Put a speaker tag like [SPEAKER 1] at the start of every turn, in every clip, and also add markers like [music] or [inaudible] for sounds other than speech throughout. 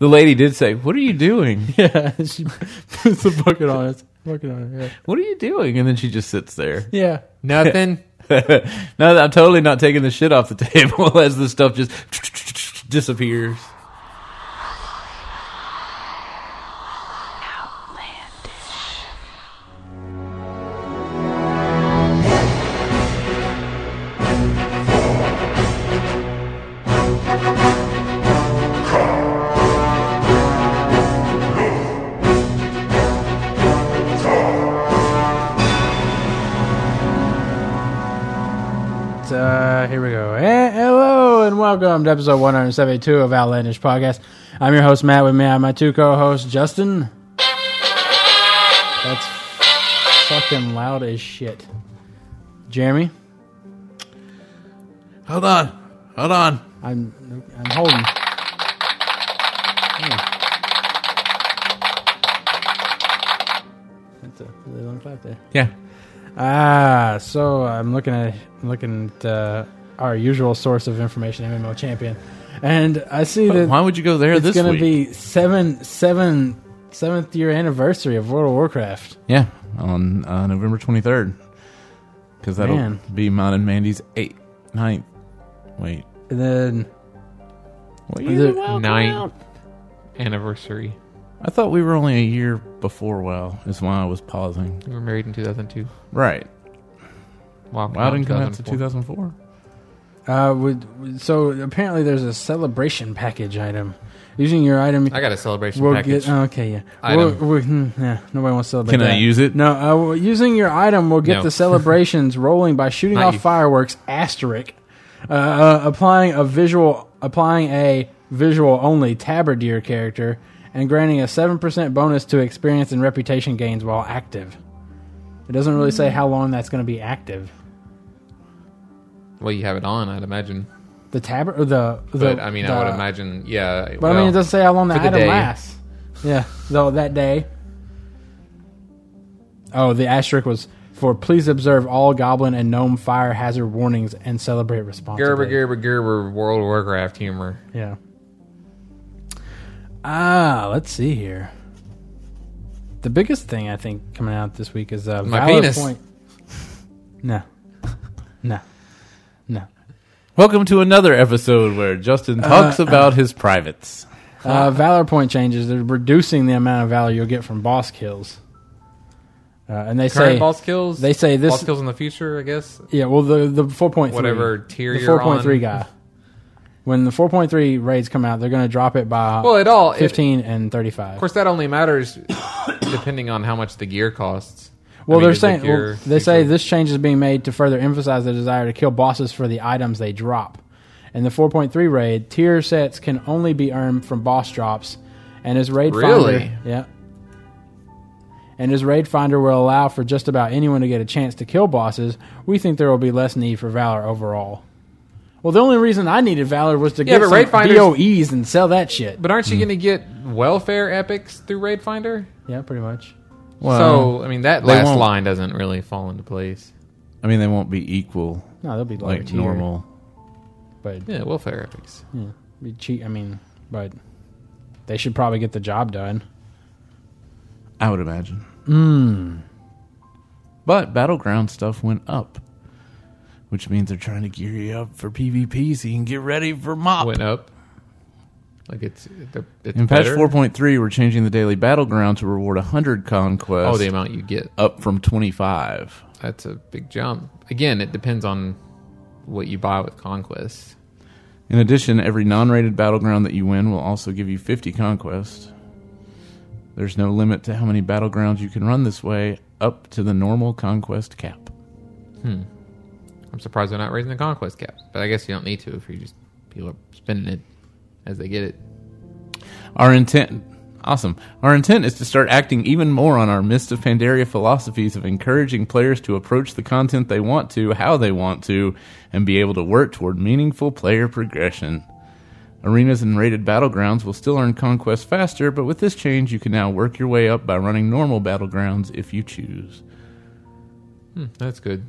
[SPEAKER 1] The lady did say, "What are you doing?
[SPEAKER 2] [laughs] Yeah, she puts a bucket on it. Bucket on it.
[SPEAKER 1] What are you doing?" And then she just sits there.
[SPEAKER 2] Yeah. yeah. [laughs] Nothing.
[SPEAKER 1] [laughs] no, I'm totally not taking the shit off the [laughs] table as the stuff just [laughs] disappears.
[SPEAKER 2] Uh, here we go. Eh, hello and welcome to episode 172 of Outlandish Podcast. I'm your host Matt. With me, I'm my two co-hosts Justin. That's fucking loud as shit. Jeremy,
[SPEAKER 1] Hold on, hold on.
[SPEAKER 2] I'm I'm holding. That's a really long clap there.
[SPEAKER 1] Yeah,
[SPEAKER 2] Ah, so I'm looking at I'm looking at uh, our usual source of information, MMO Champion, and I see that
[SPEAKER 1] why would you go there
[SPEAKER 2] it's
[SPEAKER 1] this
[SPEAKER 2] going to
[SPEAKER 1] week?
[SPEAKER 2] be seven seven seventh year anniversary of World of Warcraft.
[SPEAKER 1] yeah, on uh, November 23rd, because that'll
[SPEAKER 2] Man.
[SPEAKER 1] be mine and Mandy's eight, ninth. Wait,
[SPEAKER 2] And then
[SPEAKER 1] what
[SPEAKER 2] Is
[SPEAKER 1] year
[SPEAKER 2] it
[SPEAKER 1] did WoW come
[SPEAKER 3] ninth?
[SPEAKER 1] out?
[SPEAKER 3] anniversary.
[SPEAKER 1] I thought we were only a year before WoW. Is why I was pausing.
[SPEAKER 3] We were married in 2002.
[SPEAKER 1] Right,
[SPEAKER 3] Wow,
[SPEAKER 1] WoW didn't come out to 2004.
[SPEAKER 2] uh, would, so apparently there's a celebration package item. Using your item,
[SPEAKER 3] I got a celebration
[SPEAKER 2] we'll
[SPEAKER 3] package.
[SPEAKER 2] get uh, oh, okay. Yeah,
[SPEAKER 3] Item.
[SPEAKER 2] We'll, we hmm, yeah, nobody wants to celebrate.
[SPEAKER 1] Can I
[SPEAKER 2] that.
[SPEAKER 1] use it?
[SPEAKER 2] No. Uh, well, using your item will get
[SPEAKER 3] No. [laughs]
[SPEAKER 2] the celebrations rolling by shooting
[SPEAKER 3] Not
[SPEAKER 2] off
[SPEAKER 3] you.
[SPEAKER 2] fireworks. Asterisk. Uh, uh, applying a visual, applying a visual only Tabardier character, and granting a seven percent bonus to experience and reputation gains while active. It doesn't really
[SPEAKER 3] Hmm.
[SPEAKER 2] say how long that's going to be active.
[SPEAKER 3] well, you have it on, I'd imagine.
[SPEAKER 2] The tab, or the, the.
[SPEAKER 3] But I mean, I would
[SPEAKER 2] the-
[SPEAKER 3] imagine, yeah.
[SPEAKER 2] But I mean, it doesn't say how long the
[SPEAKER 3] for the
[SPEAKER 2] item
[SPEAKER 3] day.
[SPEAKER 2] lasts. Yeah, though that day. Oh, the asterisk was for please observe all goblin and gnome fire hazard warnings and celebrate responsibly.
[SPEAKER 3] Gerber, Gerber, Gerber, World of Warcraft humor.
[SPEAKER 2] Yeah. Ah, let's see here. The biggest thing I think coming out this week is uh,
[SPEAKER 3] My
[SPEAKER 2] Valor
[SPEAKER 3] penis.
[SPEAKER 2] Point. [laughs] No. No. No.
[SPEAKER 1] Welcome to another episode where Justin
[SPEAKER 3] Uh,
[SPEAKER 1] talks about his privates.
[SPEAKER 2] Uh, valor point changes. They're reducing the amount of valor you'll get from boss kills. Uh, and they
[SPEAKER 3] Current
[SPEAKER 2] say
[SPEAKER 3] boss kills.
[SPEAKER 2] they say this-
[SPEAKER 3] boss kills in the future, I guess.
[SPEAKER 2] Yeah, well, the the four point
[SPEAKER 3] Whatever tier
[SPEAKER 2] the
[SPEAKER 3] you're
[SPEAKER 2] four point three
[SPEAKER 3] on.
[SPEAKER 2] guy. When the four point three raids come out, they're going to drop it by
[SPEAKER 3] Well, it all. It,
[SPEAKER 2] fifteen and thirty five.
[SPEAKER 3] of course, that only matters [coughs] depending on how much the gear costs. I
[SPEAKER 2] Well,
[SPEAKER 3] mean,
[SPEAKER 2] they're
[SPEAKER 3] does the
[SPEAKER 2] saying
[SPEAKER 3] gear-
[SPEAKER 2] well, they say this change is being made to further emphasize the desire to kill bosses for the items they drop. In the four point three raid, tier sets can only be earned from boss drops, and his raid
[SPEAKER 3] Really?
[SPEAKER 2] finder, yeah. And his raid finder will allow for just about anyone to get a chance to kill bosses. We think there will be less need for valor overall. Well, the only reason I needed valor was to
[SPEAKER 3] Yeah,
[SPEAKER 2] get
[SPEAKER 3] but
[SPEAKER 2] some
[SPEAKER 3] raid finders-
[SPEAKER 2] DOEs and sell that shit.
[SPEAKER 3] But aren't you going to get welfare epics through Raid Finder?
[SPEAKER 2] yeah, pretty much.
[SPEAKER 3] so, I mean, that
[SPEAKER 1] they
[SPEAKER 3] last
[SPEAKER 1] won't.
[SPEAKER 3] line doesn't really fall into place.
[SPEAKER 1] I mean, they won't be equal
[SPEAKER 2] No, they'll be lower
[SPEAKER 1] like
[SPEAKER 2] tier,
[SPEAKER 1] normal.
[SPEAKER 2] but
[SPEAKER 3] Yeah, welfare epics.
[SPEAKER 2] be cheat. I mean, but they should probably get the job done.
[SPEAKER 1] I would imagine. Mm.
[SPEAKER 3] Hmm.
[SPEAKER 1] But battleground stuff went up, which means they're trying to gear you up for PvP so you can get ready for mop.
[SPEAKER 3] went up. Like it's they're- it's
[SPEAKER 1] In patch
[SPEAKER 3] better.
[SPEAKER 1] 4.3, we're changing the daily battleground to reward 100 conquests,
[SPEAKER 3] Oh, the amount you get
[SPEAKER 1] up from 25.
[SPEAKER 3] that's a big jump. Again, it depends on what you buy with conquest.
[SPEAKER 1] In addition, every non-rated battleground that you win will also give you 50 conquests. There's no limit to how many battlegrounds you can run this way, up to the normal conquest cap.
[SPEAKER 3] I'm surprised they're not raising the conquest cap, but I guess you don't need to if you just people are spending it as they get it.
[SPEAKER 1] Our intent, awesome. Our intent is to start acting even more on our Mist of Pandaria philosophies of encouraging players to approach the content they want to, how they want to, and be able to work toward meaningful player progression. Arenas and rated battlegrounds will still earn conquest faster, but with this change, you can now work your way up by running normal battlegrounds if you choose.
[SPEAKER 3] Hmm, that's good,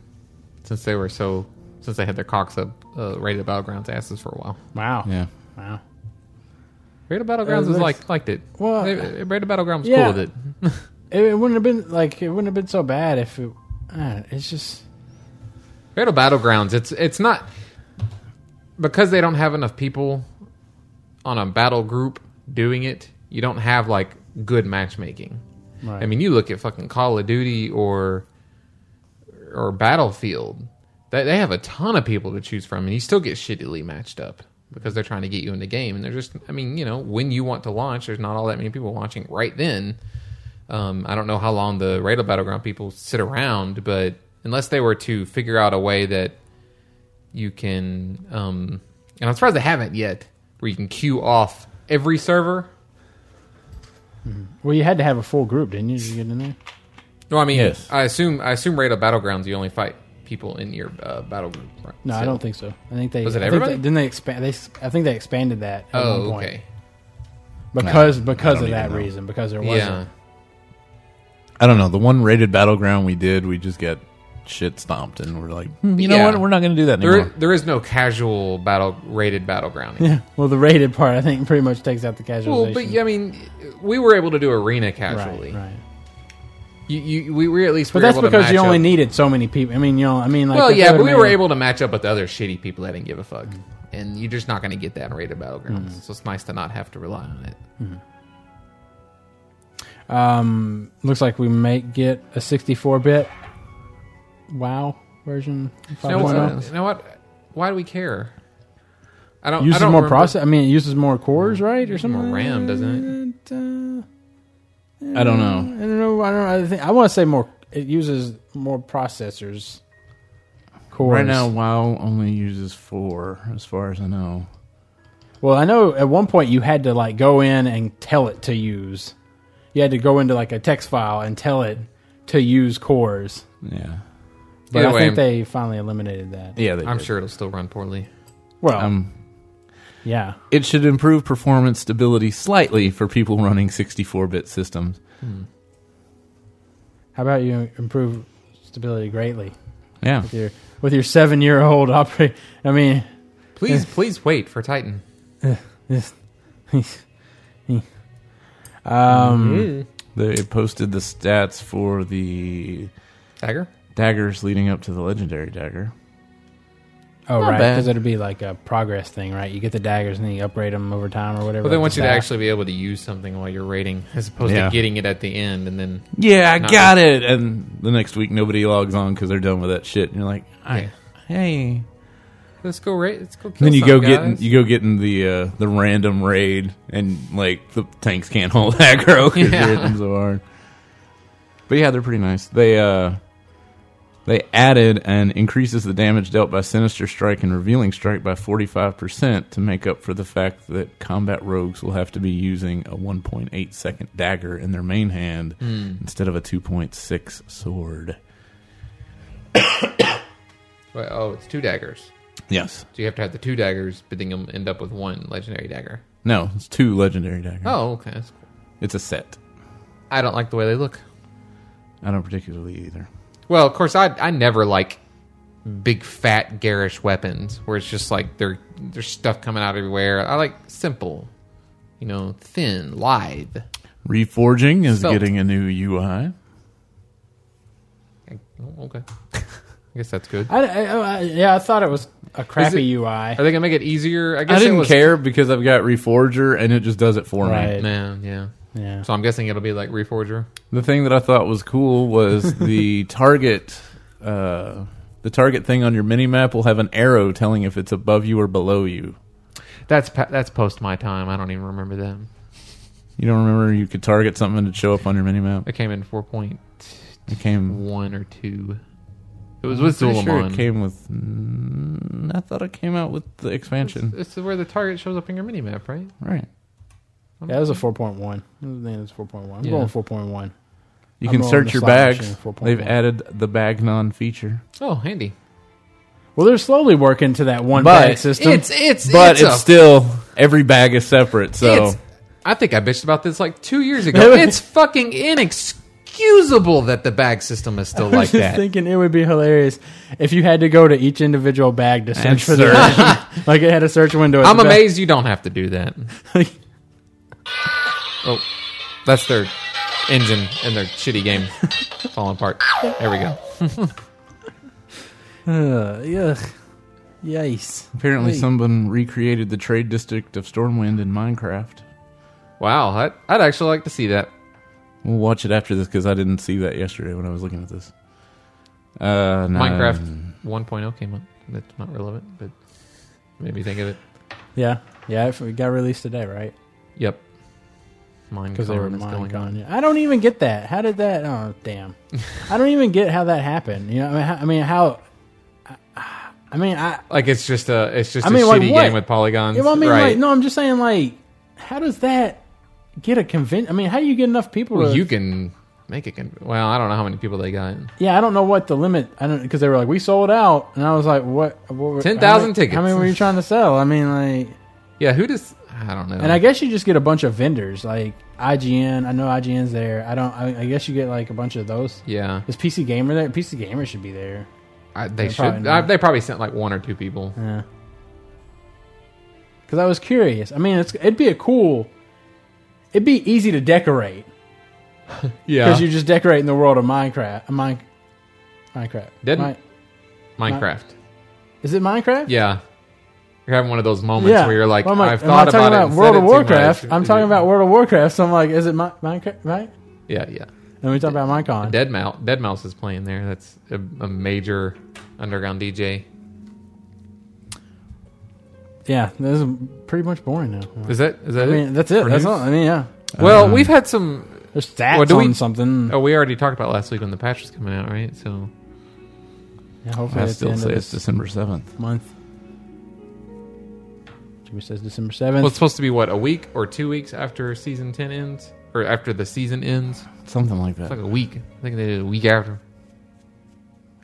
[SPEAKER 3] since they were so since they had their cocks up uh, rated battlegrounds asses for a while.
[SPEAKER 2] Wow.
[SPEAKER 1] Yeah.
[SPEAKER 2] Wow.
[SPEAKER 3] Raider Battlegrounds
[SPEAKER 2] Uh,
[SPEAKER 3] was
[SPEAKER 2] that's-
[SPEAKER 3] like liked it.
[SPEAKER 2] Well,
[SPEAKER 3] They- they- Raider Battlegrounds was
[SPEAKER 2] yeah.
[SPEAKER 3] cool with it.
[SPEAKER 2] It, it wouldn't have been like it wouldn't have been so bad if it. Uh, it's just
[SPEAKER 3] Raider Battlegrounds, it's it's not because they don't have enough people on a battle group doing it. You don't have like good matchmaking.
[SPEAKER 2] Right.
[SPEAKER 3] I mean, you look at fucking Call of Duty or or Battlefield. They, they have a ton of people to choose from, and you still get shittily matched up because they're trying to get you in the game. And they're just, I mean, you know, when you want to launch, there's not all that many people launching right then. Um, I don't know how long the Raidle Battleground people sit around, but unless they were to figure out a way that you can, um, and I'm surprised they haven't yet, where you can queue off every server.
[SPEAKER 2] well, you had to have a full group, didn't you, to get in there?
[SPEAKER 3] No, I mean,
[SPEAKER 1] Yes.
[SPEAKER 3] I assume I assume Raid of Battlegrounds you only fight people in your uh, battle group. Right?
[SPEAKER 2] No, I
[SPEAKER 3] So-
[SPEAKER 2] don't think so. I think they
[SPEAKER 3] Was it
[SPEAKER 2] I think they-
[SPEAKER 3] everybody?
[SPEAKER 2] didn't they expand? They s- I think they expanded that. At one
[SPEAKER 3] Oh,
[SPEAKER 2] point.
[SPEAKER 3] okay.
[SPEAKER 2] Because because of
[SPEAKER 1] even
[SPEAKER 2] that
[SPEAKER 1] know.
[SPEAKER 2] reason, because there wasn't. [laughs]
[SPEAKER 3] Yeah.
[SPEAKER 1] I don't know. The one rated battleground we did, we just got shit stomped, and we're like, "Hmm, you know
[SPEAKER 3] Yeah.
[SPEAKER 1] what? We're not going to do that
[SPEAKER 3] There,
[SPEAKER 1] anymore.
[SPEAKER 3] there is no casual battle rated battleground.
[SPEAKER 2] [laughs] Yeah. Well, the rated part I think pretty much takes out the casualization.
[SPEAKER 3] Well, but yeah, I mean, we were able to do arena casually.
[SPEAKER 2] right, right.
[SPEAKER 3] You, you, we were at least.
[SPEAKER 2] But
[SPEAKER 3] we were
[SPEAKER 2] that's
[SPEAKER 3] able to
[SPEAKER 2] because you
[SPEAKER 3] match
[SPEAKER 2] only
[SPEAKER 3] up-
[SPEAKER 2] needed so many people. I mean, you know, I mean, like
[SPEAKER 3] Well,
[SPEAKER 2] if they
[SPEAKER 3] yeah, but
[SPEAKER 2] would've
[SPEAKER 3] we
[SPEAKER 2] made
[SPEAKER 3] were
[SPEAKER 2] it-
[SPEAKER 3] able to match up with other shitty people that didn't give a fuck, and you're just not going to get that in rated battlegrounds.
[SPEAKER 2] Mm.
[SPEAKER 3] So it's nice to not have to rely on it.
[SPEAKER 2] Um, looks like we may get a 64-bit WoW version. oh.
[SPEAKER 3] You know, what,
[SPEAKER 2] 5.0.
[SPEAKER 3] you know what? Why do we care? I don't. I
[SPEAKER 2] uses
[SPEAKER 3] don't
[SPEAKER 2] more
[SPEAKER 3] remember-
[SPEAKER 2] process. I mean, it uses more cores, right, or something?
[SPEAKER 3] more
[SPEAKER 2] like
[SPEAKER 3] RAM, doesn't
[SPEAKER 2] that? Uh,
[SPEAKER 1] I don't know.
[SPEAKER 2] I don't know. I don't. I think I want to say more. It uses more processors. Cores.
[SPEAKER 1] Right now, WoW only uses four, as far as I know.
[SPEAKER 2] Well, I know at one point you had to like go in and tell it to use. You had to go into like a text file and tell it to use cores.
[SPEAKER 1] Yeah,
[SPEAKER 2] But
[SPEAKER 3] Either
[SPEAKER 2] I
[SPEAKER 3] way,
[SPEAKER 2] think
[SPEAKER 3] I'm-
[SPEAKER 2] they finally eliminated that.
[SPEAKER 1] yeah. They
[SPEAKER 3] I'm
[SPEAKER 1] did.
[SPEAKER 3] sure it'll still run poorly.
[SPEAKER 2] Well,
[SPEAKER 1] Um,
[SPEAKER 2] yeah.
[SPEAKER 1] it should improve performance stability slightly for people running 64-bit systems.
[SPEAKER 2] How about you improve stability greatly
[SPEAKER 1] Yeah,
[SPEAKER 2] with your with your seven year [laughs] old operating? I mean,
[SPEAKER 1] Eh.
[SPEAKER 3] Please, please wait for Titan.
[SPEAKER 1] Hmm.
[SPEAKER 2] um,
[SPEAKER 3] Hmm.
[SPEAKER 1] they posted the stats for the
[SPEAKER 3] Dagger.
[SPEAKER 1] daggers leading up to the legendary dagger.
[SPEAKER 3] Mm-hmm.
[SPEAKER 2] oh
[SPEAKER 1] Not
[SPEAKER 2] right,
[SPEAKER 1] bad.
[SPEAKER 2] because it'd be like a progress thing, right? You get the daggers and then you upgrade them over time or whatever.
[SPEAKER 3] Well, they
[SPEAKER 2] up
[SPEAKER 3] want you to
[SPEAKER 2] that.
[SPEAKER 3] actually be able to use something while you're rating, as opposed
[SPEAKER 1] Yeah.
[SPEAKER 3] to getting it at the end and then.
[SPEAKER 1] Yeah, I
[SPEAKER 3] Not
[SPEAKER 1] got it. And the next week, nobody logs on because they're done with that shit. And you're like, I, hey.
[SPEAKER 3] Let's go rate. Let's go. Kill
[SPEAKER 1] Then you
[SPEAKER 3] some
[SPEAKER 1] go
[SPEAKER 3] guys.
[SPEAKER 1] getting you go getting the uh, the random raid, and like the tanks can't [laughs] hold aggro because
[SPEAKER 3] Yeah.
[SPEAKER 1] you're hitting them so hard. But yeah, they're pretty nice. They uh, they added and increases the damage dealt by sinister strike and revealing strike by forty five percent to make up for the fact that combat rogues will have to be using a one point eight second dagger in their main hand
[SPEAKER 3] Hmm.
[SPEAKER 1] instead of a two point six sword.
[SPEAKER 3] Well, oh, it's two daggers.
[SPEAKER 1] Yes.
[SPEAKER 3] So you have to have the two daggers, but then you'll end up with one legendary dagger.
[SPEAKER 1] No, it's two legendary daggers.
[SPEAKER 3] Oh, okay. That's cool.
[SPEAKER 1] It's a set.
[SPEAKER 3] I don't like the way they look.
[SPEAKER 1] I don't particularly either.
[SPEAKER 3] Well, of course, I I never like big fat garish weapons where it's just like there there's stuff coming out everywhere. I like simple, you know, thin, lithe.
[SPEAKER 1] Reforging is
[SPEAKER 3] Felt.
[SPEAKER 1] getting a new UI.
[SPEAKER 3] Oh, Okay, I guess that's good.
[SPEAKER 2] I, I, oh, I, yeah, I thought it was a crappy UI.
[SPEAKER 3] Are they gonna make it easier? I guess
[SPEAKER 1] I
[SPEAKER 3] it
[SPEAKER 1] didn't
[SPEAKER 3] was,
[SPEAKER 1] care because I've got Reforger and it just does it for me.
[SPEAKER 2] Right.
[SPEAKER 3] Man, yeah.
[SPEAKER 2] Yeah.
[SPEAKER 3] So I'm guessing it'll be like Reforger.
[SPEAKER 1] The thing that I thought was cool [laughs] was the target uh, the target thing on your mini map will have an arrow telling if it's above you or below you.
[SPEAKER 3] That's pa- that's post my time. I don't even remember that.
[SPEAKER 1] You don't remember you could target something and it show up on your mini map?
[SPEAKER 3] It came in 4.1
[SPEAKER 1] It came
[SPEAKER 3] or 2. It was with
[SPEAKER 1] pretty sure
[SPEAKER 3] Zulamon.
[SPEAKER 1] it came with mm, I thought it came out with the expansion.
[SPEAKER 3] it's where the target shows up in your minimap, right?
[SPEAKER 1] Right.
[SPEAKER 2] Yeah, it was a 4.1. I think it was 4.1. I'm
[SPEAKER 3] Yeah.
[SPEAKER 2] going 4.1.
[SPEAKER 1] You
[SPEAKER 2] I'm
[SPEAKER 1] can
[SPEAKER 2] rolling
[SPEAKER 1] search
[SPEAKER 2] the
[SPEAKER 1] your
[SPEAKER 2] slot
[SPEAKER 1] bags.
[SPEAKER 2] machine, 4.1.
[SPEAKER 1] They've added the bag non feature.
[SPEAKER 3] Oh, handy.
[SPEAKER 2] Well, they're slowly working to that one
[SPEAKER 1] But
[SPEAKER 2] bag system. [laughs]
[SPEAKER 3] It's it's
[SPEAKER 1] But
[SPEAKER 3] it's,
[SPEAKER 1] it's,
[SPEAKER 3] a-
[SPEAKER 1] still every bag is separate, so
[SPEAKER 3] it's- I think I bitched about this like two years [laughs] ago. it's fucking inexcusable that the bag system is still
[SPEAKER 2] I'm
[SPEAKER 3] [laughs] like
[SPEAKER 2] just
[SPEAKER 3] that.
[SPEAKER 2] thinking it would be hilarious if you had to go to each individual bag to search
[SPEAKER 1] And
[SPEAKER 2] [laughs] for the like it had a search window. at
[SPEAKER 3] I'm
[SPEAKER 2] the back. [laughs]
[SPEAKER 3] amazed you don't have to do that. Oh, that's their engine and their
[SPEAKER 2] [laughs]
[SPEAKER 3] shitty game falling apart. There we go.
[SPEAKER 2] Ugh, yuck. Yikes.
[SPEAKER 1] Apparently,
[SPEAKER 2] Hey.
[SPEAKER 1] someone recreated the trade district of Stormwind in Minecraft.
[SPEAKER 3] Wow, I'd, I'd actually like to see that.
[SPEAKER 1] We'll watch it after this because I didn't see that yesterday when I was looking at this. Uh, no.
[SPEAKER 2] Um,
[SPEAKER 3] Minecraft 1.0 came out. That's not relevant, but made me think of it.
[SPEAKER 2] Yeah. Yeah, if it got released today, right?
[SPEAKER 3] Yep. Mine
[SPEAKER 2] Because they were
[SPEAKER 3] Colin is
[SPEAKER 2] mine
[SPEAKER 3] going on.
[SPEAKER 2] gone. Yeah. I don't even get that. How did that? Oh,
[SPEAKER 3] [laughs]
[SPEAKER 2] damn. I don't even get how that happened. You know, I mean, how, I mean, how? I mean, I.
[SPEAKER 3] Like it's just a it's just
[SPEAKER 2] I mean,
[SPEAKER 3] a
[SPEAKER 2] like,
[SPEAKER 3] shitty
[SPEAKER 2] what?
[SPEAKER 3] game with polygons.
[SPEAKER 2] I mean,
[SPEAKER 3] right.
[SPEAKER 2] like, no, I'm just saying, like, how does that get a convention? I mean, how do you get enough people?
[SPEAKER 3] Well,
[SPEAKER 2] to,
[SPEAKER 3] you can make it. Con- well, I don't know how many people they got.
[SPEAKER 2] yeah, I don't know what the limit. I don't because they were like, we sold out, and I was like, what? what were-
[SPEAKER 3] 10,000
[SPEAKER 2] how many-
[SPEAKER 3] tickets.
[SPEAKER 2] How many were you trying to sell? I mean, like,
[SPEAKER 3] Yeah, who does? I don't know.
[SPEAKER 2] and I guess you just get a bunch of vendors, like IGN. I know IGN's there. I don't. I, I guess you get like a bunch of those.
[SPEAKER 3] yeah,
[SPEAKER 2] Is PC Gamer there? PC Gamer should be there.
[SPEAKER 3] I, they
[SPEAKER 2] They're probably
[SPEAKER 3] should. I,
[SPEAKER 2] not.
[SPEAKER 3] they probably sent like one or two people.
[SPEAKER 2] Yeah. Because I was curious. I mean, it's, it'd be a cool. It'd be easy to decorate
[SPEAKER 3] Yeah,
[SPEAKER 2] because you're just decorating the world of Minecraft. uh, Mine, Minecraft.
[SPEAKER 3] Didn't-
[SPEAKER 2] Mi-
[SPEAKER 3] Minecraft.
[SPEAKER 2] is it Minecraft?
[SPEAKER 3] Yeah, you're having one of those moments where you're like,
[SPEAKER 2] Well, I'm
[SPEAKER 3] I've
[SPEAKER 2] am I
[SPEAKER 3] thought
[SPEAKER 2] talking
[SPEAKER 3] about,
[SPEAKER 2] about
[SPEAKER 3] it. and
[SPEAKER 2] World
[SPEAKER 3] said
[SPEAKER 2] of
[SPEAKER 3] it too much.
[SPEAKER 2] Warcraft. I'm
[SPEAKER 3] Is
[SPEAKER 2] talking
[SPEAKER 3] it-
[SPEAKER 2] about World of Warcraft. So I'm like, is it Mi- Minecraft? Right?
[SPEAKER 3] Yeah, yeah.
[SPEAKER 2] And we talk about Minecon.
[SPEAKER 3] Dead Mouse. Dead Mouse is playing there. That's a, a major underground DJ.
[SPEAKER 2] yeah, this is pretty much boring now.
[SPEAKER 3] Is that? Is that?
[SPEAKER 2] I mean, um, that's it.
[SPEAKER 3] For
[SPEAKER 2] That's
[SPEAKER 3] news?
[SPEAKER 2] all. I mean, yeah.
[SPEAKER 3] Well, we've had some
[SPEAKER 2] There's stats
[SPEAKER 3] Well, do
[SPEAKER 2] on
[SPEAKER 3] we-
[SPEAKER 2] something.
[SPEAKER 3] Oh, we already talked about last week when the patch was coming out, right? So
[SPEAKER 2] Yeah, hopefully,
[SPEAKER 1] I
[SPEAKER 2] at the
[SPEAKER 1] still
[SPEAKER 2] end
[SPEAKER 1] say
[SPEAKER 2] of
[SPEAKER 1] it's
[SPEAKER 2] this
[SPEAKER 1] December 7th.
[SPEAKER 2] month. Jimmy says December seventh.
[SPEAKER 3] well, it's supposed to be what a week or two weeks after season ten ends, or after the season ends.
[SPEAKER 1] Something like that.
[SPEAKER 3] It's like a week. I think they did a week after.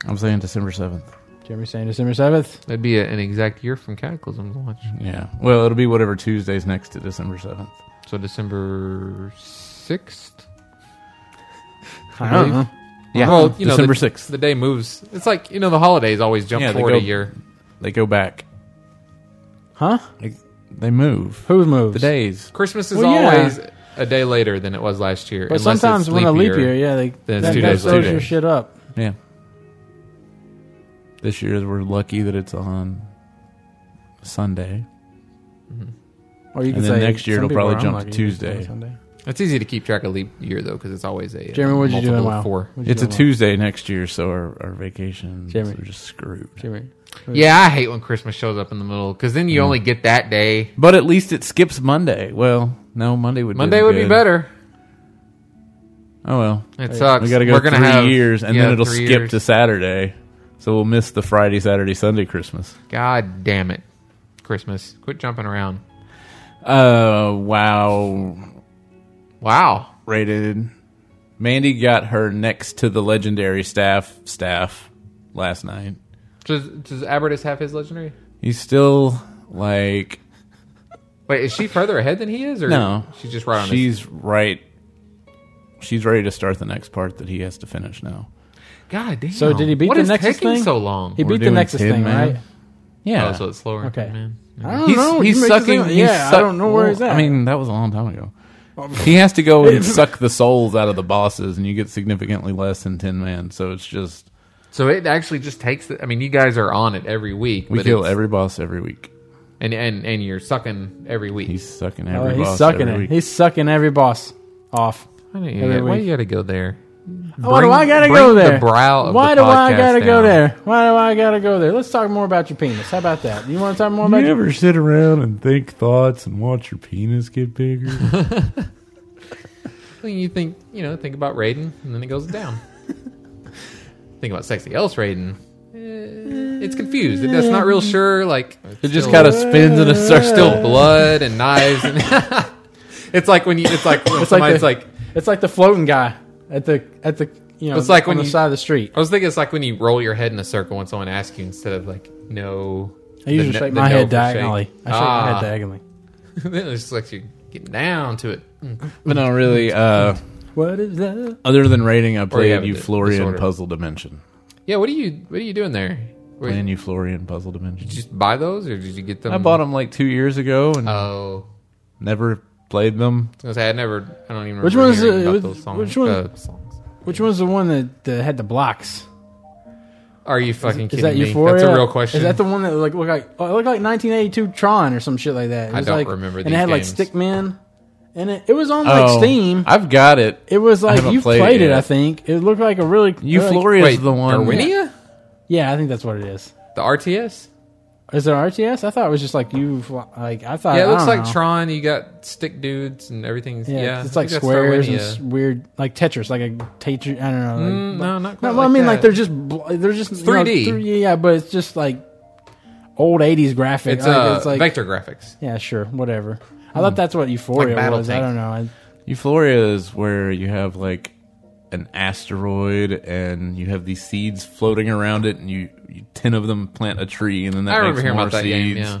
[SPEAKER 1] I'm saying December 7th.
[SPEAKER 2] Jeremy saying December seventh.
[SPEAKER 3] That'd be a, an exact year from Cataclysm launch.
[SPEAKER 1] Yeah. Well, it'll be whatever Tuesday's next to December 7th.
[SPEAKER 3] So December sixth.
[SPEAKER 2] I don't know.
[SPEAKER 1] Yeah.
[SPEAKER 3] Well, you
[SPEAKER 1] Oh, December
[SPEAKER 3] know, the,
[SPEAKER 1] 6th.
[SPEAKER 3] The day moves. It's like you know the holidays always jump
[SPEAKER 1] Yeah, they
[SPEAKER 3] forward
[SPEAKER 1] go-
[SPEAKER 3] a year.
[SPEAKER 1] They go back.
[SPEAKER 2] Huh?
[SPEAKER 1] They move.
[SPEAKER 2] Who's moved?
[SPEAKER 1] The days.
[SPEAKER 3] Christmas is
[SPEAKER 2] Well, yeah.
[SPEAKER 3] always a day later than it was last year.
[SPEAKER 2] But
[SPEAKER 3] unless
[SPEAKER 2] sometimes
[SPEAKER 3] it's
[SPEAKER 2] when a leap year,
[SPEAKER 3] year.
[SPEAKER 2] yeah, they
[SPEAKER 3] Then it's
[SPEAKER 2] that,
[SPEAKER 3] two
[SPEAKER 2] that
[SPEAKER 3] days
[SPEAKER 2] slows
[SPEAKER 3] later.
[SPEAKER 2] your shit up.
[SPEAKER 1] Yeah. This year we're lucky that it's on Sunday.
[SPEAKER 2] Or you
[SPEAKER 1] And
[SPEAKER 2] can
[SPEAKER 1] then
[SPEAKER 2] say
[SPEAKER 1] next year
[SPEAKER 2] some
[SPEAKER 1] it'll
[SPEAKER 2] people
[SPEAKER 1] probably
[SPEAKER 2] are
[SPEAKER 1] jump to
[SPEAKER 2] unlucky, they just go
[SPEAKER 1] Tuesday.
[SPEAKER 2] Sunday.
[SPEAKER 3] It's easy to keep track of leap year though because it's always a uh,
[SPEAKER 2] Jeremy, what'd you do in
[SPEAKER 3] multiple of
[SPEAKER 2] WoW?
[SPEAKER 3] four.
[SPEAKER 2] What'd you
[SPEAKER 1] It's
[SPEAKER 2] do
[SPEAKER 1] a
[SPEAKER 2] in WoW?
[SPEAKER 1] Tuesday next year, so our, our vacations
[SPEAKER 2] Jamie.
[SPEAKER 1] are just screwed.
[SPEAKER 2] Jeremy.
[SPEAKER 3] Yeah, I hate when Christmas shows up in the middle because then
[SPEAKER 1] Mm.
[SPEAKER 3] you only get that day.
[SPEAKER 1] But at least it skips Monday. Well, no, Monday would
[SPEAKER 3] Monday would be
[SPEAKER 1] good.
[SPEAKER 3] better.
[SPEAKER 1] Oh well,
[SPEAKER 3] It sucks.
[SPEAKER 1] we got to go
[SPEAKER 3] We're
[SPEAKER 1] three
[SPEAKER 3] gonna have
[SPEAKER 1] years, and
[SPEAKER 3] yeah,
[SPEAKER 1] then it'll
[SPEAKER 3] three
[SPEAKER 1] skip
[SPEAKER 3] years.
[SPEAKER 1] to Saturday, so we'll miss the Friday, Saturday, Sunday Christmas.
[SPEAKER 3] God damn it, Christmas! Quit jumping around.
[SPEAKER 1] Uh, wow.
[SPEAKER 3] Wow.
[SPEAKER 1] Rated. Mandy got her next to the legendary staff staff last night.
[SPEAKER 3] Does does Abertus have his legendary?
[SPEAKER 1] He's still like
[SPEAKER 3] Wait, is she further ahead than he is, or
[SPEAKER 1] No.
[SPEAKER 3] She's just right on. his-
[SPEAKER 1] she's right. She's ready to start the next part that he has to finish now.
[SPEAKER 3] God damn.
[SPEAKER 2] So did he beat
[SPEAKER 3] What
[SPEAKER 2] the
[SPEAKER 3] is
[SPEAKER 2] Nexus
[SPEAKER 3] taking
[SPEAKER 2] thing?
[SPEAKER 3] so long?
[SPEAKER 2] He
[SPEAKER 1] We're
[SPEAKER 2] beat the
[SPEAKER 1] doing
[SPEAKER 2] Nexus
[SPEAKER 1] Tin
[SPEAKER 2] thing,
[SPEAKER 1] Man.
[SPEAKER 2] right?
[SPEAKER 1] Yeah,
[SPEAKER 3] Oh, so it's slower.
[SPEAKER 2] Okay.
[SPEAKER 3] Man.
[SPEAKER 2] I don't
[SPEAKER 1] he's,
[SPEAKER 2] know.
[SPEAKER 1] he's
[SPEAKER 2] You make this
[SPEAKER 1] sucking.
[SPEAKER 2] thing-
[SPEAKER 1] he's
[SPEAKER 2] yeah, I
[SPEAKER 1] suck-
[SPEAKER 2] don't know where he's
[SPEAKER 1] well,
[SPEAKER 2] at. Oh.
[SPEAKER 1] I mean, that was a long time ago. He has to go
[SPEAKER 2] [laughs]
[SPEAKER 1] and suck the souls out of the bosses, and you get significantly less than Tin Man. So it's just
[SPEAKER 3] So it actually just takes. The, I mean, you guys are on it every week.
[SPEAKER 1] we
[SPEAKER 3] but
[SPEAKER 1] kill
[SPEAKER 3] it's-
[SPEAKER 1] every boss every week.
[SPEAKER 3] and and and you're sucking every week.
[SPEAKER 1] He's sucking
[SPEAKER 2] Oh,
[SPEAKER 1] every boss.
[SPEAKER 2] he's sucking
[SPEAKER 1] every
[SPEAKER 2] it.
[SPEAKER 1] Week.
[SPEAKER 2] He's sucking every boss off.
[SPEAKER 3] Why do
[SPEAKER 2] Every
[SPEAKER 3] you, why
[SPEAKER 2] week.
[SPEAKER 3] you got to go there?
[SPEAKER 2] Why do
[SPEAKER 3] Bring-
[SPEAKER 2] I gotta
[SPEAKER 3] bring
[SPEAKER 2] go there?
[SPEAKER 3] The brow of
[SPEAKER 2] Why
[SPEAKER 3] the
[SPEAKER 2] do I
[SPEAKER 3] podcast
[SPEAKER 2] gotta go
[SPEAKER 3] down.
[SPEAKER 2] there? Why do I gotta go there? Let's talk more about your penis. How about that? You want to talk more about?
[SPEAKER 1] you
[SPEAKER 2] your
[SPEAKER 1] ever sit around and think thoughts and watch your penis get bigger?
[SPEAKER 3] Well, You think you know? Think about Raiden, and then it goes
[SPEAKER 2] [laughs]
[SPEAKER 3] down. think about sexy else Raiden. Eh, It's confused. It- That's not real sure. Like
[SPEAKER 1] [laughs] it just kind of spins in a
[SPEAKER 3] there's
[SPEAKER 1] circle.
[SPEAKER 2] [laughs]
[SPEAKER 3] still blood and knives. And [laughs] it's like when you. It's like when
[SPEAKER 2] It's like
[SPEAKER 3] somebody's
[SPEAKER 2] the-
[SPEAKER 3] like.
[SPEAKER 2] It's like the floating guy at the at the you know.
[SPEAKER 3] It's like
[SPEAKER 2] on
[SPEAKER 3] when
[SPEAKER 2] the
[SPEAKER 3] you-
[SPEAKER 2] side of the street.
[SPEAKER 3] I was thinking it's like when you roll your head in a circle when someone asks you instead of like no.
[SPEAKER 2] I usually
[SPEAKER 3] the no-
[SPEAKER 2] shake
[SPEAKER 3] the
[SPEAKER 2] my
[SPEAKER 3] no
[SPEAKER 2] head
[SPEAKER 3] for shake.
[SPEAKER 2] diagonally. I shake my
[SPEAKER 3] Ah.
[SPEAKER 2] head diagonally.
[SPEAKER 3] [laughs] Then it's like you're getting down to it. Mm.
[SPEAKER 1] But no, really. Uh,
[SPEAKER 2] What is that?
[SPEAKER 1] other than rating, I played
[SPEAKER 3] have a
[SPEAKER 1] Euphlorian
[SPEAKER 3] disorder.
[SPEAKER 1] Puzzle Dimension.
[SPEAKER 3] Yeah. What are you? What are you doing there? Were you,
[SPEAKER 1] Playing Euphlorian Puzzle Dimension.
[SPEAKER 3] did you just buy those, or did you get them?
[SPEAKER 1] I bought them like two years ago and
[SPEAKER 3] Oh,
[SPEAKER 1] never played them.
[SPEAKER 3] I was Oh. gonna say I never. I don't even.
[SPEAKER 2] Which
[SPEAKER 3] remember
[SPEAKER 2] one's
[SPEAKER 3] hearing
[SPEAKER 2] the-
[SPEAKER 3] about
[SPEAKER 2] which-
[SPEAKER 3] those songs.
[SPEAKER 2] which one-
[SPEAKER 3] uh, songs.
[SPEAKER 2] Which one's the one that, that had the blocks?
[SPEAKER 3] Are you fucking
[SPEAKER 2] Is
[SPEAKER 3] kidding
[SPEAKER 2] that
[SPEAKER 3] me?
[SPEAKER 2] Euphoria?
[SPEAKER 3] That's a real question.
[SPEAKER 2] Is that the one that like looked like oh, it looked like 1982 Tron or some shit like that? It
[SPEAKER 3] I
[SPEAKER 2] was
[SPEAKER 3] don't
[SPEAKER 2] like-
[SPEAKER 3] remember
[SPEAKER 2] And
[SPEAKER 3] these
[SPEAKER 2] it had
[SPEAKER 3] games.
[SPEAKER 2] like Stickman, and it it was on like
[SPEAKER 1] Oh,
[SPEAKER 2] Steam.
[SPEAKER 1] I've got it.
[SPEAKER 2] It was like
[SPEAKER 1] haven't
[SPEAKER 2] you
[SPEAKER 1] played
[SPEAKER 2] played,
[SPEAKER 1] it
[SPEAKER 2] it.
[SPEAKER 1] yet.
[SPEAKER 2] I think it looked like a really like-
[SPEAKER 1] Euphoria is
[SPEAKER 3] Wait,
[SPEAKER 1] the one.
[SPEAKER 3] Darwinia?
[SPEAKER 2] yeah, I think that's what it is.
[SPEAKER 3] The RTS?
[SPEAKER 2] Is it RTS? I thought it was just like you. Like I thought.
[SPEAKER 3] Yeah, it
[SPEAKER 2] I
[SPEAKER 3] looks
[SPEAKER 2] don't
[SPEAKER 3] like
[SPEAKER 2] know.
[SPEAKER 3] Tron. You got stick dudes and everything's. Yeah,
[SPEAKER 2] Yeah,
[SPEAKER 3] I
[SPEAKER 2] it's
[SPEAKER 3] think
[SPEAKER 2] like
[SPEAKER 3] that's
[SPEAKER 2] squares and
[SPEAKER 3] Darwinia.
[SPEAKER 2] s- weird, like Tetris, like a Tetris. I don't know. Like,
[SPEAKER 3] Mm, no, not quite
[SPEAKER 2] No, well, I mean, like
[SPEAKER 3] that.
[SPEAKER 2] they're just bl- they're just you know,
[SPEAKER 3] 3D.
[SPEAKER 2] 3D, yeah, but it's just like old '80s graphics.
[SPEAKER 3] It's, uh,
[SPEAKER 2] it's like
[SPEAKER 3] vector graphics.
[SPEAKER 2] yeah, sure, whatever. I thought that's what Euphoria
[SPEAKER 3] Like Battle
[SPEAKER 2] was.
[SPEAKER 3] Tank.
[SPEAKER 2] I don't know. I,
[SPEAKER 1] Euphoria is where you have like an asteroid and you have these seeds floating around it, and you, you ten of them plant a tree, and then
[SPEAKER 3] I
[SPEAKER 1] that
[SPEAKER 3] remember
[SPEAKER 1] makes
[SPEAKER 3] hearing
[SPEAKER 1] more
[SPEAKER 3] about that game,
[SPEAKER 1] seeds.
[SPEAKER 3] yeah.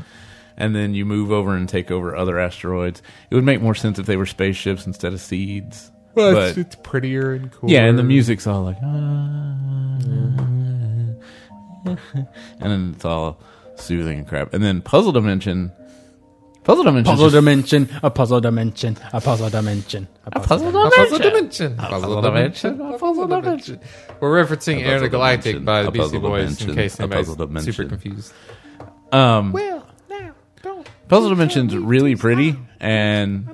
[SPEAKER 1] And then you move over and take over other asteroids. It would make more sense if they were spaceships instead of seeds. but,
[SPEAKER 3] prettier and cool.
[SPEAKER 1] yeah, and the music's all like, ah, [laughs] and then it's all soothing and crap. And then Puzzle Dimension, Puzzle Dimension,
[SPEAKER 2] puzzle dimension, a puzzle dimension, a puzzle dimension, a puzzle.
[SPEAKER 3] A puzzle dimension. A
[SPEAKER 1] puzzle dimension.
[SPEAKER 3] A puzzle dimension. We're referencing
[SPEAKER 1] puzzle
[SPEAKER 3] Intergalactic
[SPEAKER 1] dimension.
[SPEAKER 3] by
[SPEAKER 1] A
[SPEAKER 3] the Beastie
[SPEAKER 1] puzzle
[SPEAKER 3] Boys in
[SPEAKER 1] dimension.
[SPEAKER 3] case
[SPEAKER 1] A puzzle
[SPEAKER 3] anybody's
[SPEAKER 1] dimension.
[SPEAKER 3] super confused.
[SPEAKER 1] um,
[SPEAKER 3] Well, now, don't.
[SPEAKER 1] Puzzle Dimension's really pretty, and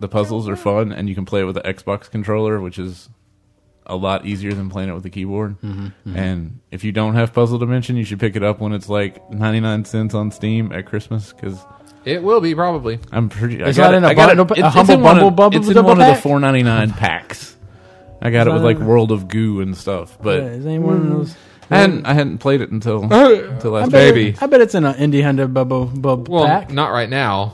[SPEAKER 1] the puzzles are fun, and you can play it with the Xbox controller, which is a lot easier than playing it with the keyboard. And if you don't have Puzzle Dimension, you should pick it up when it's like ninety nine cents on Steam at Christmas because
[SPEAKER 3] It will be, probably.
[SPEAKER 1] I'm pretty.
[SPEAKER 2] It's
[SPEAKER 1] I got
[SPEAKER 2] not
[SPEAKER 1] it-
[SPEAKER 2] in a
[SPEAKER 1] I got
[SPEAKER 2] bundle-
[SPEAKER 1] it-
[SPEAKER 2] a
[SPEAKER 1] it's- it's
[SPEAKER 2] humble
[SPEAKER 1] in one of-
[SPEAKER 2] bumble bubble Uh,
[SPEAKER 1] It's in
[SPEAKER 2] double
[SPEAKER 1] one of the
[SPEAKER 2] pack?
[SPEAKER 1] four ninety nine packs. I got it with like World of Goo and stuff,
[SPEAKER 2] Yeah,
[SPEAKER 1] but
[SPEAKER 2] is any one of
[SPEAKER 3] Hmm.
[SPEAKER 2] those?
[SPEAKER 1] I hadn't I hadn't played it until until
[SPEAKER 2] I
[SPEAKER 1] last
[SPEAKER 2] bet it-
[SPEAKER 1] baby.
[SPEAKER 2] I bet it's Uh, in an indie hunter bubble bubble
[SPEAKER 3] Well,
[SPEAKER 2] pack.
[SPEAKER 3] not right now.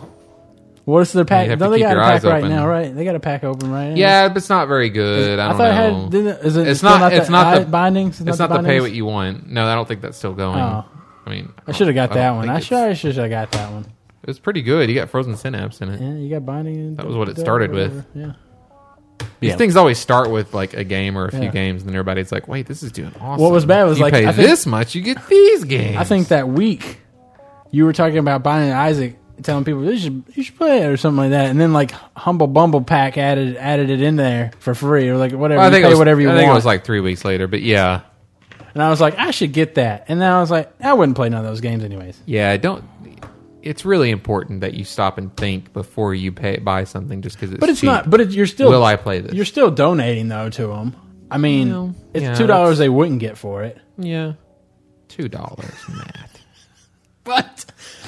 [SPEAKER 2] What's their
[SPEAKER 3] You
[SPEAKER 2] pack?
[SPEAKER 3] have
[SPEAKER 2] No,
[SPEAKER 3] to
[SPEAKER 2] they
[SPEAKER 3] keep
[SPEAKER 2] got a
[SPEAKER 3] your
[SPEAKER 2] pack
[SPEAKER 3] eyes
[SPEAKER 2] right
[SPEAKER 3] open.
[SPEAKER 2] now, right? They got a pack open, right?
[SPEAKER 3] Yeah, but it's not very good. I
[SPEAKER 2] I
[SPEAKER 3] don't
[SPEAKER 2] thought it
[SPEAKER 3] know.
[SPEAKER 2] had. Didn't, it- is it
[SPEAKER 3] It's
[SPEAKER 2] still
[SPEAKER 3] not-
[SPEAKER 2] Not
[SPEAKER 3] it's
[SPEAKER 2] the,
[SPEAKER 3] not the-
[SPEAKER 2] eye bindings.
[SPEAKER 3] it's not the pay
[SPEAKER 2] bindings?
[SPEAKER 3] what you want. No, I don't think that's still going.
[SPEAKER 2] Oh.
[SPEAKER 3] I mean,
[SPEAKER 2] I should have got
[SPEAKER 3] don't
[SPEAKER 2] that one.
[SPEAKER 3] think
[SPEAKER 2] I
[SPEAKER 3] it's-
[SPEAKER 2] should. I should have got that one.
[SPEAKER 3] It was pretty good. You got Frozen Synapse in it.
[SPEAKER 2] Yeah, you got binding. and
[SPEAKER 3] That was what it
[SPEAKER 2] double-
[SPEAKER 3] started
[SPEAKER 2] whatever.
[SPEAKER 3] with.
[SPEAKER 2] Yeah.
[SPEAKER 3] These
[SPEAKER 1] Yeah.
[SPEAKER 3] things always start with like a game or a few
[SPEAKER 2] Yeah.
[SPEAKER 3] games, and then everybody's like, "Wait, this is doing awesome."
[SPEAKER 2] was bad was,
[SPEAKER 3] you
[SPEAKER 2] like,
[SPEAKER 3] pay
[SPEAKER 2] I think-
[SPEAKER 3] this much, you get these games.
[SPEAKER 2] I think that week you were talking about binding and Isaac, telling people you should you should play it or something like that, and then like Humble Bumble Pack added added it in there for free or like whatever.
[SPEAKER 3] Well, I
[SPEAKER 2] you
[SPEAKER 3] think
[SPEAKER 2] pay
[SPEAKER 3] it was,
[SPEAKER 2] whatever you
[SPEAKER 3] I
[SPEAKER 2] want.
[SPEAKER 3] think it was like three weeks later, but yeah,
[SPEAKER 2] and I was like, I should get that. And then I was like, I wouldn't play none of those games anyways.
[SPEAKER 3] yeah. I Don't. It's really important that you stop and think before you pay buy something just because it's.
[SPEAKER 2] But it's
[SPEAKER 3] cheap.
[SPEAKER 2] not. But it, you're still.
[SPEAKER 3] Will I play this?
[SPEAKER 2] You're still donating though to them. I mean,
[SPEAKER 3] Well,
[SPEAKER 2] it's
[SPEAKER 3] yeah,
[SPEAKER 2] two dollars they wouldn't get for it.
[SPEAKER 3] yeah, two dollars, Matt.
[SPEAKER 2] What?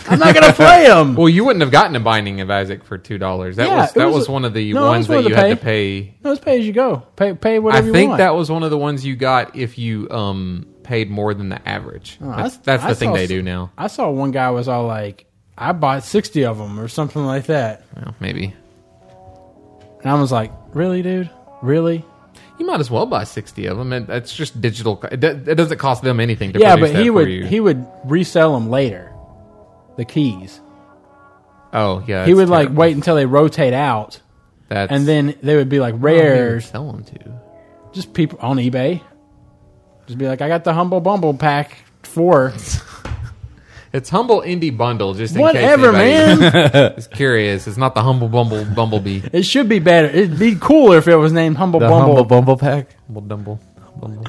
[SPEAKER 2] I'm not gonna play them.
[SPEAKER 3] [laughs] Well, you wouldn't have gotten a Binding of Isaac for two dollars. That
[SPEAKER 2] Yeah,
[SPEAKER 3] was
[SPEAKER 2] it
[SPEAKER 3] that
[SPEAKER 2] was-
[SPEAKER 3] was, one of the
[SPEAKER 2] no, it
[SPEAKER 3] ones
[SPEAKER 2] was one
[SPEAKER 3] that
[SPEAKER 2] of
[SPEAKER 3] you
[SPEAKER 2] the
[SPEAKER 3] had to pay.
[SPEAKER 2] no, it's pay as you go. Pay pay
[SPEAKER 3] I
[SPEAKER 2] whatever you
[SPEAKER 3] think
[SPEAKER 2] want.
[SPEAKER 3] that was one of the ones you got if you um paid more than the average.
[SPEAKER 2] I-
[SPEAKER 3] that's, that's
[SPEAKER 2] I
[SPEAKER 3] the thing
[SPEAKER 2] saw
[SPEAKER 3] they
[SPEAKER 2] s-
[SPEAKER 3] do now.
[SPEAKER 2] I saw one guy was all like, "I bought sixty of them or something like that,"
[SPEAKER 3] Well, maybe
[SPEAKER 2] and I was like, "Really, dude? Really?"
[SPEAKER 3] you might as well buy sixty of them. It, that's just digital. co- It, do- it doesn't cost them anything to
[SPEAKER 2] yeah,
[SPEAKER 3] produce
[SPEAKER 2] but
[SPEAKER 3] that
[SPEAKER 2] he
[SPEAKER 3] for
[SPEAKER 2] would
[SPEAKER 3] you.
[SPEAKER 2] he would resell them later. The keys.
[SPEAKER 3] oh yeah,
[SPEAKER 2] he
[SPEAKER 3] that's
[SPEAKER 2] would like
[SPEAKER 3] terrible.
[SPEAKER 2] wait until they rotate out,
[SPEAKER 3] That's,
[SPEAKER 2] and then they would be like
[SPEAKER 3] Who would
[SPEAKER 2] rares.
[SPEAKER 3] sell them to.
[SPEAKER 2] just people on eBay. Just be like, I got the humble bumble pack four,
[SPEAKER 3] It's humble indie bundle. Just in
[SPEAKER 2] whatever,
[SPEAKER 3] case anybody
[SPEAKER 2] man.
[SPEAKER 3] is curious. It's not the humble bumble bumblebee.
[SPEAKER 2] it should be better. It'd be cooler if it was named humble
[SPEAKER 1] the
[SPEAKER 2] bumble.
[SPEAKER 1] Humble Bumble Pack.
[SPEAKER 3] Humble dumble. Bumble.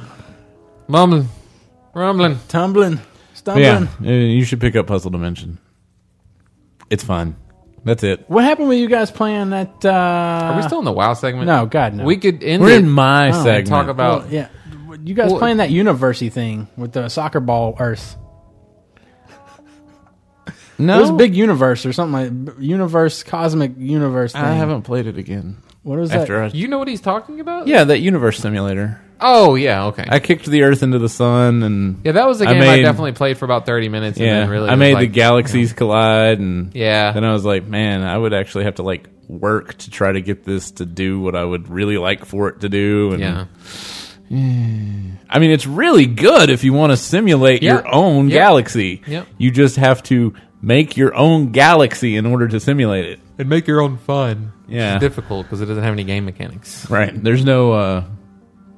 [SPEAKER 3] Mumbling. Rumbling.
[SPEAKER 2] Tumbling, stumbling.
[SPEAKER 1] Yeah, uh, you should pick up Puzzle Dimension. It's fun. That's it.
[SPEAKER 2] What happened with you guys playing that? Uh,
[SPEAKER 3] Are we still in the WoW segment?
[SPEAKER 2] no, God, no.
[SPEAKER 3] We could end
[SPEAKER 1] We're
[SPEAKER 3] it
[SPEAKER 1] in my
[SPEAKER 2] Oh,
[SPEAKER 3] and
[SPEAKER 1] segment.
[SPEAKER 3] talk about.
[SPEAKER 2] Well, yeah, you guys
[SPEAKER 3] Well-
[SPEAKER 2] playing that university thing with the soccer ball Earth?
[SPEAKER 1] no,
[SPEAKER 2] It was big universe or something like universe, cosmic universe. Thing.
[SPEAKER 1] I haven't played it again.
[SPEAKER 2] What was that?
[SPEAKER 1] After I,
[SPEAKER 3] You know what he's talking about?
[SPEAKER 1] yeah, that universe simulator.
[SPEAKER 3] Oh yeah. Okay.
[SPEAKER 1] I kicked the Earth into the sun, and
[SPEAKER 3] yeah, that was a
[SPEAKER 1] I
[SPEAKER 3] game I,
[SPEAKER 1] made-
[SPEAKER 3] definitely played for about thirty minutes. And
[SPEAKER 1] yeah,
[SPEAKER 3] then really
[SPEAKER 1] I
[SPEAKER 3] was
[SPEAKER 1] made the
[SPEAKER 3] like,
[SPEAKER 1] galaxies collide, and
[SPEAKER 3] Yeah.
[SPEAKER 1] Then I was like, man, I would actually have to like work to try to get this to do what I would really like for it to do. And
[SPEAKER 3] Yeah.
[SPEAKER 1] I mean, it's really good if you want to simulate
[SPEAKER 3] Yeah.
[SPEAKER 1] your own
[SPEAKER 3] Yeah.
[SPEAKER 1] galaxy.
[SPEAKER 3] Yeah.
[SPEAKER 1] You just have to make your own galaxy in order to simulate it.
[SPEAKER 3] and make your own fun.
[SPEAKER 1] Yeah.
[SPEAKER 3] It's difficult because it doesn't have any game mechanics.
[SPEAKER 1] Right. There's no uh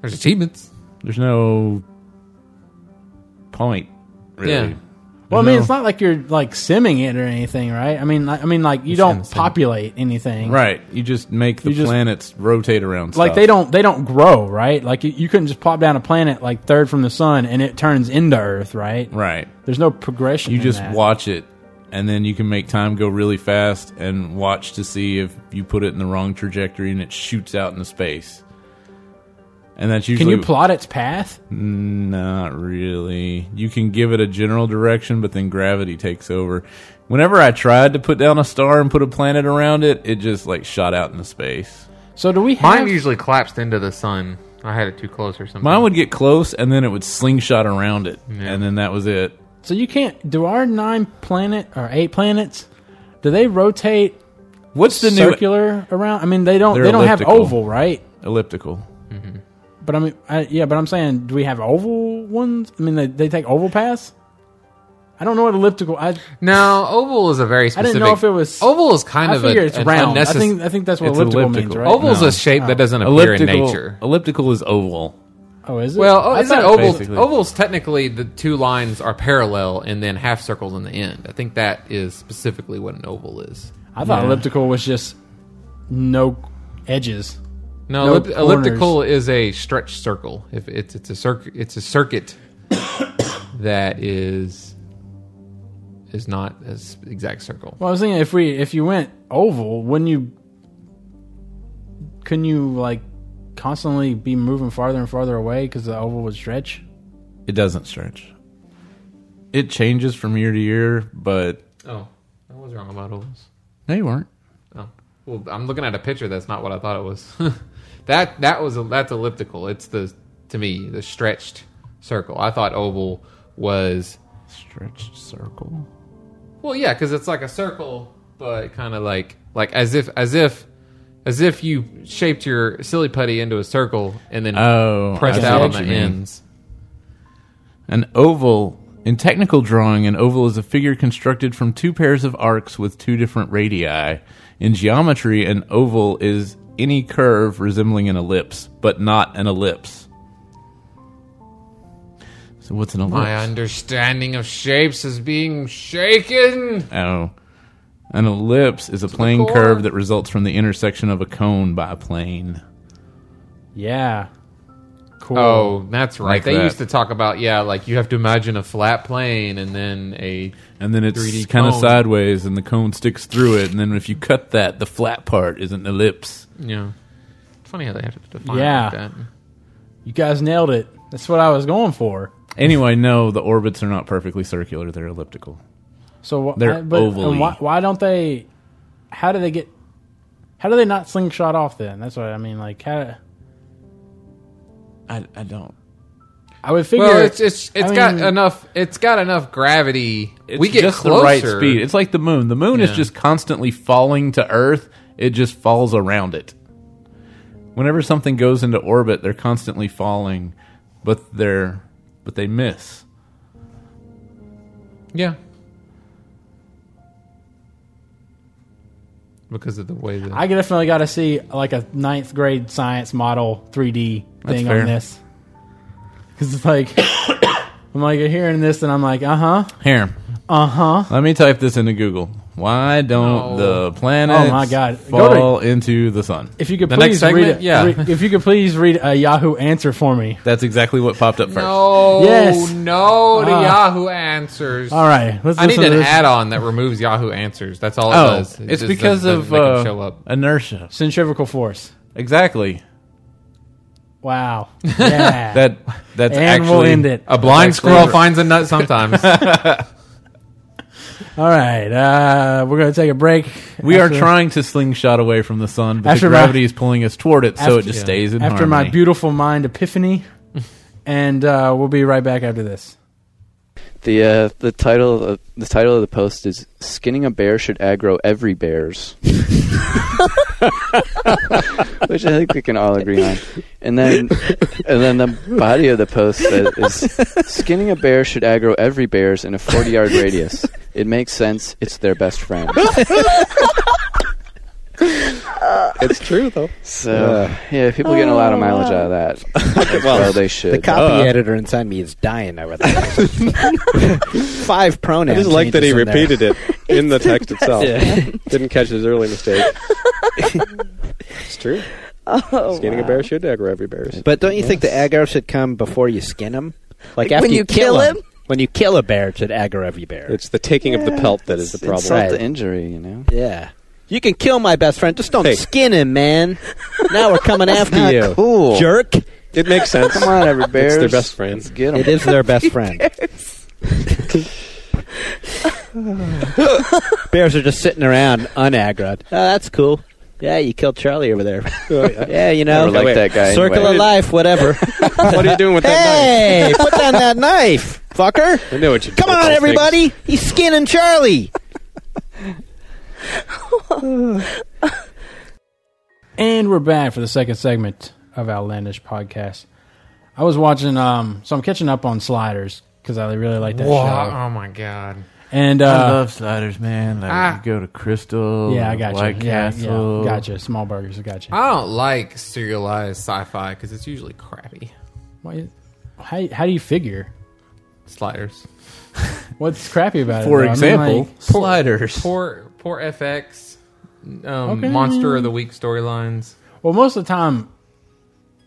[SPEAKER 3] There's achievements.
[SPEAKER 1] there's no point really.
[SPEAKER 3] Yeah.
[SPEAKER 2] Well, I mean,
[SPEAKER 1] No.
[SPEAKER 2] it's not like you're like simming it or anything, right? I mean, like, I mean, like you don't
[SPEAKER 3] kinda sim.
[SPEAKER 2] populate anything,
[SPEAKER 1] Right. You just make the
[SPEAKER 2] You just-
[SPEAKER 1] planets rotate around.
[SPEAKER 2] Like
[SPEAKER 1] stuff.
[SPEAKER 2] they don't they don't grow, right? Like you, you couldn't just pop down a planet like third from the sun and it turns into Earth, right?
[SPEAKER 1] Right.
[SPEAKER 2] There's no progression.
[SPEAKER 1] You
[SPEAKER 2] in
[SPEAKER 1] just
[SPEAKER 2] that.
[SPEAKER 1] watch it, and then you can make time go really fast and watch to see if you put it in the wrong trajectory and it shoots out into space. And that's
[SPEAKER 2] Can
[SPEAKER 1] usually
[SPEAKER 2] you plot its path?
[SPEAKER 1] Not really. You can give it a general direction, but then gravity takes over. Whenever I tried to put down a star and put a planet around it, it just like shot out into space.
[SPEAKER 2] So do we have?
[SPEAKER 3] Mine usually collapsed into the sun. I had it too close or something.
[SPEAKER 1] Mine would get close and then it would slingshot around it, and then that was it.
[SPEAKER 2] so you can't. Do our nine planet or eight planets? Do they rotate
[SPEAKER 1] What's the new
[SPEAKER 2] circular around? I mean, they don't.
[SPEAKER 1] They're
[SPEAKER 2] They don't have
[SPEAKER 1] elliptical.
[SPEAKER 2] oval, right?
[SPEAKER 1] elliptical?
[SPEAKER 2] But I mean, I, yeah. But I'm saying, do we have oval ones? I mean, they, they take oval paths. I don't know what elliptical. I
[SPEAKER 3] No, oval is a very specific.
[SPEAKER 2] didn't know if it was-
[SPEAKER 3] Oval is kind
[SPEAKER 2] I
[SPEAKER 3] of a,
[SPEAKER 2] figure it's
[SPEAKER 3] an
[SPEAKER 2] round. I
[SPEAKER 3] unnecess-
[SPEAKER 2] think I think that's what
[SPEAKER 1] it's
[SPEAKER 2] elliptical, means,
[SPEAKER 1] elliptical.
[SPEAKER 2] right?
[SPEAKER 1] Oval-
[SPEAKER 3] Oval's
[SPEAKER 1] No.
[SPEAKER 3] a shape that doesn't appear in
[SPEAKER 1] Elliptical.
[SPEAKER 3] nature.
[SPEAKER 1] Elliptical is oval.
[SPEAKER 2] Oh, is it?
[SPEAKER 3] Well,
[SPEAKER 2] I
[SPEAKER 3] oh, isn't
[SPEAKER 2] thought-
[SPEAKER 3] oval?
[SPEAKER 1] Basically.
[SPEAKER 3] Oval's technically the two lines are parallel and then half circles in the end. I think that is specifically what an oval is.
[SPEAKER 2] I thought
[SPEAKER 1] Yeah.
[SPEAKER 2] elliptical was just no edges.
[SPEAKER 3] No,
[SPEAKER 2] No
[SPEAKER 3] ellip- elliptical is a stretched circle. If it's it's a circuit, it's a circuit [coughs] that is is not an exact circle.
[SPEAKER 2] Well, I was thinking if we if you went oval, wouldn't you? Couldn't you like constantly be moving farther and farther away because the oval would stretch?
[SPEAKER 1] It doesn't stretch. It changes from year to year, but
[SPEAKER 3] Oh, I was wrong about ovals.
[SPEAKER 1] no, you weren't.
[SPEAKER 3] Oh, well, I'm looking at a picture. That's not what I thought it was. [laughs] that that was that's elliptical. It's the to me the stretched circle. I thought oval was
[SPEAKER 1] Stretched circle.
[SPEAKER 3] well, yeah, because it's like a circle, but kind of like like as if as if as if you shaped your silly putty into a circle and then
[SPEAKER 1] Oh,
[SPEAKER 3] [laughs] pressed
[SPEAKER 1] I see
[SPEAKER 3] out on
[SPEAKER 1] what
[SPEAKER 3] the
[SPEAKER 1] you mean.
[SPEAKER 3] ends.
[SPEAKER 1] An oval. In technical drawing, an oval is a figure constructed from two pairs of arcs with two different radii. In geometry, an oval is any curve resembling an ellipse, but not an ellipse. So what's an
[SPEAKER 3] My
[SPEAKER 1] ellipse?
[SPEAKER 3] understanding of shapes is being shaken.
[SPEAKER 1] oh. An ellipse is a plane
[SPEAKER 3] core.
[SPEAKER 1] curve that results from the intersection of a cone by a plane.
[SPEAKER 2] Yeah. Cool.
[SPEAKER 3] Oh, that's right.
[SPEAKER 1] Like
[SPEAKER 3] they
[SPEAKER 1] that.
[SPEAKER 3] used to talk about yeah, like you have to imagine a flat plane and then a
[SPEAKER 1] And then it's
[SPEAKER 3] 3D
[SPEAKER 1] kind of
[SPEAKER 3] cone.
[SPEAKER 1] sideways, and the cone sticks through it. And then if you cut that, the flat part is an ellipse.
[SPEAKER 3] Yeah. It's funny how they have to define
[SPEAKER 2] Yeah.
[SPEAKER 3] it like that.
[SPEAKER 2] You guys nailed it. That's what I was going for.
[SPEAKER 1] Anyway, no, the orbits are not perfectly circular; they're elliptical.
[SPEAKER 2] So wh-
[SPEAKER 1] They're
[SPEAKER 2] I- but,
[SPEAKER 1] ovally.
[SPEAKER 2] and why, why don't they? How do they get? How do they not slingshot off then? That's what I mean. Like how?
[SPEAKER 1] I, I don't.
[SPEAKER 2] I would figure
[SPEAKER 3] Well, it's it's it's
[SPEAKER 2] I
[SPEAKER 3] got
[SPEAKER 2] mean-
[SPEAKER 3] enough it's got enough gravity.
[SPEAKER 1] It's
[SPEAKER 3] we get
[SPEAKER 1] just
[SPEAKER 3] closer.
[SPEAKER 1] the right speed. It's like the moon. The moon is
[SPEAKER 3] Yeah.
[SPEAKER 1] just constantly falling to Earth. It just falls around it. Whenever something goes into orbit, they're constantly falling, but they're but they miss.
[SPEAKER 3] Yeah. Because of the way that
[SPEAKER 2] I definitely got to see like a ninth grade science model 3D
[SPEAKER 1] That's
[SPEAKER 2] thing
[SPEAKER 1] fair.
[SPEAKER 2] on this. Because it's like, [coughs] I'm like hearing this and I'm like, uh huh,
[SPEAKER 1] Here,
[SPEAKER 2] uh huh.
[SPEAKER 1] let me type this into Google. Why don't
[SPEAKER 3] No.
[SPEAKER 1] the planets
[SPEAKER 2] Oh my God. Go to-
[SPEAKER 1] fall into the sun?
[SPEAKER 2] If you could
[SPEAKER 3] The
[SPEAKER 2] please
[SPEAKER 3] next segment?
[SPEAKER 2] read, a,
[SPEAKER 3] Yeah.
[SPEAKER 2] re- if you could please read a Yahoo answer for me.
[SPEAKER 1] That's exactly what popped up first.
[SPEAKER 3] No,
[SPEAKER 2] Yes.
[SPEAKER 3] no to
[SPEAKER 2] Ah.
[SPEAKER 3] Yahoo Answers.
[SPEAKER 1] Ah.
[SPEAKER 2] All right, let's
[SPEAKER 3] I need
[SPEAKER 2] listen to
[SPEAKER 3] an
[SPEAKER 2] this.
[SPEAKER 3] add-on that removes Yahoo Answers. That's all it
[SPEAKER 1] Oh,
[SPEAKER 3] does. It
[SPEAKER 1] it's
[SPEAKER 3] just
[SPEAKER 1] because
[SPEAKER 3] doesn't
[SPEAKER 1] of
[SPEAKER 3] make 'em
[SPEAKER 1] uh,
[SPEAKER 3] show up.
[SPEAKER 1] inertia.
[SPEAKER 2] Centrifugal force.
[SPEAKER 1] Exactly.
[SPEAKER 2] Wow. Yeah.
[SPEAKER 1] That that's
[SPEAKER 2] and
[SPEAKER 1] actually
[SPEAKER 2] we'll end it.
[SPEAKER 3] A blind
[SPEAKER 1] That's
[SPEAKER 3] squirrel
[SPEAKER 1] favorite.
[SPEAKER 3] finds a
[SPEAKER 1] [laughs]
[SPEAKER 3] nut sometimes.
[SPEAKER 2] All right, uh, we're gonna take a break.
[SPEAKER 1] We
[SPEAKER 2] After-
[SPEAKER 1] are trying to slingshot away from the sun, but
[SPEAKER 2] After
[SPEAKER 1] the
[SPEAKER 2] my-
[SPEAKER 1] gravity is pulling us toward it, so it
[SPEAKER 2] After-
[SPEAKER 1] just stays in
[SPEAKER 2] after my
[SPEAKER 1] harmony.
[SPEAKER 2] beautiful mind epiphany, and uh, we'll be right back after this.
[SPEAKER 4] The uh, the title of the title of the post is "Skinning a Bear Should Aggro Every Bears," [laughs] which I think we can all agree on. And then and then the body of the post says, is "Skinning a bear should aggro every bears in a forty yard [laughs] radius. It makes sense. It's their best friend."
[SPEAKER 5] it's [laughs] true though.
[SPEAKER 4] So yeah, people getting a lot of mileage out of that. Oh, [laughs] well, they
[SPEAKER 5] The
[SPEAKER 4] should.
[SPEAKER 5] [laughs] copy editor inside me is dying over that.
[SPEAKER 4] [laughs]
[SPEAKER 5] Five
[SPEAKER 6] I
[SPEAKER 5] pronouns.
[SPEAKER 6] just like that he
[SPEAKER 5] changes in there.
[SPEAKER 6] repeated
[SPEAKER 5] [laughs]
[SPEAKER 6] it in the text itself.
[SPEAKER 5] Yeah.
[SPEAKER 6] [laughs] Didn't catch his early
[SPEAKER 5] [laughs]
[SPEAKER 6] mistake. it's true.
[SPEAKER 7] Oh,
[SPEAKER 6] Skinning a
[SPEAKER 7] wow.
[SPEAKER 6] bear should aggro every bear.
[SPEAKER 5] But don't you think the aggro should come before you skin him? Like,
[SPEAKER 7] Like
[SPEAKER 5] after
[SPEAKER 7] when
[SPEAKER 5] you,
[SPEAKER 7] you kill
[SPEAKER 5] him?
[SPEAKER 7] him?
[SPEAKER 5] When you kill a bear, it should aggro every bear.
[SPEAKER 6] It's the taking of the pelt that is the problem.
[SPEAKER 4] Insult
[SPEAKER 5] Right.
[SPEAKER 4] the injury, you know.
[SPEAKER 5] yeah. You can kill my best friend, just don't
[SPEAKER 6] Hey.
[SPEAKER 5] skin him, man. now we're coming after
[SPEAKER 4] Not
[SPEAKER 5] you.
[SPEAKER 4] cool.
[SPEAKER 5] Jerk.
[SPEAKER 6] It makes sense.
[SPEAKER 4] [laughs] Come
[SPEAKER 6] [laughs]
[SPEAKER 4] on, every bear.
[SPEAKER 6] their best friend.
[SPEAKER 4] Let's get 'em.
[SPEAKER 5] It is their best friend. [laughs] Bears are just sitting around unaggroed. Oh, that's cool. Yeah, you killed Charlie over there.
[SPEAKER 6] Oh,
[SPEAKER 5] yeah, you know.
[SPEAKER 4] Never liked
[SPEAKER 6] wait.
[SPEAKER 4] that guy.
[SPEAKER 5] Circle
[SPEAKER 4] anyway.
[SPEAKER 5] of life, whatever.
[SPEAKER 6] what are you doing with that
[SPEAKER 5] hey, put down that knife, fucker.
[SPEAKER 6] knife? I know what you
[SPEAKER 5] Come on, everybody. He's skinning Charlie.
[SPEAKER 2] And we're back for the second segment of Outlandish Podcast. I was watching, um, so I'm catching up on Sliders because I really like that show.
[SPEAKER 3] Oh my god.
[SPEAKER 2] And uh,
[SPEAKER 1] I love sliders, man. Like
[SPEAKER 3] Ah.
[SPEAKER 1] you go to Crystal.
[SPEAKER 2] yeah, I
[SPEAKER 1] and
[SPEAKER 2] got
[SPEAKER 1] White
[SPEAKER 2] you. Yeah,
[SPEAKER 1] Castle.
[SPEAKER 2] yeah, gotcha. Small burgers, I got you.
[SPEAKER 3] I don't like serialized sci-fi because it's usually crappy.
[SPEAKER 2] Why- how, how do you figure?
[SPEAKER 3] Sliders.
[SPEAKER 2] What's crappy about
[SPEAKER 1] For
[SPEAKER 2] it? though? I mean,
[SPEAKER 1] example,
[SPEAKER 2] like-
[SPEAKER 1] sliders.
[SPEAKER 3] Poor, poor FX. Um,
[SPEAKER 2] Okay.
[SPEAKER 3] Monster of the week storylines.
[SPEAKER 2] Well, most of the time,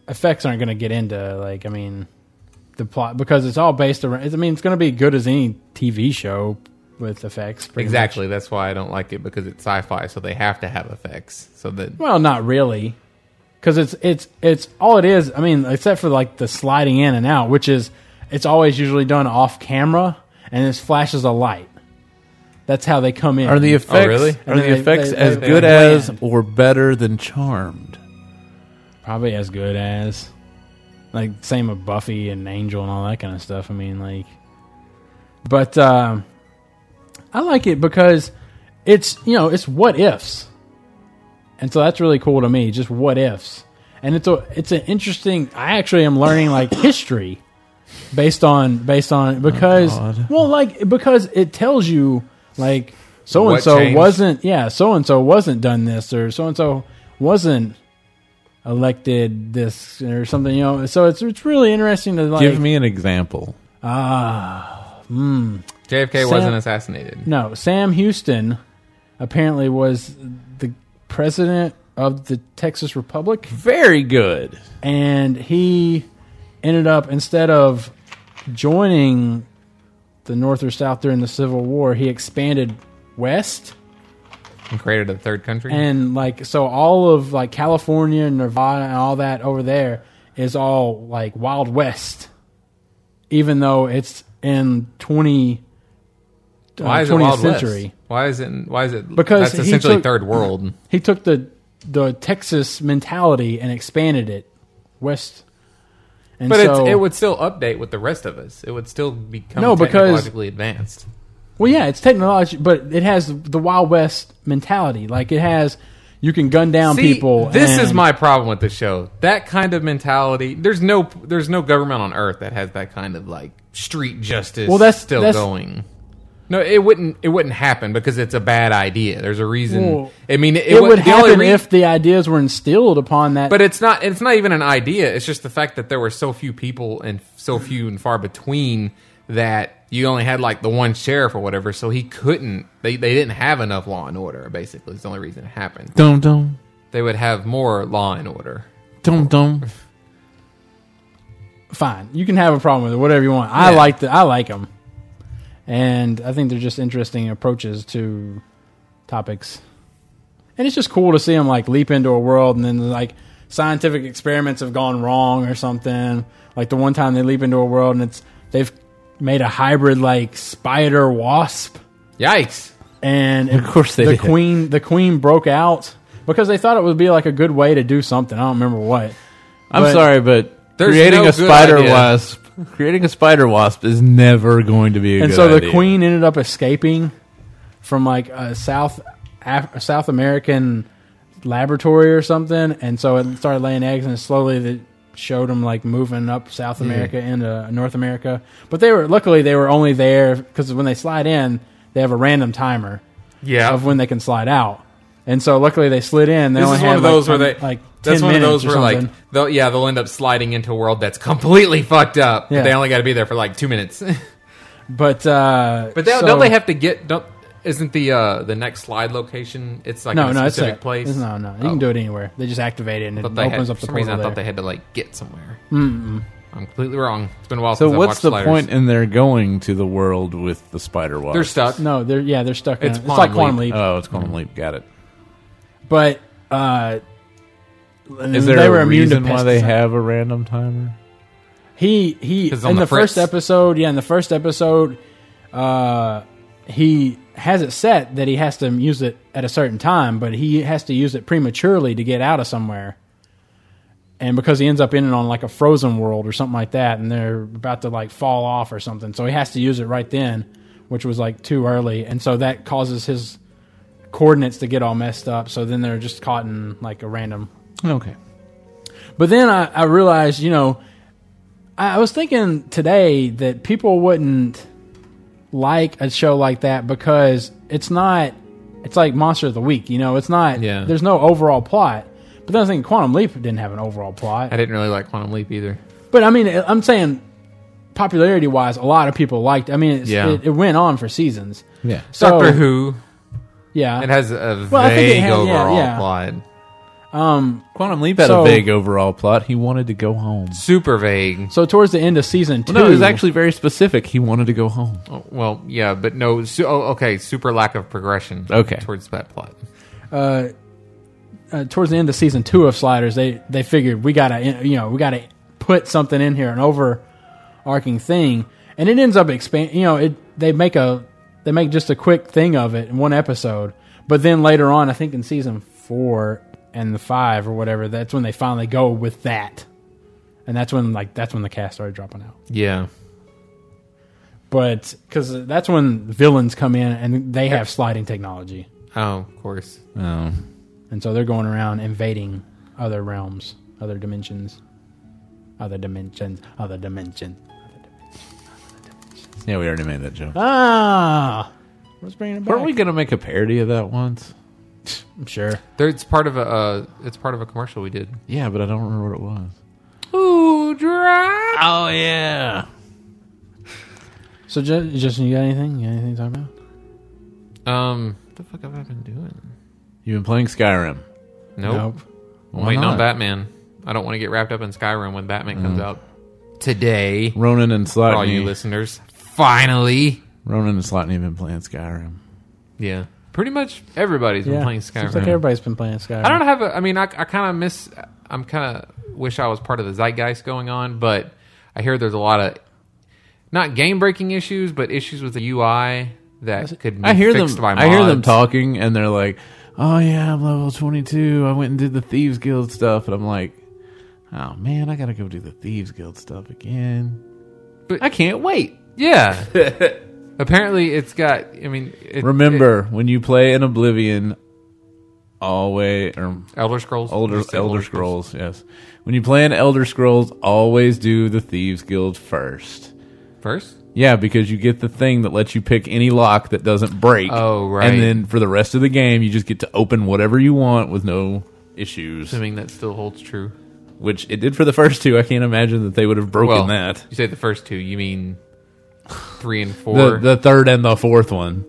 [SPEAKER 2] effects aren't going to get into like I mean, the plot because it's all based around. I mean, it's going to be good as any TV show with effects. pretty
[SPEAKER 3] Exactly. That's why I don't like it because it's sci-fi, so they have to have effects. So that
[SPEAKER 2] much. Well, not really, because it's it's it's all it is. I mean, except for like the sliding in and out, which is it's always usually done off camera and it flashes a light. That's how they come in.
[SPEAKER 1] Are the effects
[SPEAKER 3] really?
[SPEAKER 1] are
[SPEAKER 2] And
[SPEAKER 1] the
[SPEAKER 2] they-
[SPEAKER 1] effects
[SPEAKER 2] they-
[SPEAKER 1] as
[SPEAKER 2] they-
[SPEAKER 1] good
[SPEAKER 2] they
[SPEAKER 1] as
[SPEAKER 2] land.
[SPEAKER 1] or better than Charmed?
[SPEAKER 2] probably as good as like same with buffy and angel and all that kind of stuff i mean like but um i like it because it's you know it's what ifs and so that's really cool to me just what ifs and it's a it's an interesting i actually am learning like history based on based on because
[SPEAKER 1] God.
[SPEAKER 2] well like because it tells you like so and so
[SPEAKER 3] changed?
[SPEAKER 2] wasn't yeah so and so wasn't done this or so and so wasn't elected this or something you know so it's it's really interesting to like
[SPEAKER 1] Give me an example.
[SPEAKER 3] JFK
[SPEAKER 2] Sam-
[SPEAKER 3] wasn't assassinated.
[SPEAKER 2] No, Sam Houston apparently was the president of the Texas Republic,
[SPEAKER 1] Very good.
[SPEAKER 2] and he ended up instead of joining the North or South during the Civil War, he expanded west
[SPEAKER 3] And created a third country.
[SPEAKER 2] and like so all of like California, Nevada, and all that over there is all like Wild West, even though it's in twenty. uh,
[SPEAKER 3] why is it
[SPEAKER 2] 20th
[SPEAKER 3] Wild
[SPEAKER 2] century.
[SPEAKER 3] West? Why is it? Why is it?
[SPEAKER 2] Because
[SPEAKER 3] that's
[SPEAKER 2] he
[SPEAKER 3] essentially
[SPEAKER 2] took-
[SPEAKER 3] third world.
[SPEAKER 2] he took the the Texas mentality and expanded it west. And
[SPEAKER 3] But
[SPEAKER 2] so,
[SPEAKER 3] it's, it would still update with the rest of us. It would still become
[SPEAKER 2] No, because-
[SPEAKER 3] technologically advanced.
[SPEAKER 2] well, yeah, it's technology, but it has the Wild West mentality. Like it has, you can gun down
[SPEAKER 3] See,
[SPEAKER 2] people.
[SPEAKER 3] This
[SPEAKER 2] and-
[SPEAKER 3] is my problem with the show. That kind of mentality. There's no. There's no government on earth that has that kind of like street justice.
[SPEAKER 2] Well, that's-
[SPEAKER 3] still
[SPEAKER 2] that's-
[SPEAKER 3] going. No, it wouldn't. It wouldn't happen because it's a bad idea. There's a reason.
[SPEAKER 2] Well,
[SPEAKER 3] I mean, it,
[SPEAKER 2] It,
[SPEAKER 3] wa-
[SPEAKER 2] would
[SPEAKER 3] the only
[SPEAKER 2] happen
[SPEAKER 3] rea-
[SPEAKER 2] if the ideas were instilled upon that.
[SPEAKER 3] But it's not. It's not even an idea. It's just the fact that there were so few people and so few and far between that you only had like the one sheriff or whatever. So he couldn't. They they didn't have enough law and order. Basically, is the only reason it happened.
[SPEAKER 1] Dum dum
[SPEAKER 3] They would have more law and order.
[SPEAKER 1] dum dum.
[SPEAKER 2] fine, you can have a problem with it, whatever you want. I
[SPEAKER 3] Yeah.
[SPEAKER 2] like the I like them, and I think they're just interesting approaches to topics, and it's just cool to see them like leap into a world, and then like scientific experiments have gone wrong or something. Like the one time they leap into a world and it's they've made a hybrid like spider wasp
[SPEAKER 3] Yikes!
[SPEAKER 2] and of
[SPEAKER 1] course they
[SPEAKER 2] the
[SPEAKER 1] did.
[SPEAKER 2] queen the queen broke out because they thought it would be like a good way to do something. I don't remember what.
[SPEAKER 1] I'm
[SPEAKER 2] But-
[SPEAKER 1] sorry, but
[SPEAKER 3] There's
[SPEAKER 1] creating
[SPEAKER 3] no
[SPEAKER 1] a
[SPEAKER 3] good
[SPEAKER 1] spider
[SPEAKER 3] idea.
[SPEAKER 1] wasp, creating a spider wasp is never going to be a
[SPEAKER 2] and
[SPEAKER 1] good
[SPEAKER 2] so the
[SPEAKER 1] idea.
[SPEAKER 2] queen ended up escaping from like a South Af- South American laboratory or something, and so it started laying eggs, and slowly it showed them like moving up South America into North America. But they were luckily they were only there because when they slide in, they have a random timer
[SPEAKER 3] Yeah,
[SPEAKER 2] of when they can slide out. And so luckily they slid in. They
[SPEAKER 3] This
[SPEAKER 2] only
[SPEAKER 3] is
[SPEAKER 2] had
[SPEAKER 3] one of
[SPEAKER 2] like,
[SPEAKER 3] those where
[SPEAKER 2] some-
[SPEAKER 3] they
[SPEAKER 2] like
[SPEAKER 3] that's
[SPEAKER 2] 10
[SPEAKER 3] one of
[SPEAKER 2] minutes
[SPEAKER 3] those
[SPEAKER 2] or
[SPEAKER 3] where like
[SPEAKER 2] something.
[SPEAKER 3] they'll, yeah they'll end up sliding into a world that's [laughs] completely fucked up.
[SPEAKER 2] Yeah.
[SPEAKER 3] But they only got to be there for like two [laughs] minutes.
[SPEAKER 2] but uh,
[SPEAKER 3] but they,
[SPEAKER 2] so-
[SPEAKER 3] don't they have to get? Don't isn't the uh, the next slide location? It's like
[SPEAKER 2] no
[SPEAKER 3] in a
[SPEAKER 2] no it's
[SPEAKER 3] specific
[SPEAKER 2] a,
[SPEAKER 3] place.
[SPEAKER 2] it's- No no you
[SPEAKER 3] Oh.
[SPEAKER 2] can do it anywhere. They just activate it and it
[SPEAKER 3] But
[SPEAKER 2] opens
[SPEAKER 3] they had,
[SPEAKER 2] up the
[SPEAKER 3] for some reason, I
[SPEAKER 2] portal
[SPEAKER 3] thought
[SPEAKER 2] there.
[SPEAKER 3] they had to like get somewhere. I'm completely wrong. It's been a while
[SPEAKER 1] So
[SPEAKER 3] since
[SPEAKER 1] what's
[SPEAKER 3] I
[SPEAKER 1] the
[SPEAKER 3] watched sliders.
[SPEAKER 1] point in their going to the world with the spider wire?
[SPEAKER 3] They're stuck.
[SPEAKER 2] no they're yeah they're stuck. in
[SPEAKER 3] It's
[SPEAKER 2] it. it's like
[SPEAKER 3] Quantum
[SPEAKER 2] quantum
[SPEAKER 3] Leap.
[SPEAKER 2] leap.
[SPEAKER 1] Oh, it's Quantum Leap. Got it.
[SPEAKER 2] but uh,
[SPEAKER 1] Is there
[SPEAKER 2] they
[SPEAKER 1] a
[SPEAKER 2] were immune to
[SPEAKER 1] reason why
[SPEAKER 2] pests
[SPEAKER 1] they
[SPEAKER 2] and-
[SPEAKER 1] have a random timer?
[SPEAKER 2] He he in
[SPEAKER 3] 'Cause
[SPEAKER 2] the,
[SPEAKER 3] on the
[SPEAKER 2] first
[SPEAKER 3] fritz.
[SPEAKER 2] episode, yeah, in the first episode, uh he has it set that he has to use it at a certain time, but he has to use it prematurely to get out of somewhere. And because he ends up in it on like a frozen world or something like that, and they're about to like fall off or something, so he has to use it right then, which was like too early, and so that causes his coordinates to get all messed up. So then they're just caught in like a random
[SPEAKER 1] Okay.
[SPEAKER 2] but then I, I realized, you know, I, I was thinking today that people wouldn't like a show like that because it's not, it's like Monster of the Week, you know, it's not,
[SPEAKER 3] Yeah.
[SPEAKER 2] there's no overall plot. But then I think Quantum Leap didn't have an overall
[SPEAKER 3] I
[SPEAKER 2] plot.
[SPEAKER 3] didn't really like Quantum Leap either.
[SPEAKER 2] But I mean, I'm saying popularity wise, a lot of people liked I mean, it's,
[SPEAKER 3] Yeah.
[SPEAKER 2] it, it went on for seasons.
[SPEAKER 1] Yeah.
[SPEAKER 2] So,
[SPEAKER 3] Doctor Who.
[SPEAKER 2] Yeah.
[SPEAKER 3] It has a
[SPEAKER 2] Well, I think it
[SPEAKER 3] vague
[SPEAKER 2] had- yeah,
[SPEAKER 3] overall
[SPEAKER 2] yeah.
[SPEAKER 3] plot.
[SPEAKER 1] Quantum Leap had
[SPEAKER 2] So-
[SPEAKER 1] a vague overall plot. He wanted to go home.
[SPEAKER 3] Super vague.
[SPEAKER 2] so towards the end of season two,
[SPEAKER 1] No, it was actually very specific. He wanted to go home.
[SPEAKER 3] Oh, well, yeah, but no. Su- oh, okay, super lack of progression.
[SPEAKER 1] Okay.
[SPEAKER 3] towards that plot.
[SPEAKER 2] uh, towards the end of season two of Sliders, they they figured we gotta you know we gotta put something in here, an overarching thing, and it ends up expand. You know, it they make a they make just a quick thing of it in one episode, but then later on, I think in season four and the five or whatever, that's when they finally go with that, and that's when like that's when the cast started dropping out.
[SPEAKER 3] Yeah,
[SPEAKER 2] But because that's when villains come in and they have sliding technology,
[SPEAKER 3] Oh, of course.
[SPEAKER 1] Oh.
[SPEAKER 2] and so they're going around invading other realms, other dimensions, other dimensions, other dimensions.
[SPEAKER 1] Yeah, we already made that joke.
[SPEAKER 2] Ah, let's bring it back.
[SPEAKER 1] Weren't we going to make a parody of that once?
[SPEAKER 2] I'm sure.
[SPEAKER 3] There, it's part of a. Uh, it's part of a commercial we did.
[SPEAKER 1] Yeah, but I don't remember what it was.
[SPEAKER 3] Ooh, dry.
[SPEAKER 1] Oh, yeah.
[SPEAKER 2] So, Ju- Justin, you got anything? You got anything to talk about?
[SPEAKER 3] Um, what the fuck have I been doing?
[SPEAKER 1] You've been playing Skyrim.
[SPEAKER 3] Nope. I'm
[SPEAKER 1] Why
[SPEAKER 3] waiting on
[SPEAKER 1] not?
[SPEAKER 3] Batman. I don't want to get wrapped up in Skyrim when Batman comes out today. For
[SPEAKER 1] Ronan and
[SPEAKER 3] all you
[SPEAKER 1] Slotney.
[SPEAKER 3] listeners, finally.
[SPEAKER 1] Ronan and Slotney have been playing Skyrim.
[SPEAKER 3] Yeah, pretty much everybody's been playing Skyrim.
[SPEAKER 2] Seems like everybody's been playing Skyrim.
[SPEAKER 3] I don't have a. I mean, I, I kind of miss. I'm kind of wish I was part of the zeitgeist going on, but I hear there's a lot of not game breaking issues, but issues with the UI that could. Be
[SPEAKER 1] I hear them.
[SPEAKER 3] fixed By
[SPEAKER 1] I hear them
[SPEAKER 3] mods.
[SPEAKER 1] talking, and they're like, "Oh yeah, I'm level 22. I went and did the thieves guild stuff," and I'm like, "Oh man, I gotta go do the thieves guild stuff again."
[SPEAKER 3] But-
[SPEAKER 1] I can't wait. [laughs]
[SPEAKER 3] Yeah. Apparently, it's got. I mean, it,
[SPEAKER 1] Remember
[SPEAKER 3] [laughs]
[SPEAKER 1] when you play in Oblivion, always or
[SPEAKER 3] it- Elder Scrolls.
[SPEAKER 1] Elder
[SPEAKER 3] Just say
[SPEAKER 1] Elder Scrolls, yes. When you play in Elder Scrolls, always do the thieves guild first.
[SPEAKER 3] first.
[SPEAKER 1] Yeah, because you get the thing that lets you pick any lock that doesn't break.
[SPEAKER 3] Oh, right.
[SPEAKER 1] And then for the rest of the game, you just get to open whatever you want with no issues,
[SPEAKER 3] Assuming that still holds true.
[SPEAKER 1] which it did for the first two. I can't imagine that they would have broken
[SPEAKER 3] Well,
[SPEAKER 1] that.
[SPEAKER 3] you say the first two. You mean three and
[SPEAKER 1] The,
[SPEAKER 3] four?
[SPEAKER 1] the third and the fourth one.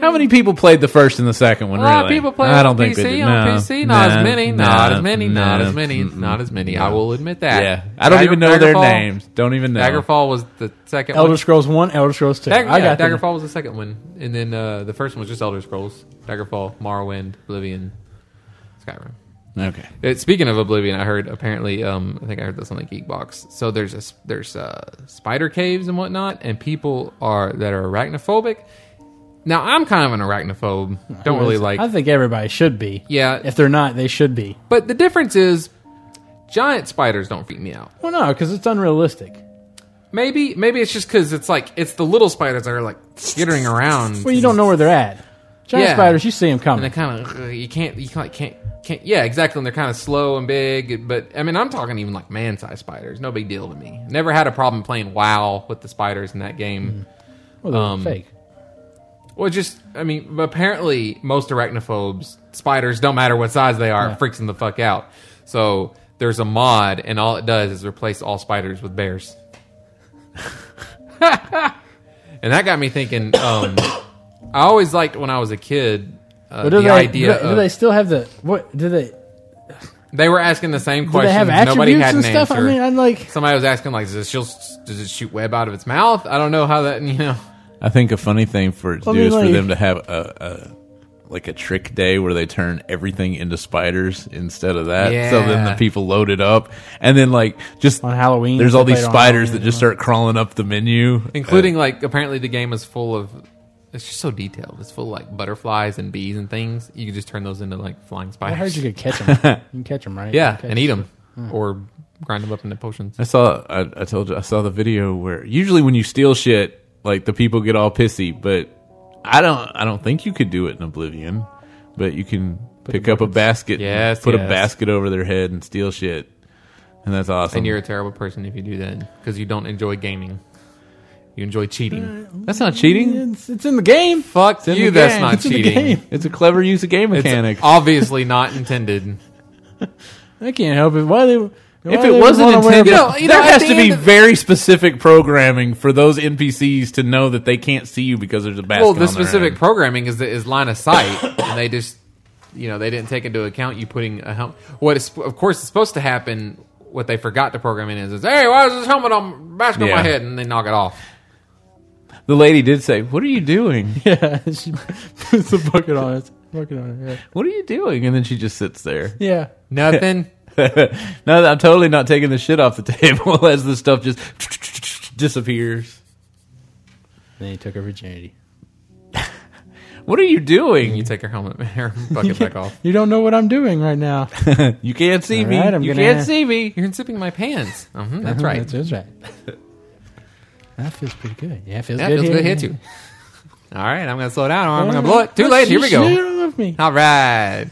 [SPEAKER 1] How many people played the first and the second one?
[SPEAKER 3] Uh, A lot of
[SPEAKER 1] really?
[SPEAKER 3] people play
[SPEAKER 1] I
[SPEAKER 3] on
[SPEAKER 1] don't think
[SPEAKER 3] PC,
[SPEAKER 1] they did.
[SPEAKER 3] on
[SPEAKER 1] No.
[SPEAKER 3] PC, not
[SPEAKER 1] Nah.
[SPEAKER 3] as many, not
[SPEAKER 1] Nah.
[SPEAKER 3] as many, not
[SPEAKER 1] Nah.
[SPEAKER 3] as many,
[SPEAKER 1] Mm-mm.
[SPEAKER 3] not as many. I will admit that.
[SPEAKER 1] Yeah, I don't
[SPEAKER 3] Dagger-
[SPEAKER 1] even know their
[SPEAKER 3] Daggerfall-
[SPEAKER 1] names. Don't even know.
[SPEAKER 3] Daggerfall was the second
[SPEAKER 2] Elder
[SPEAKER 3] one.
[SPEAKER 2] Scrolls One, Elder Scrolls Two.
[SPEAKER 3] Dagger,
[SPEAKER 2] I
[SPEAKER 3] yeah,
[SPEAKER 2] got the-
[SPEAKER 3] Daggerfall was the second one, and then uh, the first one was just Elder Scrolls, Daggerfall, Morrowind, Oblivion, Skyrim.
[SPEAKER 1] Okay.
[SPEAKER 3] It, speaking of Oblivion, I heard apparently, um, I think I heard this on the Geek Box. So there's a s- there's uh, spider caves and whatnot, and people are that are arachnophobic. Now I'm kind of an arachnophobe. Don't really like.
[SPEAKER 2] I think everybody should be.
[SPEAKER 3] Yeah,
[SPEAKER 2] If they're not, they should be.
[SPEAKER 3] But the difference is, giant spiders don't freak me out.
[SPEAKER 2] Well, no, because it's unrealistic.
[SPEAKER 3] Maybe, maybe it's just because it's like it's the little spiders that are like skittering
[SPEAKER 2] [laughs]
[SPEAKER 3] around.
[SPEAKER 2] Well, you don't know where they're at. Giant
[SPEAKER 3] Yeah.
[SPEAKER 2] spiders, you see them
[SPEAKER 3] and they
[SPEAKER 2] coming.
[SPEAKER 3] kind of you can't, you can't, can't, can't. Yeah, exactly. And they're kind of slow and big. But I mean, I'm talking even like man-sized spiders. No big deal to me. Never had a problem playing WoW with the spiders in that game.
[SPEAKER 2] Well, they're
[SPEAKER 3] um,
[SPEAKER 2] fake.
[SPEAKER 3] Well, just I mean, apparently most arachnophobes spiders don't matter what size they are. It freaks them the fuck out. So there's a mod, and all it does is replace all spiders with bears. [laughs] and that got me thinking. Um, [coughs] I always liked when I was a kid uh,
[SPEAKER 2] But
[SPEAKER 3] the
[SPEAKER 2] do they,
[SPEAKER 3] idea.
[SPEAKER 2] do, they- do
[SPEAKER 3] of,
[SPEAKER 2] they still have the what? Do they do
[SPEAKER 3] they were asking the same
[SPEAKER 2] they have
[SPEAKER 3] questions.
[SPEAKER 2] attributes
[SPEAKER 3] Nobody had
[SPEAKER 2] and
[SPEAKER 3] an
[SPEAKER 2] stuff?
[SPEAKER 3] answer.
[SPEAKER 2] I mean, I'm like,
[SPEAKER 3] Somebody was asking like, does it, shoot, does it shoot web out of its mouth? I don't know how that. [laughs] You know,
[SPEAKER 1] I think a funny thing for it to
[SPEAKER 2] Well, I
[SPEAKER 1] do
[SPEAKER 2] mean,
[SPEAKER 1] is
[SPEAKER 2] like-
[SPEAKER 1] for them to have a, a like a trick day where they turn everything into spiders instead of that. So then the
[SPEAKER 3] Yeah.
[SPEAKER 1] people load it up, and then like just
[SPEAKER 2] On Halloween,
[SPEAKER 1] there's
[SPEAKER 2] they
[SPEAKER 1] all
[SPEAKER 2] play
[SPEAKER 1] these
[SPEAKER 2] it on
[SPEAKER 1] spiders
[SPEAKER 2] Halloween,
[SPEAKER 1] that just start crawling up the menu,
[SPEAKER 3] including like apparently the game is full of. It's just so detailed. It's full of like butterflies and bees and things. You can just turn those into like flying
[SPEAKER 2] I
[SPEAKER 3] spiders.
[SPEAKER 2] heard you could catch
[SPEAKER 3] [laughs]
[SPEAKER 2] them. you can catch them, right?
[SPEAKER 3] yeah,
[SPEAKER 2] You can catch
[SPEAKER 3] and eat them
[SPEAKER 1] Hmm.
[SPEAKER 3] or grind them up into potions.
[SPEAKER 1] I saw. I, I told you. I saw the video where usually when you steal shit, like the people get all pissy. But I don't. I don't think you could do it in Oblivion. But you can pick up a basket.
[SPEAKER 3] Yes,
[SPEAKER 1] Put a
[SPEAKER 3] yes.
[SPEAKER 1] basket over their head and steal shit, and that's awesome.
[SPEAKER 3] And you're a terrible person if you do that because you don't enjoy gaming. You enjoy cheating. That's not cheating.
[SPEAKER 2] It's, it's in the game.
[SPEAKER 3] Fuck
[SPEAKER 1] in
[SPEAKER 3] you.
[SPEAKER 1] the
[SPEAKER 3] That's
[SPEAKER 1] game.
[SPEAKER 3] not
[SPEAKER 1] Uh, It's in
[SPEAKER 2] the
[SPEAKER 3] cheating.
[SPEAKER 2] game.
[SPEAKER 1] it's a clever use of game
[SPEAKER 3] It's
[SPEAKER 1] mechanic.
[SPEAKER 3] obviously not intended.
[SPEAKER 2] I can't help it. Why they? Why
[SPEAKER 1] if
[SPEAKER 2] they
[SPEAKER 1] it wasn't
[SPEAKER 2] wanna wear
[SPEAKER 1] intended,
[SPEAKER 3] You
[SPEAKER 2] black-
[SPEAKER 3] know- you know,
[SPEAKER 1] there
[SPEAKER 3] at
[SPEAKER 1] has
[SPEAKER 3] the
[SPEAKER 1] to be
[SPEAKER 3] end of-
[SPEAKER 1] very specific programming for those NPCs to know that they can't see you because there's a basket.
[SPEAKER 3] Well, the
[SPEAKER 1] on their
[SPEAKER 3] specific
[SPEAKER 1] head.
[SPEAKER 3] programming is is line of sight, [coughs] and they just you know they didn't take into account you putting a helmet. What is of course is supposed to happen. What they forgot to program in is, is hey, why is this helmet on basket on
[SPEAKER 1] Yeah.
[SPEAKER 3] my head? And they knock it
[SPEAKER 1] [laughs]
[SPEAKER 3] off.
[SPEAKER 1] the lady did say, "What are you doing?
[SPEAKER 2] [laughs] Yeah, she puts the bucket on it. Bucket on it.
[SPEAKER 1] What are you doing?" And then she just sits
[SPEAKER 3] [laughs]
[SPEAKER 1] there.
[SPEAKER 2] Yeah. yeah.
[SPEAKER 3] Nothing.
[SPEAKER 1] [laughs] no, I'm totally not taking the shit off the [laughs] table as the stuff just [laughs] disappears.
[SPEAKER 2] Then he took her virginity.
[SPEAKER 1] What are you
[SPEAKER 3] and you
[SPEAKER 1] doing?
[SPEAKER 3] take your helmet, [laughs] your bucket back off.
[SPEAKER 2] You don't know what I'm doing right
[SPEAKER 3] [laughs]
[SPEAKER 2] now.
[SPEAKER 1] You can't see me.
[SPEAKER 2] Alright, I'm
[SPEAKER 1] you
[SPEAKER 2] gonna-
[SPEAKER 1] can't see me.
[SPEAKER 3] You're zipping
[SPEAKER 1] [laughs]
[SPEAKER 3] my pants. Mhm, that's right.
[SPEAKER 2] That's, that's right. That feels pretty good. Yeah, it feels
[SPEAKER 3] that
[SPEAKER 2] good.
[SPEAKER 3] feels
[SPEAKER 2] here.
[SPEAKER 3] good. Hit you. All right, I'm gonna slow down. Or I'm gonna blow it. Too late. Here we go.
[SPEAKER 2] Love me.
[SPEAKER 3] All right.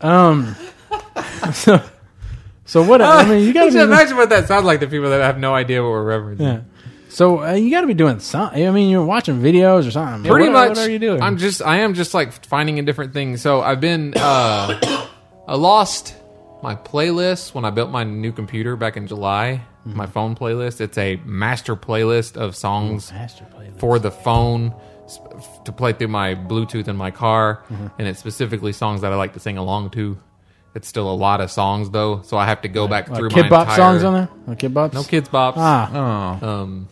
[SPEAKER 2] Um. [laughs] So, so what?
[SPEAKER 3] Uh,
[SPEAKER 2] I mean, you gotta
[SPEAKER 3] [laughs] Just
[SPEAKER 2] be.
[SPEAKER 3] imagine what that sounds like to people that have no idea what we're referencing.
[SPEAKER 2] yeah. So uh, you gotta be doing something. I mean, you're watching videos or something.
[SPEAKER 3] pretty
[SPEAKER 2] What-
[SPEAKER 3] much
[SPEAKER 2] What are you doing?
[SPEAKER 3] i'm just i am just like finding a different thing so i've been uh [coughs] i lost my playlist when i built my new computer back in july
[SPEAKER 2] Mm-hmm.
[SPEAKER 3] my phone playlist it's a master playlist of songs
[SPEAKER 2] Master playlist.
[SPEAKER 3] for the phone sp- f- to play through my bluetooth in my car
[SPEAKER 2] Mm-hmm.
[SPEAKER 3] and it's specifically songs that i like to sing along to it's still a lot of songs though so i have to go back
[SPEAKER 2] What,
[SPEAKER 3] through
[SPEAKER 2] Kid
[SPEAKER 3] my
[SPEAKER 2] Bop
[SPEAKER 3] entire
[SPEAKER 2] songs on there. No Kid Bops.
[SPEAKER 3] no kids Oh, bops
[SPEAKER 2] Ah.
[SPEAKER 3] um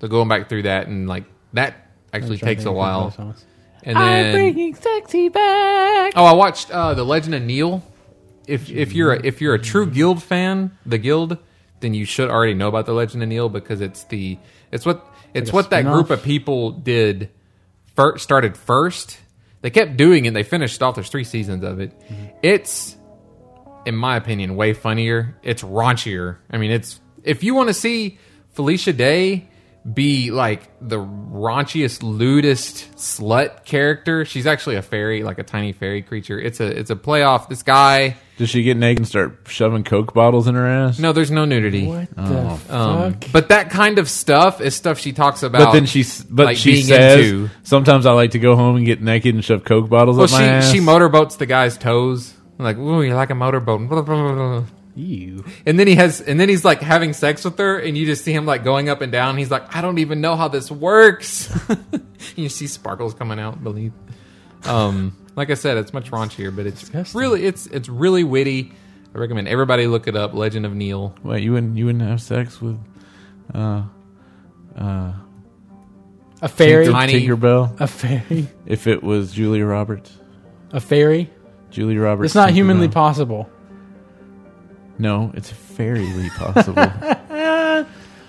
[SPEAKER 3] so going back through that and like that actually takes a while and
[SPEAKER 2] I'm
[SPEAKER 3] then
[SPEAKER 2] bringing sexy back.
[SPEAKER 3] Oh, I watched uh, the Legend of Neil. If if you're a, if you're a true Guild fan, the Guild, then you should already know about the Legend of Neil because it's the it's what it's
[SPEAKER 2] Like a
[SPEAKER 3] what that
[SPEAKER 2] spin-off?
[SPEAKER 3] group of people did. First started first. They kept doing it. They finished off. There's three seasons of it.
[SPEAKER 2] Mm-hmm.
[SPEAKER 3] It's in my opinion, way funnier. It's raunchier. I mean, it's if you want to see Felicia Day be like the raunchiest, lewdest slut character, she's actually a fairy, like a tiny fairy creature. It's a it's a playoff. This guy,
[SPEAKER 1] Does she get naked and start shoving coke bottles in her ass?
[SPEAKER 3] no, there's no nudity.
[SPEAKER 2] Oh, What the
[SPEAKER 3] Um,
[SPEAKER 2] fuck?
[SPEAKER 3] but that kind of stuff is stuff she talks about.
[SPEAKER 1] But then she, s- but
[SPEAKER 3] like,
[SPEAKER 1] she
[SPEAKER 3] being
[SPEAKER 1] says,
[SPEAKER 3] into-
[SPEAKER 1] sometimes I like to go home and get naked and shove coke bottles
[SPEAKER 3] well,
[SPEAKER 1] up my ass.
[SPEAKER 3] she she motorboats the guy's toes. Like, ooh, you're like a motorboat. Blah, blah, blah, blah, blah.
[SPEAKER 2] You.
[SPEAKER 3] And then he has, and then he's like having sex with her, and you just see him like going up and down. He's like, I don't even know how this works. [laughs] you see sparkles coming out beneath. Um, like I said, it's much raunchier, but it's
[SPEAKER 2] Disgusting.
[SPEAKER 3] really it's it's really witty. I recommend everybody look it up. Legend of Neil.
[SPEAKER 1] Wait, you wouldn't you wouldn't have sex with
[SPEAKER 2] A fairy.
[SPEAKER 3] Tiny-
[SPEAKER 1] Tinkerbell
[SPEAKER 2] A fairy.
[SPEAKER 1] if it was Julia Roberts?
[SPEAKER 2] A fairy.
[SPEAKER 1] Julia Roberts.
[SPEAKER 2] It's not humanly
[SPEAKER 1] Tinkerbell.
[SPEAKER 2] possible.
[SPEAKER 1] No, it's fairyly possible. [laughs]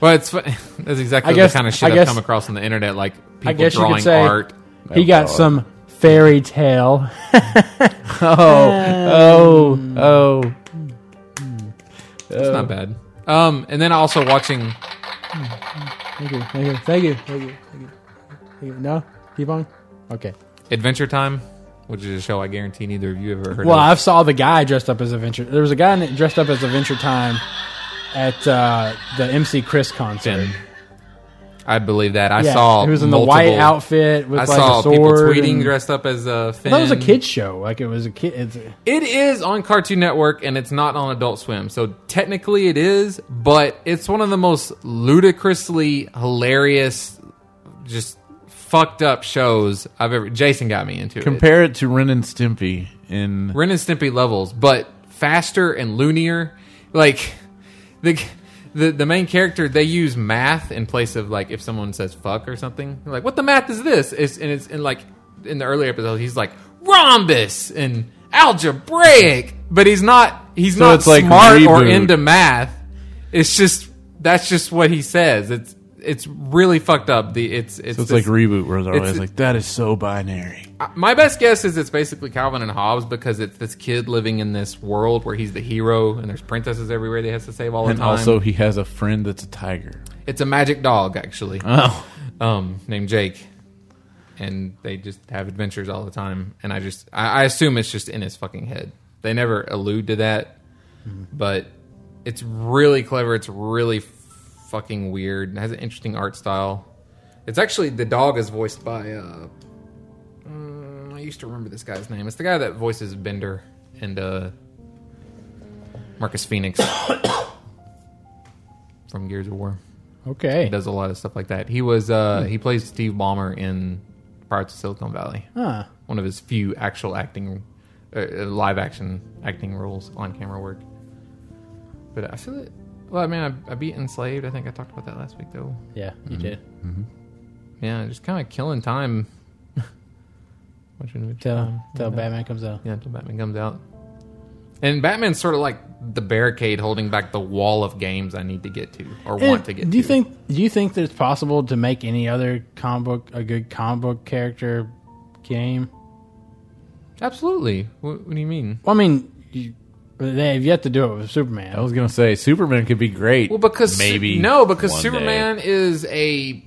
[SPEAKER 3] Well, it's fu- [laughs] that's exactly
[SPEAKER 2] I guess-
[SPEAKER 3] the kind of
[SPEAKER 2] I
[SPEAKER 3] shit I've
[SPEAKER 2] guess-
[SPEAKER 3] come across on the internet, like people
[SPEAKER 2] guess you could
[SPEAKER 3] drawing
[SPEAKER 2] say-
[SPEAKER 3] art.
[SPEAKER 2] he got
[SPEAKER 1] God.
[SPEAKER 2] some fairy tale. [laughs] Um.
[SPEAKER 1] oh, oh.
[SPEAKER 3] It's
[SPEAKER 2] uh,
[SPEAKER 3] not bad. Um, and then also watching.
[SPEAKER 2] Thank you. Thank you. Thank you. Thank you. Thank you. Thank you. No? Keep on? Okay.
[SPEAKER 3] Adventure Time, which is a show I guarantee neither of you ever heard
[SPEAKER 2] Well,
[SPEAKER 3] of.
[SPEAKER 2] I saw the guy dressed up as Adventure. There was a guy in- dressed up as Adventure Time at uh, the MC Chris concert.
[SPEAKER 3] Ben. I believe that. I
[SPEAKER 2] Yeah,
[SPEAKER 3] saw
[SPEAKER 2] he was in the
[SPEAKER 3] multiple-
[SPEAKER 2] white outfit with
[SPEAKER 3] I
[SPEAKER 2] like
[SPEAKER 3] saw
[SPEAKER 2] a sword.
[SPEAKER 3] people tweeting
[SPEAKER 2] and-
[SPEAKER 3] dressed up as uh, Finn.
[SPEAKER 2] Well, that was a kids show. Like it was a kid. It's,
[SPEAKER 3] It is on Cartoon Network and it's not on Adult Swim. So technically it is, but it's one of the most ludicrously hilarious, just fucked up shows I've ever. Jason got me into it.
[SPEAKER 1] Compare it to Ren and Stimpy in
[SPEAKER 3] [laughs] Ren and Stimpy levels, but faster and loonier. Like the the the main character, they use math in place of like if someone says fuck or something. They're like, what the math is this? It's, and it's and like in the earlier episodes, he's like rhombus and algebraic, but he's not he's
[SPEAKER 1] So
[SPEAKER 3] not
[SPEAKER 1] it's like
[SPEAKER 3] smart or
[SPEAKER 1] reboot.
[SPEAKER 3] into math. It's just that's just what he says. It's it's really fucked up. The it's it's,
[SPEAKER 1] so it's like
[SPEAKER 3] this-
[SPEAKER 1] reboot where they're
[SPEAKER 3] it's-
[SPEAKER 1] always like that is so binary.
[SPEAKER 3] my best guess is it's basically Calvin and Hobbes because it's this kid living in this world where he's the hero and there's princesses everywhere that he has to save all the
[SPEAKER 1] And
[SPEAKER 3] time.
[SPEAKER 1] also he has a friend that's a tiger.
[SPEAKER 3] it's a magic dog actually,
[SPEAKER 1] Oh.
[SPEAKER 3] um, named Jake, and they just have adventures all the time. And I just I, I assume it's just in his fucking head. They never allude to that, but it's really clever. It's really fucking weird. It has an interesting art style. It's actually the dog is voiced by uh, mm, I used to remember this guy's name. It's the guy that voices Bender and uh, Marcus Phoenix from Gears of War. He
[SPEAKER 2] okay.
[SPEAKER 3] does a lot of stuff like that. He was
[SPEAKER 2] Hmm.
[SPEAKER 3] uh, he plays Steve Ballmer in Pirates of Silicon Valley.
[SPEAKER 2] Huh.
[SPEAKER 3] One of his few actual acting, uh, uh, live action acting roles on camera work. But I feel it. Well, I mean, I, I beat Enslaved. I think I talked about that last week though.
[SPEAKER 2] Yeah,
[SPEAKER 3] Mm-hmm.
[SPEAKER 2] you did.
[SPEAKER 3] Yeah, just kind of killing time. [laughs] Watching it.
[SPEAKER 2] Till till Batman comes out.
[SPEAKER 3] Yeah, until Batman comes out. And Batman's sort of like the barricade holding back the wall of games I need to get to or want
[SPEAKER 2] And
[SPEAKER 3] to get to.
[SPEAKER 2] do you think do you think that it's possible to make any other comic book a good comic book character game?
[SPEAKER 3] Absolutely. What, what do you mean?
[SPEAKER 2] Well, I mean, you, they've yet to do it with Superman.
[SPEAKER 1] I was gonna say Superman could be great.
[SPEAKER 3] Well, because
[SPEAKER 1] maybe
[SPEAKER 3] no, because
[SPEAKER 1] one
[SPEAKER 3] Superman is a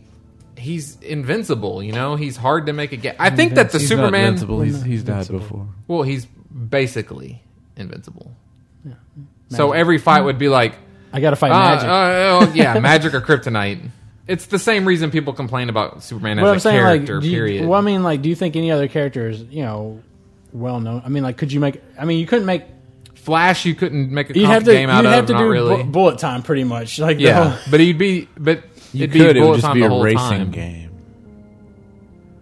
[SPEAKER 3] he's invincible. You know, he's hard to make a game. I
[SPEAKER 2] Mm,
[SPEAKER 3] think that the
[SPEAKER 1] day. He's not
[SPEAKER 3] Superman.
[SPEAKER 1] invincible. He's, he's died before.
[SPEAKER 3] Well, he's basically invincible. So every fight would be like,
[SPEAKER 2] I got to fight
[SPEAKER 3] uh,
[SPEAKER 2] magic.
[SPEAKER 3] uh, oh,
[SPEAKER 2] [laughs]
[SPEAKER 3] yeah, magic or kryptonite. It's the same reason people complain about Superman
[SPEAKER 2] but I'm
[SPEAKER 3] as a
[SPEAKER 2] saying, like,
[SPEAKER 3] character.
[SPEAKER 2] do you,
[SPEAKER 3] period.
[SPEAKER 2] well, I mean, like, do you think any other character is you know well known? I mean, like, could you make? I mean, you couldn't make.
[SPEAKER 3] Flash, you couldn't make a
[SPEAKER 2] You'd
[SPEAKER 3] comic
[SPEAKER 2] have to.
[SPEAKER 3] game out
[SPEAKER 2] you'd
[SPEAKER 3] of.
[SPEAKER 2] have to
[SPEAKER 3] not
[SPEAKER 2] do
[SPEAKER 3] really.
[SPEAKER 2] bu- bullet time, pretty much. [laughs] Like, the
[SPEAKER 3] yeah,
[SPEAKER 2] whole-
[SPEAKER 3] but he'd be, but
[SPEAKER 1] You could.
[SPEAKER 3] it'd be
[SPEAKER 1] it
[SPEAKER 3] bullet
[SPEAKER 1] would just
[SPEAKER 3] time
[SPEAKER 1] be
[SPEAKER 3] the
[SPEAKER 1] a
[SPEAKER 3] whole
[SPEAKER 1] racing
[SPEAKER 3] time.
[SPEAKER 1] game.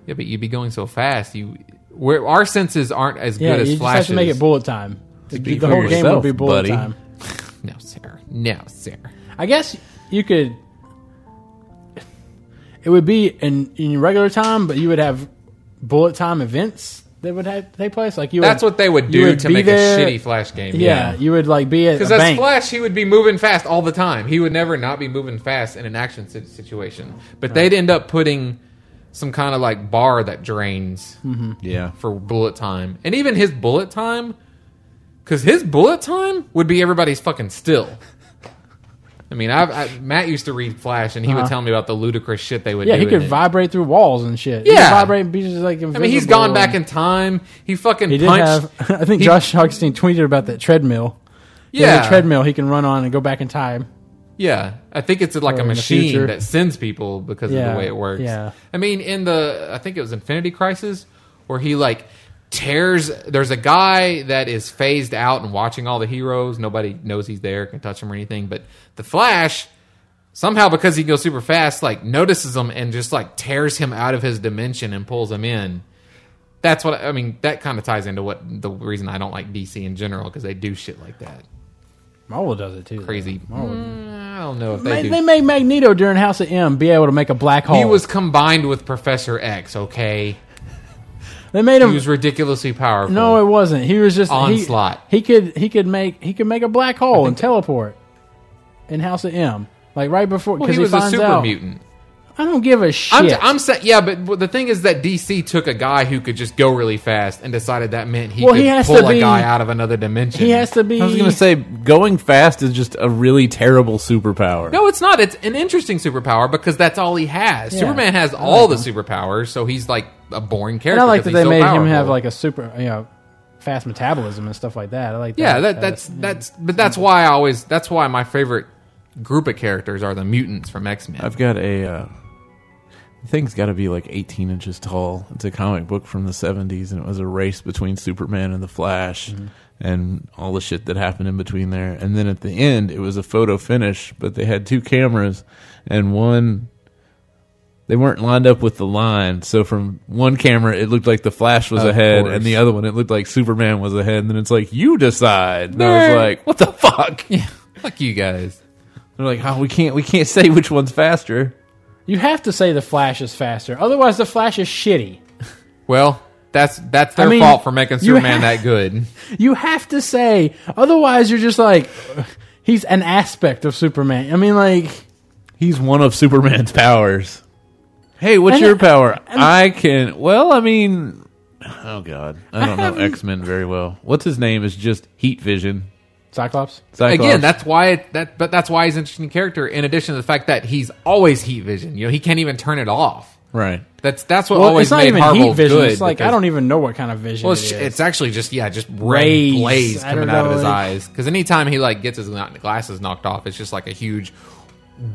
[SPEAKER 3] Yeah, but you'd be going so fast. You, where our senses aren't as
[SPEAKER 2] yeah,
[SPEAKER 3] good
[SPEAKER 2] you
[SPEAKER 3] as
[SPEAKER 2] just
[SPEAKER 3] Flash's.
[SPEAKER 2] have to make it bullet time.
[SPEAKER 1] Speak
[SPEAKER 2] the
[SPEAKER 1] for
[SPEAKER 2] whole game would
[SPEAKER 1] yourself,
[SPEAKER 2] be bullet
[SPEAKER 1] buddy.
[SPEAKER 2] time.
[SPEAKER 3] no, sir. No, sir.
[SPEAKER 2] I guess you could. It would be in in regular time, but you would have bullet time events that would have take place. Like you,
[SPEAKER 3] That's
[SPEAKER 2] would,
[SPEAKER 3] what they would
[SPEAKER 2] you
[SPEAKER 3] do
[SPEAKER 2] would
[SPEAKER 3] to
[SPEAKER 2] be
[SPEAKER 3] make
[SPEAKER 2] there.
[SPEAKER 3] a shitty Flash game.
[SPEAKER 2] Yeah, you would like be at a
[SPEAKER 3] Because as
[SPEAKER 2] bank.
[SPEAKER 3] Flash, he would be moving fast all the time. He would never not be moving fast in an action si- situation. But they'd end up putting some kind of like bar that drains
[SPEAKER 2] Hmm.
[SPEAKER 1] Yeah.
[SPEAKER 3] for bullet time. And even his bullet time, because his bullet time would be everybody's fucking still. I mean, I've, I, Matt used to read Flash, and he would tell me about the ludicrous shit they would
[SPEAKER 2] Uh-huh. yeah,
[SPEAKER 3] do.
[SPEAKER 2] he
[SPEAKER 3] in
[SPEAKER 2] could
[SPEAKER 3] it.
[SPEAKER 2] vibrate through walls and shit. He could
[SPEAKER 3] Yeah.
[SPEAKER 2] vibrate and be just like.
[SPEAKER 3] I mean, he's gone back in time. He fucking
[SPEAKER 2] He did
[SPEAKER 3] punched.
[SPEAKER 2] have. [laughs] I think
[SPEAKER 3] he-
[SPEAKER 2] Josh Hochstein tweeted about that treadmill. He has
[SPEAKER 3] yeah,
[SPEAKER 2] a treadmill he can run on and go back in time.
[SPEAKER 3] Yeah, I think it's like
[SPEAKER 2] Or
[SPEAKER 3] a
[SPEAKER 2] in the
[SPEAKER 3] machine
[SPEAKER 2] future.
[SPEAKER 3] that sends people because of
[SPEAKER 2] Yeah,
[SPEAKER 3] the way it works.
[SPEAKER 2] yeah.
[SPEAKER 3] I mean, in the I think it was Infinity Crisis where he like tears. There's a guy that is phased out and watching all the heroes. Nobody knows he's there, can touch him or anything. But the Flash somehow because he goes super fast, like notices him and just like tears him out of his dimension and pulls him in. That's what I mean. That kind of ties into what the reason I don't like DC in general because they do shit like that.
[SPEAKER 2] Marvel does it too. though.
[SPEAKER 3] Crazy.
[SPEAKER 2] Marvel.
[SPEAKER 3] Mm, I don't know if they,
[SPEAKER 2] They,
[SPEAKER 3] do
[SPEAKER 2] they made Magneto during House of M be able to make a black hole.
[SPEAKER 3] He was combined with Professor X, okay?
[SPEAKER 2] They made
[SPEAKER 3] He
[SPEAKER 2] him.
[SPEAKER 3] was ridiculously powerful.
[SPEAKER 2] Um, No, it wasn't. He was just he-
[SPEAKER 3] Onslaught.
[SPEAKER 2] He, could he could make he could make a black hole and teleport in House of M, like right before
[SPEAKER 3] well,
[SPEAKER 2] because
[SPEAKER 3] he was
[SPEAKER 2] he
[SPEAKER 3] a
[SPEAKER 2] finds
[SPEAKER 3] super
[SPEAKER 2] out.
[SPEAKER 3] mutant.
[SPEAKER 2] I don't give a shit.
[SPEAKER 3] I'm, I'm sa- yeah, but but the thing is that DC took a guy who could just go really fast and decided that meant he
[SPEAKER 2] Well,
[SPEAKER 3] could
[SPEAKER 2] he has
[SPEAKER 3] pull
[SPEAKER 2] to
[SPEAKER 3] a
[SPEAKER 2] be-
[SPEAKER 3] guy out of another dimension.
[SPEAKER 2] he has to be.
[SPEAKER 1] I was gonna say going fast is just a really terrible superpower.
[SPEAKER 3] No, it's not. It's an interesting superpower because that's all he has.
[SPEAKER 2] Yeah.
[SPEAKER 3] Superman has all the superpowers, so he's like a boring
[SPEAKER 2] And
[SPEAKER 3] character.
[SPEAKER 2] I like that
[SPEAKER 3] because
[SPEAKER 2] they
[SPEAKER 3] he's so
[SPEAKER 2] made him
[SPEAKER 3] powerful.
[SPEAKER 2] have like a super you know fast metabolism and stuff like that. I like that.
[SPEAKER 3] Yeah, that,
[SPEAKER 2] Uh,
[SPEAKER 3] that's that's but that's why I always that's why my favorite group of characters are the mutants from X Men.
[SPEAKER 1] I've got a uh, The thing's got to be like 18 inches tall. It's a comic book from the 70s, and it was a race between Superman and the Flash
[SPEAKER 3] Mm-hmm.
[SPEAKER 1] and all the shit that happened in between there. And then at the end, it was a photo finish, but they had two cameras, and one. They weren't lined up with the line, so from one camera it looked like the Flash was
[SPEAKER 3] Of
[SPEAKER 1] ahead,
[SPEAKER 3] course.
[SPEAKER 1] and the other one it looked like Superman was ahead. And then it's like you decide. And I was like, "What the fuck?"
[SPEAKER 3] Yeah. Fuck you guys.
[SPEAKER 1] They're like, "Oh, we can't, we can't say which one's faster."
[SPEAKER 2] You have to say the Flash is faster, otherwise the Flash is shitty.
[SPEAKER 3] Well, that's that's their
[SPEAKER 2] I mean,
[SPEAKER 3] fault for [laughs] making
[SPEAKER 2] you
[SPEAKER 3] Superman
[SPEAKER 2] have-
[SPEAKER 3] that [laughs] good.
[SPEAKER 2] You have to say, otherwise you're just like [sighs] he's an aspect of Superman. I mean, like
[SPEAKER 1] He's one of Superman's powers. Hey, what's
[SPEAKER 2] And-
[SPEAKER 1] your power? I can. Well, I mean, oh god, I don't know
[SPEAKER 2] [laughs]
[SPEAKER 1] X Men very well. What's his name is just Heat Vision.
[SPEAKER 2] Cyclops.
[SPEAKER 1] Cyclops.
[SPEAKER 3] Again, that's why it, that but that's why he's an interesting character. In addition to the fact that he's always heat vision, you know, he can't even turn it off.
[SPEAKER 1] right.
[SPEAKER 3] That's that's what
[SPEAKER 2] Well,
[SPEAKER 3] always
[SPEAKER 2] it's not
[SPEAKER 3] made
[SPEAKER 2] even
[SPEAKER 3] Marvel
[SPEAKER 2] heat vision.
[SPEAKER 3] good.
[SPEAKER 2] It's like I
[SPEAKER 3] because-
[SPEAKER 2] don't even know what kind of vision
[SPEAKER 3] Well,
[SPEAKER 2] it
[SPEAKER 3] it's,
[SPEAKER 2] is.
[SPEAKER 3] it's actually just yeah, just
[SPEAKER 2] Rays.
[SPEAKER 3] rays, blaze
[SPEAKER 2] I don't
[SPEAKER 3] coming out of his
[SPEAKER 2] know, like-
[SPEAKER 3] eyes. Because anytime he like gets his gla- glasses knocked off, it's just like a huge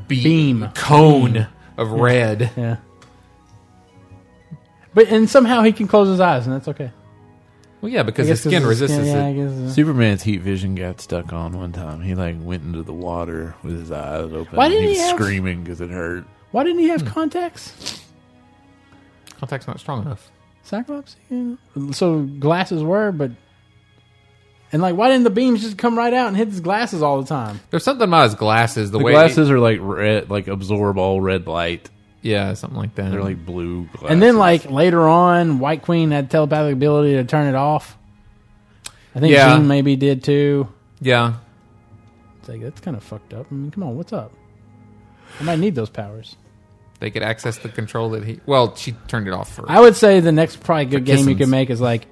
[SPEAKER 3] be-
[SPEAKER 2] Beam.
[SPEAKER 3] cone of red.
[SPEAKER 2] yeah. But and somehow he can close his eyes and that's okay.
[SPEAKER 3] [laughs] Well, yeah, because
[SPEAKER 2] I guess
[SPEAKER 3] his skin
[SPEAKER 2] 'cause
[SPEAKER 3] resists
[SPEAKER 2] yeah, I
[SPEAKER 3] it.
[SPEAKER 2] guess, uh,
[SPEAKER 1] Superman's Heat Vision got stuck on one time. He like went into the water with his eyes open.
[SPEAKER 2] Why
[SPEAKER 1] and
[SPEAKER 2] didn't
[SPEAKER 1] he
[SPEAKER 2] he
[SPEAKER 1] was
[SPEAKER 2] have-
[SPEAKER 1] screaming because it hurt?
[SPEAKER 2] Why didn't he
[SPEAKER 3] Hmm.
[SPEAKER 2] have contacts?
[SPEAKER 3] Contact's not strong enough.
[SPEAKER 2] Cyclops. Yeah. So glasses were, but and like why didn't the beams just come right out and hit his glasses all the time?
[SPEAKER 3] There's something about his glasses. The,
[SPEAKER 1] The
[SPEAKER 3] way
[SPEAKER 1] glasses are like red, like absorb all red light.
[SPEAKER 3] yeah, something like that.
[SPEAKER 1] They're like blue. Glasses.
[SPEAKER 2] And then like later on, White Queen had telepathic ability to turn it off. I think
[SPEAKER 3] Yeah.
[SPEAKER 2] Jean maybe did too.
[SPEAKER 3] yeah,
[SPEAKER 2] It's like that's kind of fucked up. I mean, come on, what's up? I might need those powers.
[SPEAKER 3] they could access the control that he. Well, she turned it off first.
[SPEAKER 2] I would say the next probably good game you
[SPEAKER 3] kissins.
[SPEAKER 2] could make is like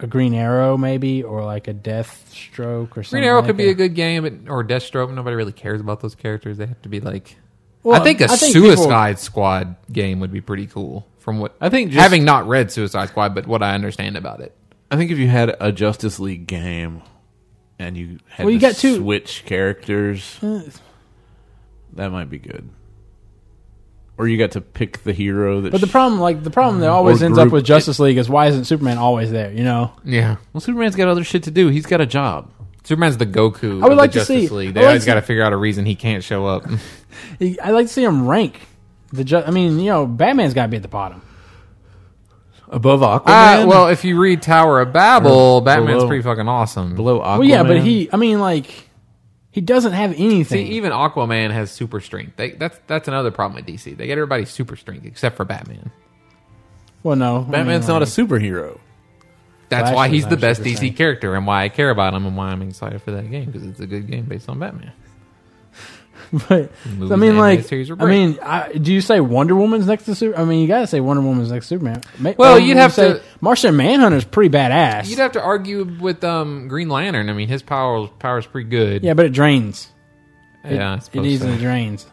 [SPEAKER 2] a Green Arrow maybe, or like a Death Stroke or something.
[SPEAKER 3] Green Arrow
[SPEAKER 2] like
[SPEAKER 3] could be
[SPEAKER 2] that.
[SPEAKER 3] a good game, but- or Deathstroke. Nobody really cares about those characters. They have to be like.
[SPEAKER 2] Well,
[SPEAKER 3] I think a
[SPEAKER 2] people-
[SPEAKER 3] Suicide Squad game would be pretty cool. From what
[SPEAKER 1] I think just-
[SPEAKER 3] having not read Suicide Squad, but what I understand about it,
[SPEAKER 1] I think if you had a Justice League game and you had
[SPEAKER 2] Well, you
[SPEAKER 1] to
[SPEAKER 2] got two-
[SPEAKER 1] switch characters,
[SPEAKER 2] Uh,
[SPEAKER 1] that might be good. Or you got to pick the hero that.
[SPEAKER 2] But the
[SPEAKER 1] sh-
[SPEAKER 2] problem, like the problem that always
[SPEAKER 1] Or
[SPEAKER 2] ends up
[SPEAKER 1] group-
[SPEAKER 2] with Justice League is why isn't Superman always there? You know,
[SPEAKER 3] yeah,
[SPEAKER 1] well, Superman's got other shit to do. He's got a job.
[SPEAKER 3] Superman's the Goku.
[SPEAKER 2] I would
[SPEAKER 3] of
[SPEAKER 2] like
[SPEAKER 3] the
[SPEAKER 2] to see-
[SPEAKER 3] Justice League. They
[SPEAKER 2] I would
[SPEAKER 3] always
[SPEAKER 2] like
[SPEAKER 3] got
[SPEAKER 2] to-
[SPEAKER 3] to figure out a reason he can't show up. [laughs]
[SPEAKER 2] He- I like to see him rank. The ju- I mean, you know, Batman's got to be at the bottom.
[SPEAKER 1] Above Aquaman.
[SPEAKER 3] Uh, well, if you read Tower of Babel, Batman's
[SPEAKER 1] below.
[SPEAKER 3] pretty fucking awesome.
[SPEAKER 1] below Aquaman.
[SPEAKER 2] Well, yeah, but he, I mean, like he doesn't have anything.
[SPEAKER 3] See, even Aquaman has super strength. They, that's that's another problem with DC. They get everybody super strength except for Batman.
[SPEAKER 2] well, no,
[SPEAKER 1] Batman's
[SPEAKER 2] I mean,
[SPEAKER 1] not a
[SPEAKER 2] like,
[SPEAKER 1] superhero.
[SPEAKER 3] That's
[SPEAKER 2] Flash
[SPEAKER 3] why
[SPEAKER 2] is
[SPEAKER 3] he's
[SPEAKER 2] not
[SPEAKER 3] the best
[SPEAKER 2] super
[SPEAKER 3] DC
[SPEAKER 2] strength.
[SPEAKER 3] character and why I care about him and why I'm excited for that game because it's a good game based on Batman.
[SPEAKER 2] [laughs] But
[SPEAKER 3] Movies
[SPEAKER 2] I
[SPEAKER 3] and
[SPEAKER 2] mean,
[SPEAKER 3] animated
[SPEAKER 2] like,
[SPEAKER 3] series were
[SPEAKER 2] I
[SPEAKER 3] great.
[SPEAKER 2] mean, I, do you say Wonder Woman's next to Super? I mean, you got to say Wonder Woman's next to Superman. Ma-
[SPEAKER 3] Well,
[SPEAKER 2] or
[SPEAKER 3] you'd
[SPEAKER 2] you
[SPEAKER 3] have
[SPEAKER 2] say
[SPEAKER 3] to-
[SPEAKER 2] Martian Manhunter's pretty badass.
[SPEAKER 3] You'd have to argue with um, Green Lantern. I mean, his power power's pretty good.
[SPEAKER 2] yeah, but it drains.
[SPEAKER 3] yeah, I
[SPEAKER 2] It
[SPEAKER 3] suppose
[SPEAKER 2] easily
[SPEAKER 3] so.
[SPEAKER 2] drains.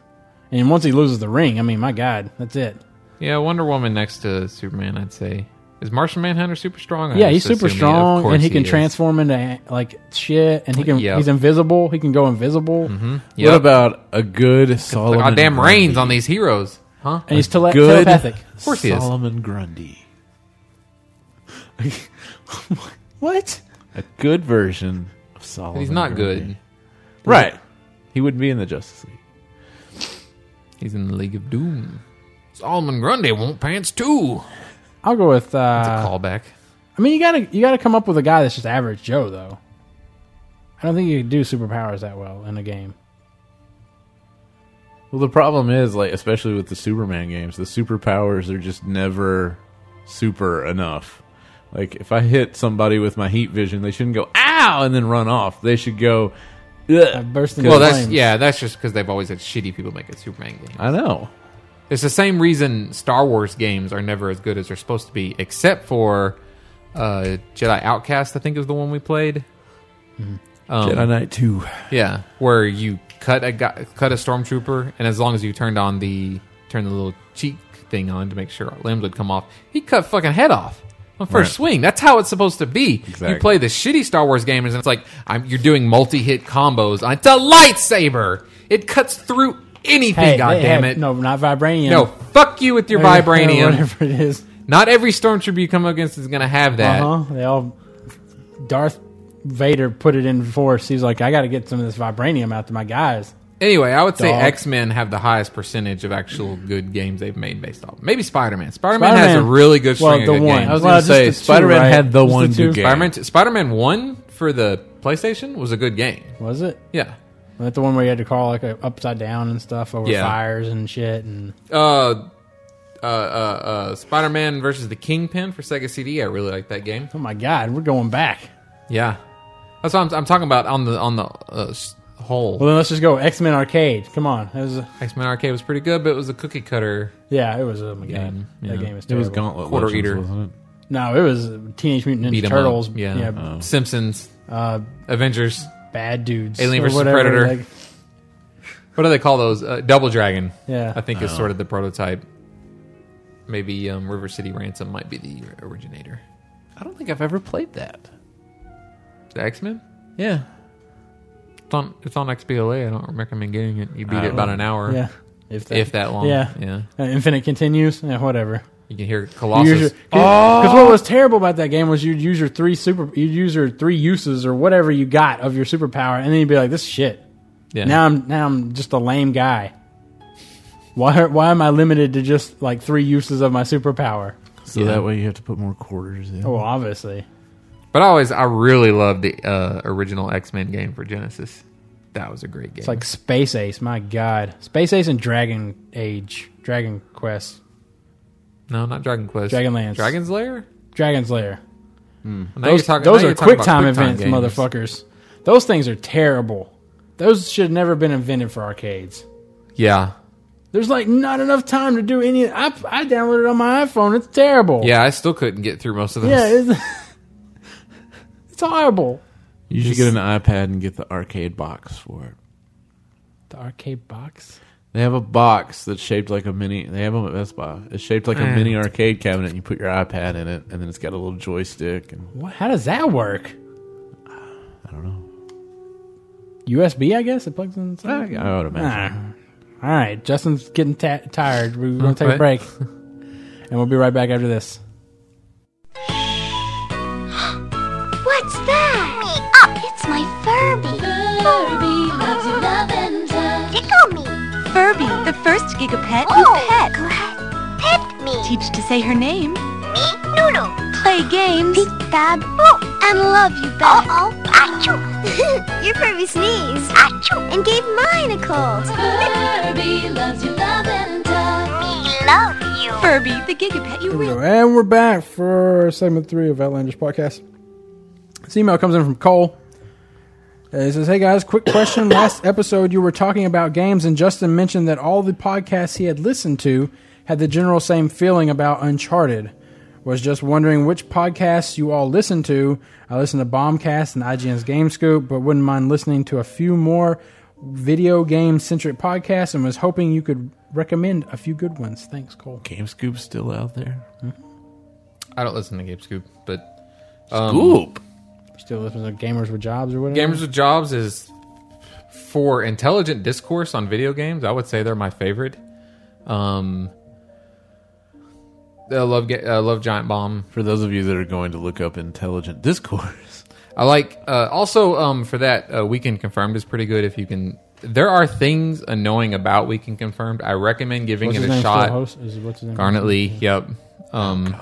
[SPEAKER 2] And once he loses the ring, I mean, my God, that's it.
[SPEAKER 3] yeah. Wonder Woman next to Superman, I'd say. Is Martian Manhunter super strong? I
[SPEAKER 2] Yeah,
[SPEAKER 3] just
[SPEAKER 2] he's super
[SPEAKER 3] assume he- of
[SPEAKER 2] strong,
[SPEAKER 3] course
[SPEAKER 2] and he can
[SPEAKER 3] is.
[SPEAKER 2] transform into like shit, and he can.
[SPEAKER 3] Yeah.
[SPEAKER 2] He's invisible. He can go invisible,
[SPEAKER 3] Yep.
[SPEAKER 1] What about a good Solomon?
[SPEAKER 3] the goddamn
[SPEAKER 1] Grundy?
[SPEAKER 3] reins on these heroes? Huh?
[SPEAKER 2] and he's tele-
[SPEAKER 1] Good
[SPEAKER 2] telepathic.
[SPEAKER 1] Of
[SPEAKER 3] course he is.
[SPEAKER 1] Solomon Grundy. [laughs]
[SPEAKER 2] What?
[SPEAKER 1] A good version of Solomon.
[SPEAKER 3] He's not
[SPEAKER 1] Grundy.
[SPEAKER 3] good.
[SPEAKER 1] Right. He wouldn't be in the Justice League.
[SPEAKER 3] He's in the League of Doom. Solomon Grundy won't pants too.
[SPEAKER 2] I'll go with.
[SPEAKER 3] It's a
[SPEAKER 2] Uh,
[SPEAKER 3] callback.
[SPEAKER 2] I mean, you gotta you gotta come up with a guy that's just average Joe, though. I don't think you can do superpowers that well in a game.
[SPEAKER 1] Well, the problem is, like, especially with the Superman games, the superpowers are just never super enough. Like, if I hit somebody with my heat vision, they shouldn't go "ow" and then run off. They should go.
[SPEAKER 2] I
[SPEAKER 1] Ugh.
[SPEAKER 2] burst into
[SPEAKER 3] Uh, Well, that's
[SPEAKER 2] flames.
[SPEAKER 3] yeah, that's just because they've always had shitty people make a Superman game.
[SPEAKER 1] I know.
[SPEAKER 3] It's the same reason Star Wars games are never as good as they're supposed to be, except for uh, Jedi Outcast. I think is the one we played. Um,
[SPEAKER 1] Jedi Knight Two.
[SPEAKER 3] Yeah, where you cut a guy, cut a stormtrooper, and as long as you turned on the turn the little cheek thing on to make sure our limbs would come off, he cut fucking head off on first
[SPEAKER 1] Right.
[SPEAKER 3] swing. That's how it's supposed to be.
[SPEAKER 1] Exactly.
[SPEAKER 3] You play the shitty Star Wars games, and it's like I'm, you're doing multi hit combos. It's a lightsaber. It cuts through anything,
[SPEAKER 2] Hey,
[SPEAKER 3] god
[SPEAKER 2] hey,
[SPEAKER 3] damn
[SPEAKER 2] hey,
[SPEAKER 3] it.
[SPEAKER 2] No, not vibranium.
[SPEAKER 3] No, fuck you with your
[SPEAKER 2] Or- or [laughs]
[SPEAKER 3] vibranium.
[SPEAKER 2] Whatever it is.
[SPEAKER 3] Not every stormtrooper you come against is gonna have that.
[SPEAKER 2] Uh huh. They all. Darth Vader put it in force. He's like, I got to get some of this vibranium out to my guys.
[SPEAKER 3] Anyway, I would say
[SPEAKER 2] Dog.
[SPEAKER 3] X Men have the highest percentage of actual good games they've made based off. Maybe Spider Man. Spider Man has a
[SPEAKER 2] Spider-Man-
[SPEAKER 3] really good string
[SPEAKER 2] well,
[SPEAKER 3] of
[SPEAKER 2] the
[SPEAKER 3] good
[SPEAKER 2] one.
[SPEAKER 3] games.
[SPEAKER 1] I was
[SPEAKER 2] Well,
[SPEAKER 1] going
[SPEAKER 2] just
[SPEAKER 1] to say
[SPEAKER 2] the two,
[SPEAKER 1] Spider Man
[SPEAKER 2] right?
[SPEAKER 1] had the
[SPEAKER 2] Just the
[SPEAKER 1] one
[SPEAKER 2] two.
[SPEAKER 1] good game.
[SPEAKER 3] Spider Man Spider Man One for the PlayStation was a good game.
[SPEAKER 2] Was it?
[SPEAKER 3] Yeah.
[SPEAKER 2] Was that the one where you had to crawl like uh, upside down and stuff over
[SPEAKER 3] Yeah.
[SPEAKER 2] fires and shit? And
[SPEAKER 3] Uh, uh, uh, uh, Spider Man versus the Kingpin for Sega CD. I really like that game.
[SPEAKER 2] oh my god, we're going back.
[SPEAKER 3] Yeah, that's what I'm, I'm talking about on the on the uh, s- whole.
[SPEAKER 2] Well, then let's just go X Men Arcade. Come on, That was a-
[SPEAKER 3] X Men Arcade was pretty good, but it was a cookie cutter.
[SPEAKER 2] yeah, it was. Oh my god, that game is
[SPEAKER 1] It
[SPEAKER 2] terrible.
[SPEAKER 1] was Gauntlet
[SPEAKER 3] Quarter
[SPEAKER 1] Legends,
[SPEAKER 3] Eater.
[SPEAKER 1] wasn't it?
[SPEAKER 2] No, it was Teenage Mutant
[SPEAKER 3] Beat
[SPEAKER 2] Ninja
[SPEAKER 3] 'em
[SPEAKER 2] Turtles.
[SPEAKER 3] up.
[SPEAKER 2] Yeah,
[SPEAKER 3] Yeah. Simpsons,
[SPEAKER 2] uh,
[SPEAKER 3] Avengers.
[SPEAKER 2] bad dudes.
[SPEAKER 3] Alien
[SPEAKER 2] or
[SPEAKER 3] versus
[SPEAKER 2] whatever,
[SPEAKER 3] Predator.
[SPEAKER 2] like-
[SPEAKER 3] What do they call those? Uh, Double Dragon.
[SPEAKER 2] Yeah.
[SPEAKER 3] I think is sort of the prototype. Maybe um, River City Ransom might be the originator.
[SPEAKER 1] I don't think I've ever played that.
[SPEAKER 3] The X Men.
[SPEAKER 1] Yeah.
[SPEAKER 3] It's on it's on XBLA. I don't recommend getting it. You beat
[SPEAKER 1] I
[SPEAKER 3] it about
[SPEAKER 1] don't-
[SPEAKER 3] an hour,
[SPEAKER 2] Oh. yeah, if
[SPEAKER 3] if that long.
[SPEAKER 2] Yeah.
[SPEAKER 3] yeah.
[SPEAKER 2] Uh, Infinite continues. Yeah, whatever.
[SPEAKER 3] You can hear
[SPEAKER 2] You
[SPEAKER 3] Colossus.
[SPEAKER 2] use your- cause,
[SPEAKER 3] Oh!
[SPEAKER 2] 'cause what was terrible about that game was you'd use your three super, you'd use your three uses or whatever you got of your superpower, and then you'd be like, "This is shit."
[SPEAKER 3] yeah.
[SPEAKER 2] Now I'm now I'm just a lame guy. Why why am I limited to just like three uses of my superpower?
[SPEAKER 1] So that way you have to put more quarters in.
[SPEAKER 2] Well, obviously,
[SPEAKER 3] But I always, I really loved the uh, original X Men game for Genesis. That was a great game.
[SPEAKER 2] it's like Space Ace. My God, Space Ace and Dragon Age, Dragon Quest,
[SPEAKER 3] no, not Dragon Quest.
[SPEAKER 2] Dragonlance.
[SPEAKER 3] Dragon's Lair.
[SPEAKER 2] Dragon's Lair.
[SPEAKER 3] Now
[SPEAKER 2] Those,
[SPEAKER 3] you're talking-
[SPEAKER 2] those
[SPEAKER 3] now
[SPEAKER 2] are
[SPEAKER 3] you're talking
[SPEAKER 2] quick
[SPEAKER 3] about
[SPEAKER 2] time
[SPEAKER 3] QuickTime
[SPEAKER 2] events,
[SPEAKER 3] games.
[SPEAKER 2] motherfuckers. Those things are terrible. Those should have never been invented for arcades.
[SPEAKER 3] Yeah,
[SPEAKER 2] There's like not enough time to do any. I, I downloaded it on my iPhone. It's terrible.
[SPEAKER 3] yeah. I still couldn't get through most of those.
[SPEAKER 2] yeah, it's, [laughs] it's horrible.
[SPEAKER 1] You should get an iPad and get the arcade box for it.
[SPEAKER 2] The arcade box.
[SPEAKER 1] They have a box that's shaped like a mini. They have them at Best Buy. It's shaped like a mini arcade cabinet. and You put your iPad in it, and then it's got a little joystick. And
[SPEAKER 2] What? How does that work?
[SPEAKER 1] I don't know.
[SPEAKER 2] USB, I guess it plugs in.
[SPEAKER 1] I,
[SPEAKER 2] something?
[SPEAKER 1] I would imagine.
[SPEAKER 2] Ah. All right, Justin's getting ta- tired. We're gonna take a
[SPEAKER 3] What?
[SPEAKER 2] break, and we'll be right back after this.
[SPEAKER 7] What's that? Me up. It's my Furby. Furby loves your lavender. Tickle me.
[SPEAKER 8] Furby, the first gigapet
[SPEAKER 7] Oh,
[SPEAKER 8] you pet.
[SPEAKER 7] Go ahead. Pet me.
[SPEAKER 8] Teach to say her name.
[SPEAKER 7] me noodle.
[SPEAKER 8] Play games.
[SPEAKER 7] Peek bab. Oh, and love you back. Uh-oh. Achoo. [laughs] your Furby sneezed. Achoo. And gave mine a cold. Furby loves your lavender. Me love you.
[SPEAKER 8] Furby, the gigapet you will.
[SPEAKER 2] And we're back for segment three of Outlandish Podcast. This email comes in from Cole. Uh, It says, Hey guys, quick question. Last episode, you were talking about games, and Justin mentioned that all the podcasts he had listened to had the general same feeling about Uncharted. Was just wondering which podcasts you all listen to. I listen to Bombcast and IGN's Game Scoop, but wouldn't mind listening to a few more video game centric podcasts and was hoping you could recommend a few good ones. Thanks, Cole.
[SPEAKER 1] Game Scoop's still out there.
[SPEAKER 3] I don't listen to Game Scoop, but
[SPEAKER 1] Um, Scoop.
[SPEAKER 2] Still listen to Gamers with Jobs or whatever?
[SPEAKER 3] Gamers with Jobs is for intelligent discourse on video games. I would say they're my favorite. Um, I love Ga- I love Giant Bomb.
[SPEAKER 1] For those of you that are going to look up intelligent [laughs] discourse,
[SPEAKER 3] I like uh, also um, for that uh, weekend confirmed is pretty good if you can. There are things annoying about weekend confirmed. I recommend giving
[SPEAKER 2] What's
[SPEAKER 3] it
[SPEAKER 2] his
[SPEAKER 3] a
[SPEAKER 2] name?
[SPEAKER 3] shot.
[SPEAKER 2] Still host? Is, what's his name?
[SPEAKER 3] Garnet Lee. Yep. Um,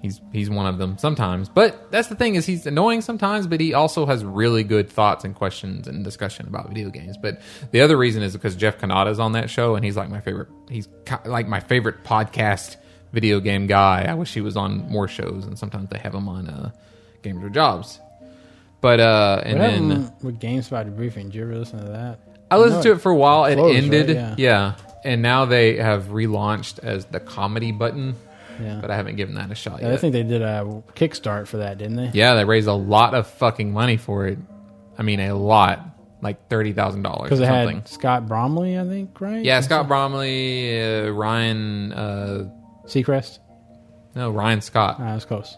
[SPEAKER 3] He's he's one of them sometimes, but that's the thing is he's annoying sometimes, but he also has really good thoughts and questions and discussion about video games. But the other reason is because Jeff Kanata's on that show, and he's like my favorite. He's ki- like my favorite podcast video game guy. I wish he was on more shows, and sometimes they have him on uh, Games or Jobs. But uh, and
[SPEAKER 2] What happened
[SPEAKER 3] then
[SPEAKER 2] with GameSpot debriefing? Did you ever listen to that?
[SPEAKER 3] I listened to it for a while. It
[SPEAKER 2] closed, right?
[SPEAKER 3] ended,
[SPEAKER 2] Yeah.
[SPEAKER 3] yeah. and now they have relaunched as the comedy button.
[SPEAKER 2] Yeah.
[SPEAKER 3] But I haven't given that a shot
[SPEAKER 2] Yeah, I
[SPEAKER 3] yet.
[SPEAKER 2] think they did a Kickstart for that, didn't they?
[SPEAKER 3] yeah, they raised a lot of fucking money for it. I mean, a lot, like thirty thousand dollars or
[SPEAKER 2] Because it
[SPEAKER 3] something.
[SPEAKER 2] had Scott Bromley, I think, right?
[SPEAKER 3] yeah, Scott Bromley, uh, Ryan, uh,
[SPEAKER 2] Seacrest.
[SPEAKER 3] no, Ryan Scott,
[SPEAKER 2] Ah, that was close.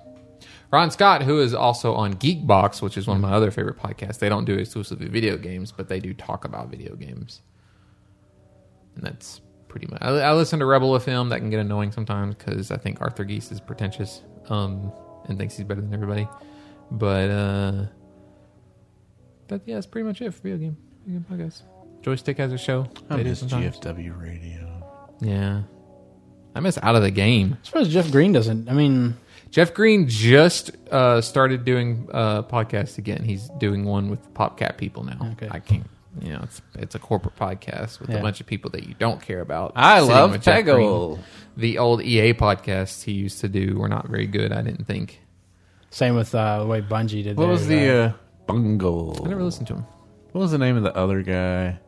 [SPEAKER 3] Ron Scott, who is also on Geekbox, which is one of my other favorite podcasts. They don't do exclusively video games, but they do talk about video games. And And that's pretty much. I, I listen to Rebel FM. That can get annoying sometimes because I think Arthur Geese is pretentious um, and thinks he's better than everybody. But uh, that yeah, that's pretty much it for video game. Video game podcast. Joystick has a show.
[SPEAKER 1] Oh,
[SPEAKER 3] They do sometimes.
[SPEAKER 1] GFW radio.
[SPEAKER 3] Yeah, I miss out of the game.
[SPEAKER 2] I suppose Jeff Green doesn't. I mean,
[SPEAKER 3] Jeff Green just uh, started doing uh, podcasts again. He's doing one with PopCat people now.
[SPEAKER 2] Okay.
[SPEAKER 3] I can't. You know, it's it's a corporate podcast with
[SPEAKER 2] Yeah.
[SPEAKER 3] a bunch of people that you don't care about.
[SPEAKER 1] I
[SPEAKER 3] Sitting
[SPEAKER 1] love
[SPEAKER 3] with Jeff Green.
[SPEAKER 1] Peggle.
[SPEAKER 3] The old EA podcasts he used to do were not very good. I didn't think.
[SPEAKER 2] same with uh, the way Bungie did.
[SPEAKER 1] What
[SPEAKER 2] theirs,
[SPEAKER 1] was the
[SPEAKER 2] uh,
[SPEAKER 1] uh, bungle?
[SPEAKER 3] I never listened to him.
[SPEAKER 1] What was the name of the other guy?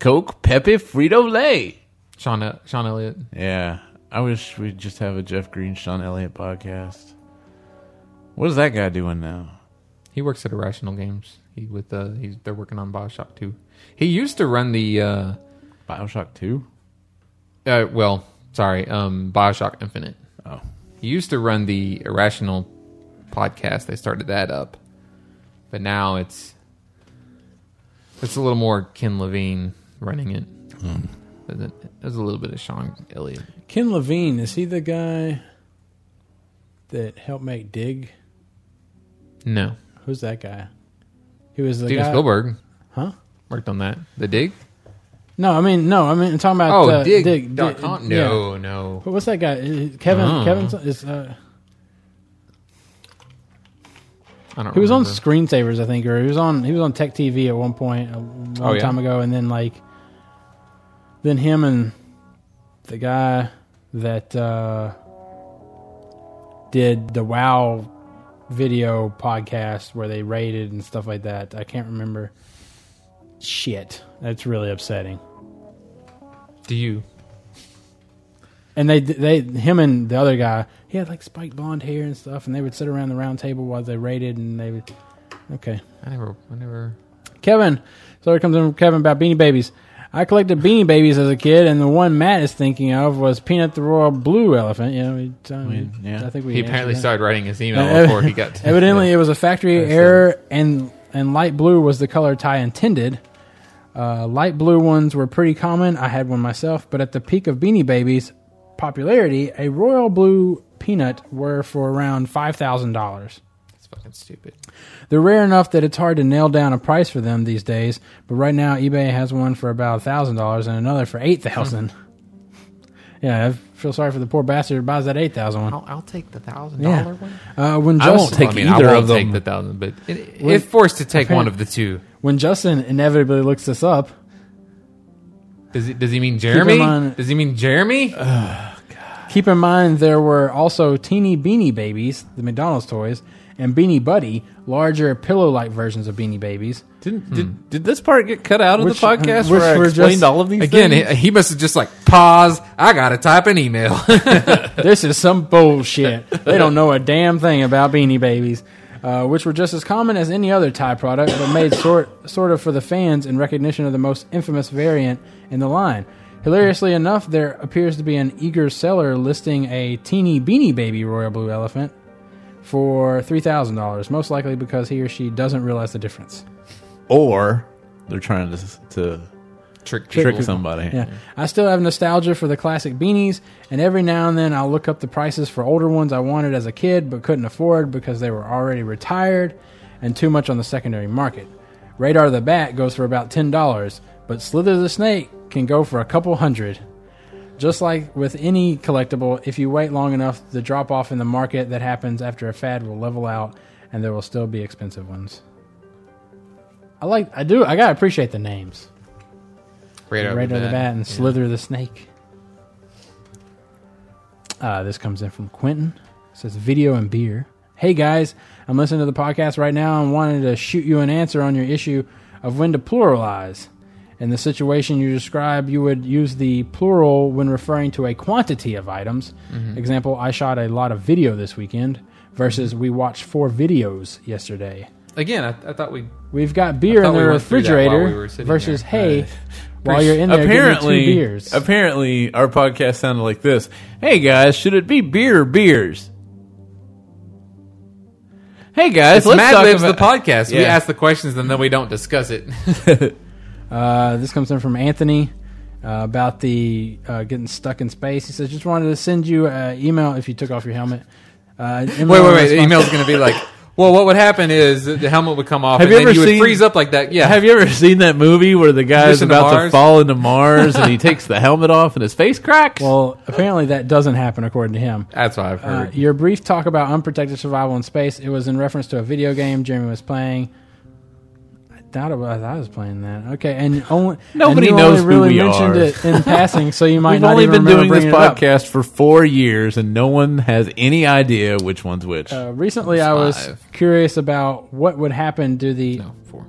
[SPEAKER 1] Coke Pepe Frito Lay.
[SPEAKER 3] Sean uh, Sean Elliott.
[SPEAKER 1] Yeah, I wish we'd just have a Jeff Green, Sean Elliott podcast. What is that guy doing now?
[SPEAKER 3] He works at Irrational Games. He with uh he's they're working on Bioshock Two. He used to run the uh,
[SPEAKER 1] Bioshock Two.
[SPEAKER 3] uh well sorry um Bioshock Infinite.
[SPEAKER 1] Oh,
[SPEAKER 3] He used to run the Irrational podcast. They started that up, but now it's it's a little more Ken Levine running it.
[SPEAKER 2] Hmm.
[SPEAKER 3] There's a- There's a little bit of Sean Elliott.
[SPEAKER 2] Ken Levine? Is he the guy that helped make Dig?
[SPEAKER 3] No,
[SPEAKER 2] Who's that guy? He was the
[SPEAKER 3] Steven
[SPEAKER 2] guy.
[SPEAKER 3] Spielberg
[SPEAKER 2] Huh?
[SPEAKER 3] worked on that. The Dig.
[SPEAKER 2] No, I mean no. I mean I'm talking about
[SPEAKER 3] Oh,
[SPEAKER 2] uh,
[SPEAKER 3] Dig.
[SPEAKER 2] Dig.
[SPEAKER 3] dot
[SPEAKER 2] Dig-
[SPEAKER 3] com?
[SPEAKER 2] yeah.
[SPEAKER 3] No, no.
[SPEAKER 2] But what's that guy? Is- Kevin.
[SPEAKER 3] Oh.
[SPEAKER 2] Kevin is. Uh,
[SPEAKER 3] I don't.
[SPEAKER 2] he was on
[SPEAKER 3] remember.
[SPEAKER 2] Screensavers, I think, or he was on he was on Tech TV at one point a long
[SPEAKER 3] Oh, yeah.
[SPEAKER 2] time ago, and then like then him and the guy that uh, did the WoW video podcast where they rated and stuff like that. I can't remember. Shit, that's really upsetting.
[SPEAKER 3] Do you?
[SPEAKER 2] And they, they, him and the other guy, he had like spiked blonde hair and stuff, and they would sit around the round table while they rated, and they would. Okay,
[SPEAKER 3] I never. I never.
[SPEAKER 2] Kevin. So here comes in from Kevin about Beanie Babies. I collected Beanie Babies as a kid, and the one Matt is thinking of was Peanut the Royal Blue Elephant. Yeah, we, I, mean,
[SPEAKER 1] yeah.
[SPEAKER 2] I think we
[SPEAKER 3] He
[SPEAKER 2] answered
[SPEAKER 3] apparently
[SPEAKER 2] that.
[SPEAKER 3] started writing his email
[SPEAKER 2] [laughs] Uh,
[SPEAKER 3] before he got. To
[SPEAKER 2] Evidently, it was a factory
[SPEAKER 3] Understand.
[SPEAKER 2] error, and and light blue was the color Ty intended. Uh, light blue ones were pretty common. I had one myself, but at the peak of Beanie Babies' popularity, a royal blue peanut were for around five thousand dollars.
[SPEAKER 3] It's fucking stupid.
[SPEAKER 2] They're rare enough that it's hard to nail down a price for them these days, but right now eBay has one for about thousand dollars and another for eight thousand.
[SPEAKER 3] Hmm.
[SPEAKER 2] [laughs] yeah, I feel sorry for the poor bastard who buys that eight thousand one.
[SPEAKER 3] I'll, I'll take the thousand
[SPEAKER 2] Yeah.
[SPEAKER 3] dollar one.
[SPEAKER 2] Uh, when
[SPEAKER 1] I won't
[SPEAKER 2] Justin,
[SPEAKER 1] take
[SPEAKER 3] I mean,
[SPEAKER 1] either
[SPEAKER 3] I won't
[SPEAKER 1] of them.
[SPEAKER 3] take the thousand, but it, it,
[SPEAKER 2] Well,
[SPEAKER 3] if forced to take
[SPEAKER 2] apparent-
[SPEAKER 3] one of the two,
[SPEAKER 2] when Justin inevitably looks this up,
[SPEAKER 3] does he? Does he mean
[SPEAKER 2] in
[SPEAKER 3] Jeremy?
[SPEAKER 2] mind-
[SPEAKER 3] Does he mean Jeremy?
[SPEAKER 2] Keep in mind there were also teeny beanie babies, the McDonald's toys, and Beanie Buddy, larger pillow-like versions of Beanie Babies. Hmm.
[SPEAKER 1] did did, did this part get cut out of
[SPEAKER 2] Which-
[SPEAKER 1] the podcast
[SPEAKER 2] which
[SPEAKER 1] where I
[SPEAKER 2] we're
[SPEAKER 1] explained
[SPEAKER 2] just-
[SPEAKER 1] all of these
[SPEAKER 3] Again,
[SPEAKER 1] things?
[SPEAKER 3] he, he must have just like pause. I gotta type an email. [laughs]
[SPEAKER 2] this is some bullshit. They don't know a damn thing about Beanie Babies, uh, which were just as common as any other Thai product, but made sort sort of for the fans in recognition of the most infamous variant in the line. Hilariously enough, there appears to be an eager seller listing a teeny Beanie Baby Royal Blue Elephant for three thousand dollars, most likely because he or she doesn't realize the difference.
[SPEAKER 1] or they're trying to to
[SPEAKER 3] trick,
[SPEAKER 1] trick
[SPEAKER 3] people.
[SPEAKER 1] somebody.
[SPEAKER 2] Yeah. I still have nostalgia for the classic beanies, and every now and then I'll look up the prices for older ones I wanted as a kid but couldn't afford because they were already retired and too much on the secondary market. Radar the Bat goes for about $10, but Slither the Snake can go for a couple hundred. Just like with any collectible, if you wait long enough, the drop off in the market that happens after a fad will level out and there will still be expensive ones. I like I do I gotta appreciate the names.
[SPEAKER 3] Radar,
[SPEAKER 2] Right
[SPEAKER 3] the
[SPEAKER 2] on the
[SPEAKER 3] bat.
[SPEAKER 2] bat and slither the snake. Uh, this comes in from Quentin. It says video and beer. Hey guys, I'm listening to the podcast right now and wanted to shoot you an answer on your issue of when to pluralize. In the situation you describe, you would use the plural when referring to a quantity of items. Example, I shot a lot of video this weekend versus we watched four videos yesterday.
[SPEAKER 3] Again, I, I thought we.
[SPEAKER 2] We've got beer
[SPEAKER 3] thought
[SPEAKER 2] in the
[SPEAKER 3] we went through that while
[SPEAKER 2] refrigerator
[SPEAKER 3] we were sitting
[SPEAKER 2] versus
[SPEAKER 3] there.
[SPEAKER 2] hey, while you're in there,
[SPEAKER 1] apparently,
[SPEAKER 2] apparently, give me two beers.
[SPEAKER 1] apparently, our podcast sounded like this. Hey guys, should it be beer or beers? Hey guys,
[SPEAKER 3] It's
[SPEAKER 1] let's
[SPEAKER 3] Mad
[SPEAKER 1] talk
[SPEAKER 3] Libs
[SPEAKER 1] about
[SPEAKER 3] the podcast. We
[SPEAKER 1] Yeah. [laughs]
[SPEAKER 3] ask the questions and then we don't discuss it.
[SPEAKER 2] Uh, this comes in from Anthony. uh, about the uh, getting stuck in space. He says, "Just wanted to send you an email if you took off your helmet." Uh, wait,
[SPEAKER 3] Wait, wait, wait. The email's going to be like, well, what would happen is that the helmet would come off
[SPEAKER 1] Have
[SPEAKER 3] and
[SPEAKER 1] you
[SPEAKER 3] then
[SPEAKER 1] ever
[SPEAKER 3] you would
[SPEAKER 1] seen-
[SPEAKER 3] freeze up like that. Yeah.
[SPEAKER 1] Have you ever seen that movie where the guy is
[SPEAKER 3] Mission to
[SPEAKER 1] about to
[SPEAKER 3] Mars?
[SPEAKER 1] fall into Mars
[SPEAKER 2] [laughs]
[SPEAKER 1] and he takes the helmet off and his face cracks?
[SPEAKER 2] Well, apparently that doesn't happen according to him.
[SPEAKER 3] That's what I've
[SPEAKER 2] Uh,
[SPEAKER 3] heard.
[SPEAKER 2] your brief talk about unprotected survival in space, it was in reference to a video game Jeremy was playing. I doubt I was, I was playing that. Okay, and only
[SPEAKER 1] Nobody
[SPEAKER 2] and you
[SPEAKER 1] knows
[SPEAKER 2] only
[SPEAKER 1] who
[SPEAKER 2] really
[SPEAKER 1] we
[SPEAKER 2] mentioned
[SPEAKER 1] are.
[SPEAKER 2] it in passing, so you might
[SPEAKER 1] We've
[SPEAKER 2] not
[SPEAKER 1] only
[SPEAKER 2] even
[SPEAKER 1] been
[SPEAKER 2] remember
[SPEAKER 1] doing this
[SPEAKER 2] bringing it up.
[SPEAKER 1] podcast for four years and no one has any idea which one's which.
[SPEAKER 2] Uh, recently, I was
[SPEAKER 3] Five.
[SPEAKER 2] curious about what would happen to the
[SPEAKER 3] no, four.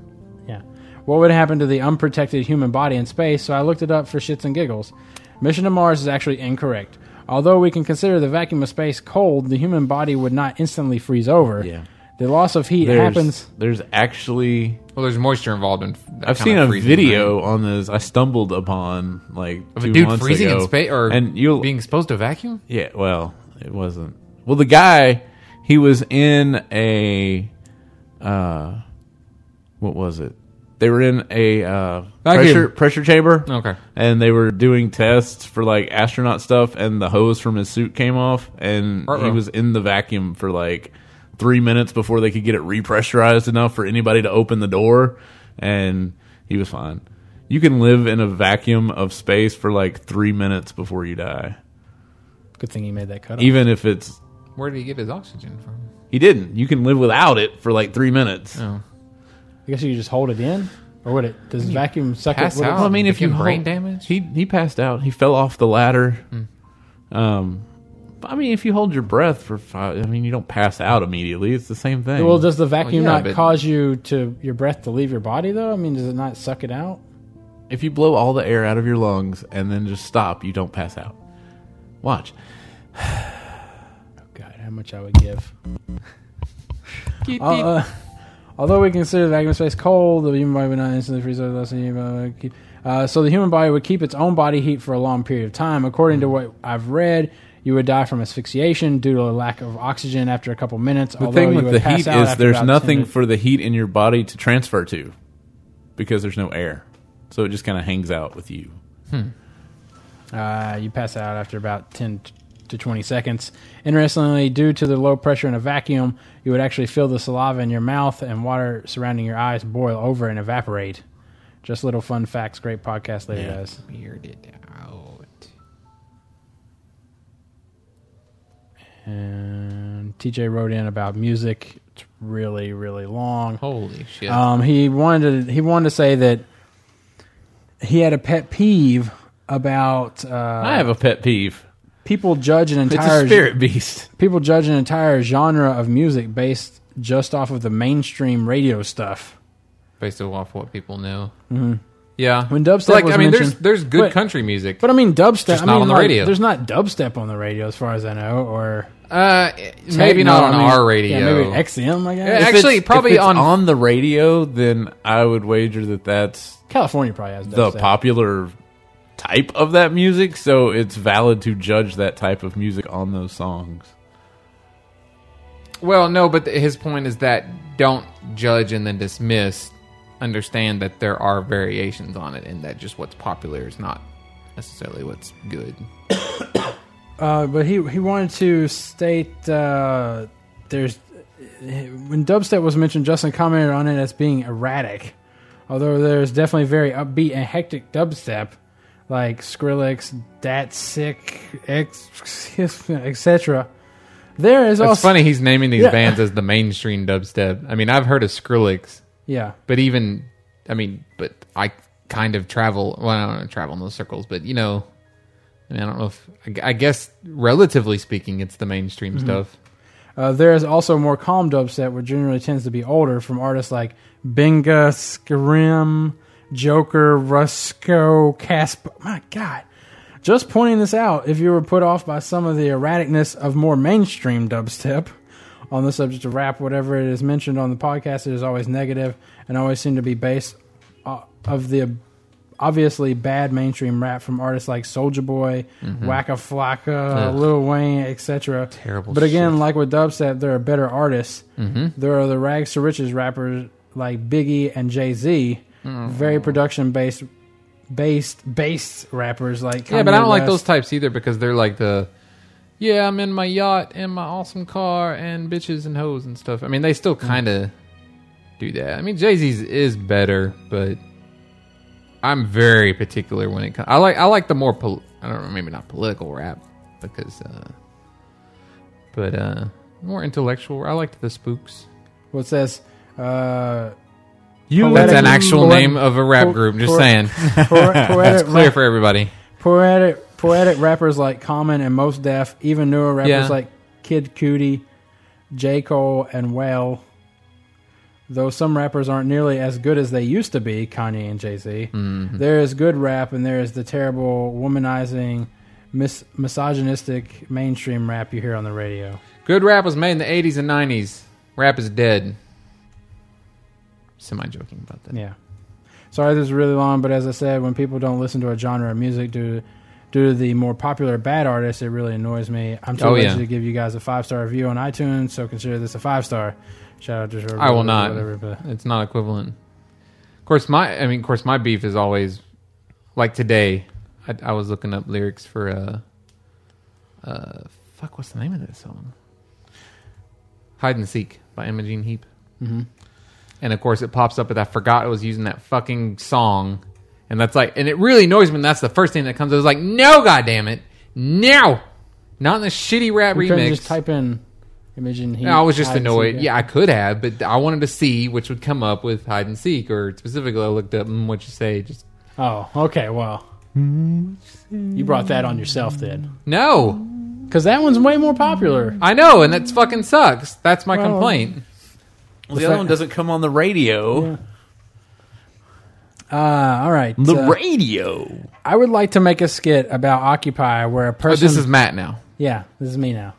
[SPEAKER 2] yeah, what would happen to the unprotected human body in space. So I looked it up for shits and giggles. Mission to Mars is actually incorrect. Although we can consider the vacuum of space cold, the human body would not instantly freeze over.
[SPEAKER 1] Yeah.
[SPEAKER 2] The loss of heat
[SPEAKER 1] there's,
[SPEAKER 2] happens.
[SPEAKER 1] There's actually
[SPEAKER 3] Well, there's moisture involved in. That
[SPEAKER 1] I've
[SPEAKER 3] kind
[SPEAKER 1] seen
[SPEAKER 3] of
[SPEAKER 1] a
[SPEAKER 3] freezing,
[SPEAKER 1] video
[SPEAKER 3] right?
[SPEAKER 1] on this. I stumbled upon like
[SPEAKER 3] of
[SPEAKER 1] two
[SPEAKER 3] a dude
[SPEAKER 1] months
[SPEAKER 3] freezing
[SPEAKER 1] ago,
[SPEAKER 3] in space or
[SPEAKER 1] and you
[SPEAKER 3] being exposed to vacuum.
[SPEAKER 1] Yeah, well, it wasn't. Well, the guy, he was in a, uh, what was it? They were in a uh,
[SPEAKER 3] Vacuum.
[SPEAKER 1] pressure pressure chamber.
[SPEAKER 3] Okay.
[SPEAKER 1] And they were doing tests for like astronaut stuff, and the hose from his suit came off, and he
[SPEAKER 3] Uh-oh.
[SPEAKER 1] was in the vacuum for like three minutes before they could get it repressurized enough for anybody to open the door, and he was fine. You can live in a vacuum of space for like three minutes before you die
[SPEAKER 2] Good thing he made that cut. off.
[SPEAKER 1] even if it's
[SPEAKER 3] Where did he get his oxygen from?
[SPEAKER 1] he didn't you can live without it for like three minutes
[SPEAKER 3] Oh,
[SPEAKER 2] I guess you could just hold it in, or would it? Does vacuum suck it?
[SPEAKER 3] pass
[SPEAKER 2] would it-
[SPEAKER 3] out.
[SPEAKER 1] i mean if you
[SPEAKER 3] Get brain
[SPEAKER 1] hold-
[SPEAKER 3] damage?
[SPEAKER 1] he he passed out he fell off the ladder um but, i mean if you hold your breath for five i mean you don't pass out immediately it's the same thing
[SPEAKER 2] Well, does the vacuum
[SPEAKER 3] yeah,
[SPEAKER 2] not
[SPEAKER 3] but-
[SPEAKER 2] cause you to your breath to leave your body though? I mean, does it not suck it out?
[SPEAKER 1] if you blow all the air out of your lungs and then just stop you don't pass out watch
[SPEAKER 2] God, how much I would give. Al- uh, although we consider the vacuum of space cold, the human body would not instantly freeze over less than you, blah, blah, keep- uh, so the human body would keep its own body heat for a long period of time. According to what I've read, you would die from asphyxiation due to a lack of oxygen after a couple minutes.
[SPEAKER 1] the thing with the heat is there's nothing
[SPEAKER 2] for.
[SPEAKER 1] for the heat in your body to transfer to because there's no air so it just kind of hangs out with you
[SPEAKER 2] Uh, you pass out after about 10 t- to 20 seconds. Interestingly, due to the low pressure in a vacuum, you would actually feel the saliva in your mouth and water surrounding your eyes boil over and evaporate. Just little fun facts. Great podcast later, guys.
[SPEAKER 3] Bearded out.
[SPEAKER 2] And TJ wrote in about music. It's really, really long.
[SPEAKER 3] Holy shit!
[SPEAKER 2] Um, he wanted to, he wanted to say that he had a pet peeve about uh,
[SPEAKER 1] i have a pet peeve
[SPEAKER 2] people judge an
[SPEAKER 1] it's a
[SPEAKER 2] entire
[SPEAKER 1] spirit beast
[SPEAKER 2] people judge an entire genre of music based just off of the mainstream radio stuff.
[SPEAKER 3] Based off what people know. Mm-hmm. Yeah.
[SPEAKER 2] When dubstep
[SPEAKER 3] like,
[SPEAKER 2] was
[SPEAKER 3] I mean,
[SPEAKER 2] mentioned-
[SPEAKER 3] there's there's good
[SPEAKER 2] But-
[SPEAKER 3] country music.
[SPEAKER 2] But I mean, dubstep.
[SPEAKER 3] Just
[SPEAKER 2] I
[SPEAKER 3] not
[SPEAKER 2] mean,
[SPEAKER 3] on the
[SPEAKER 2] like,
[SPEAKER 3] radio.
[SPEAKER 2] There's not dubstep on the radio, as far as I know, or
[SPEAKER 3] uh, maybe not
[SPEAKER 2] techno,
[SPEAKER 3] on
[SPEAKER 2] I mean,
[SPEAKER 3] our radio.
[SPEAKER 2] Yeah, maybe XM. I guess
[SPEAKER 3] Yeah,
[SPEAKER 1] If it's-
[SPEAKER 3] Actually, probably
[SPEAKER 1] if it's [laughs]
[SPEAKER 3] on-
[SPEAKER 1] on the radio. Then I would wager that that's
[SPEAKER 2] California probably has
[SPEAKER 1] the
[SPEAKER 2] dubstep.
[SPEAKER 1] popular type of that music. So it's valid to judge that type of music on those songs.
[SPEAKER 3] Well, no, but th his point is that don't judge and then dismiss. Understand that there are variations on it, and that just what's popular is not necessarily what's good.
[SPEAKER 2] Uh, but he he wanted to state uh, there's when dubstep was mentioned, Justin commented on it as being erratic. Although there's definitely very upbeat and hectic dubstep, like Skrillex, Dat Sick, X- [laughs] etc. There is
[SPEAKER 3] It's
[SPEAKER 2] also
[SPEAKER 3] funny he's naming these
[SPEAKER 2] Yeah.
[SPEAKER 3] bands as the mainstream dubstep. I mean, I've heard of Skrillex,
[SPEAKER 2] yeah.
[SPEAKER 3] but even, I mean, but I kind of travel. Well, I don't travel in those circles, but you know, I mean, I don't know if I g- I guess relatively speaking, it's the mainstream
[SPEAKER 2] Mm-hmm.
[SPEAKER 3] stuff.
[SPEAKER 2] Uh, there is also more calm dubstep, which generally tends to be older, from artists like Benga, Skrim, Joker, Rusko, Casp. My God. Just pointing this out, if you were put off by some of the erraticness of more mainstream dubstep on the subject of rap, whatever it is mentioned on the podcast, it is always negative and always seem to be based uh, of the obviously bad mainstream rap from artists like Soldier Boy, Waka Flocka, Lil Wayne, etc.
[SPEAKER 3] Terrible
[SPEAKER 2] But again, like with dubstep, there are better artists.
[SPEAKER 3] Mm-hmm.
[SPEAKER 2] There are the rags
[SPEAKER 3] Mm-hmm.
[SPEAKER 2] to riches rappers like Biggie and Jay Z, very production based based based rappers like
[SPEAKER 3] yeah, but I
[SPEAKER 2] Kanye
[SPEAKER 3] don't like those
[SPEAKER 2] West.
[SPEAKER 3] types either because they're like the, yeah, I'm in my yacht and my awesome car and bitches and hoes and stuff. I mean, they still kind of do that. I mean, Jay Z's is better, but I'm very particular when it comes. I like I like the more pol- I don't know maybe not political rap because, uh but uh more intellectual. I liked the Spooks.
[SPEAKER 2] Well, it says
[SPEAKER 3] [laughs]
[SPEAKER 2] uh,
[SPEAKER 1] You
[SPEAKER 3] That's
[SPEAKER 2] Poetic-
[SPEAKER 3] an actual
[SPEAKER 2] poet-
[SPEAKER 3] name of a rap
[SPEAKER 2] po-
[SPEAKER 3] group. Just
[SPEAKER 2] poet-
[SPEAKER 3] saying,
[SPEAKER 2] poet-
[SPEAKER 3] it's
[SPEAKER 2] poetic,
[SPEAKER 3] clear for everybody.
[SPEAKER 2] poetic poetic rappers like Common and Most Def, even newer rappers
[SPEAKER 3] Yeah.
[SPEAKER 2] like Kid Cudi, J Cole, and Well. Though some rappers aren't nearly as good as they used to be, Kanye and Jay Z, there is good rap and there is the terrible womanizing, mis- misogynistic mainstream rap you hear on the radio.
[SPEAKER 3] Good rap was made in the 80s and 90s. Rap is dead. Semi joking about that.
[SPEAKER 2] Yeah. Sorry this is really long, but as I said, when people don't listen to a genre of music due due to the more popular bad artists, it really annoys me. I'm too
[SPEAKER 3] Oh,
[SPEAKER 2] lazy
[SPEAKER 3] yeah.
[SPEAKER 2] to give you guys a five star review on iTunes, so consider this a five star. Shout out to Jordan.
[SPEAKER 3] I will not.
[SPEAKER 2] Whatever, but
[SPEAKER 3] It's not equivalent. Of course, my I mean, of course, my beef is always like today. I, I was looking up lyrics for uh, uh, fuck, what's the name of that song? Hide and Seek by Imogene Heap. Mm-hmm. And of course, it pops up that I forgot I was using that fucking song, and that's like, and it really annoys me. when That's the first thing that comes. I was like, no, goddamn it, no, not in the shitty rap
[SPEAKER 2] you couldn't
[SPEAKER 3] remix.
[SPEAKER 2] just type in Imagine Heat.
[SPEAKER 3] No, I was just
[SPEAKER 2] hide and
[SPEAKER 3] annoyed.
[SPEAKER 2] seek it.
[SPEAKER 3] Yeah, I could have, but I wanted to see which would come up with hide and seek, or specifically, I looked up mm, what you say. Just
[SPEAKER 2] Oh, okay. Well, you brought that on yourself then,
[SPEAKER 3] no,
[SPEAKER 2] because that one's way more popular.
[SPEAKER 3] I know, and that's fucking sucks. That's my
[SPEAKER 2] Well,
[SPEAKER 3] complaint.
[SPEAKER 1] Well, the other one doesn't come on the radio.
[SPEAKER 2] Uh, all right.
[SPEAKER 1] The
[SPEAKER 2] uh,
[SPEAKER 1] radio.
[SPEAKER 2] I would like to make a skit about Occupy, where a
[SPEAKER 3] Oh,
[SPEAKER 2] person.
[SPEAKER 3] this is Matt now.
[SPEAKER 2] Yeah, this is me now.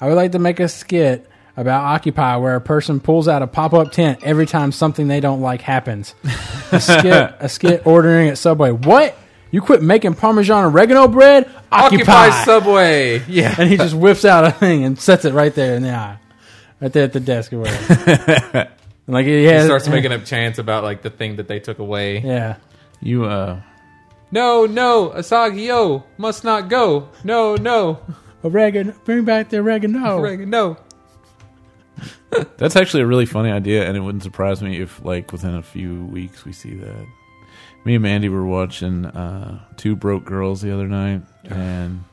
[SPEAKER 2] I would like to make a skit about Occupy where a person pulls out a pop up tent every time something they don't like happens.
[SPEAKER 3] [laughs]
[SPEAKER 2] A skit, a skit ordering at Subway. What? You quit making Parmesan oregano bread? Occupy.
[SPEAKER 3] Occupy Subway. Yeah,
[SPEAKER 2] [laughs] and he just whips out a thing and sets it right there in the eye. Right there at the desk or whatever.
[SPEAKER 3] [laughs]
[SPEAKER 2] And like he has,
[SPEAKER 3] he starts making up chants about like the thing that they took away.
[SPEAKER 2] Yeah.
[SPEAKER 1] You uh
[SPEAKER 3] No, no, Asagio must not go. No, no,
[SPEAKER 2] Oregano bring back the
[SPEAKER 3] [laughs]
[SPEAKER 2] oregano.
[SPEAKER 3] Reagan, no.
[SPEAKER 1] that's actually a really funny idea and it wouldn't surprise me if like within a few weeks we see that. Me and Mandy were watching uh Two Broke Girls the other night and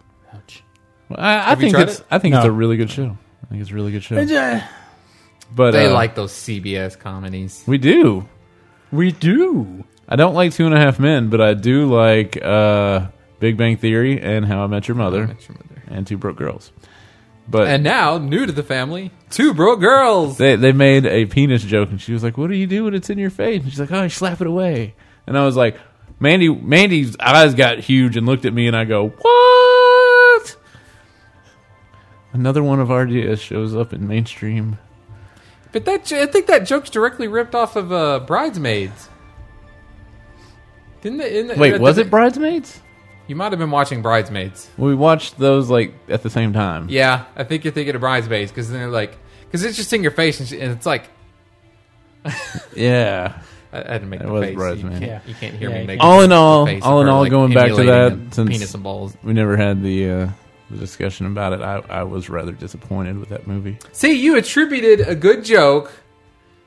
[SPEAKER 1] Well, I, I
[SPEAKER 3] Have you
[SPEAKER 1] think
[SPEAKER 3] tried
[SPEAKER 1] it's
[SPEAKER 3] it?
[SPEAKER 1] I think it's
[SPEAKER 2] No.
[SPEAKER 1] a really good show. I think it's a really good show.
[SPEAKER 2] It's, uh,
[SPEAKER 1] But
[SPEAKER 3] They
[SPEAKER 1] uh,
[SPEAKER 3] like those CBS comedies.
[SPEAKER 1] we do.
[SPEAKER 2] We do.
[SPEAKER 1] I don't like Two and a Half Men, but I do like uh Big Bang Theory and How I Met Your Mother
[SPEAKER 3] Met Your Mother.
[SPEAKER 1] and Two Broke Girls. But
[SPEAKER 3] And now, new to the family, two broke girls.
[SPEAKER 1] they they made a penis joke and she was like, "What do you do when it's in your face?" And she's like, "Oh, I slap it away." And I was like, "Mandy, Mandy's eyes got huge and looked at me and I go, "What?" Another one of our ideas shows up in mainstream.
[SPEAKER 3] But that I think that joke's directly ripped off of uh, Bridesmaids. Didn't they, in the,
[SPEAKER 1] Wait, was it Bridesmaids?
[SPEAKER 3] You might have been watching Bridesmaids.
[SPEAKER 1] We watched those like at the same time.
[SPEAKER 3] Yeah, I think you're thinking of Bridesmaids because they're like because it's just in your face and, sh- and it's like
[SPEAKER 1] Yeah.
[SPEAKER 3] I, I had to make
[SPEAKER 1] It
[SPEAKER 3] the
[SPEAKER 1] was
[SPEAKER 3] face.
[SPEAKER 1] Bridesmaids.
[SPEAKER 3] You,
[SPEAKER 2] Yeah.
[SPEAKER 3] can't, you can't hear
[SPEAKER 2] Yeah,
[SPEAKER 3] me
[SPEAKER 2] you
[SPEAKER 3] make
[SPEAKER 1] All in
[SPEAKER 3] the
[SPEAKER 1] all,
[SPEAKER 3] face
[SPEAKER 1] all
[SPEAKER 3] of
[SPEAKER 1] in
[SPEAKER 3] her,
[SPEAKER 1] all,
[SPEAKER 3] like,
[SPEAKER 1] going back to
[SPEAKER 3] emulating
[SPEAKER 1] that,
[SPEAKER 3] the
[SPEAKER 1] since
[SPEAKER 3] penis and balls.
[SPEAKER 1] we never had the uh, the discussion about it, I, I was rather disappointed with that movie.
[SPEAKER 3] See, you attributed a good joke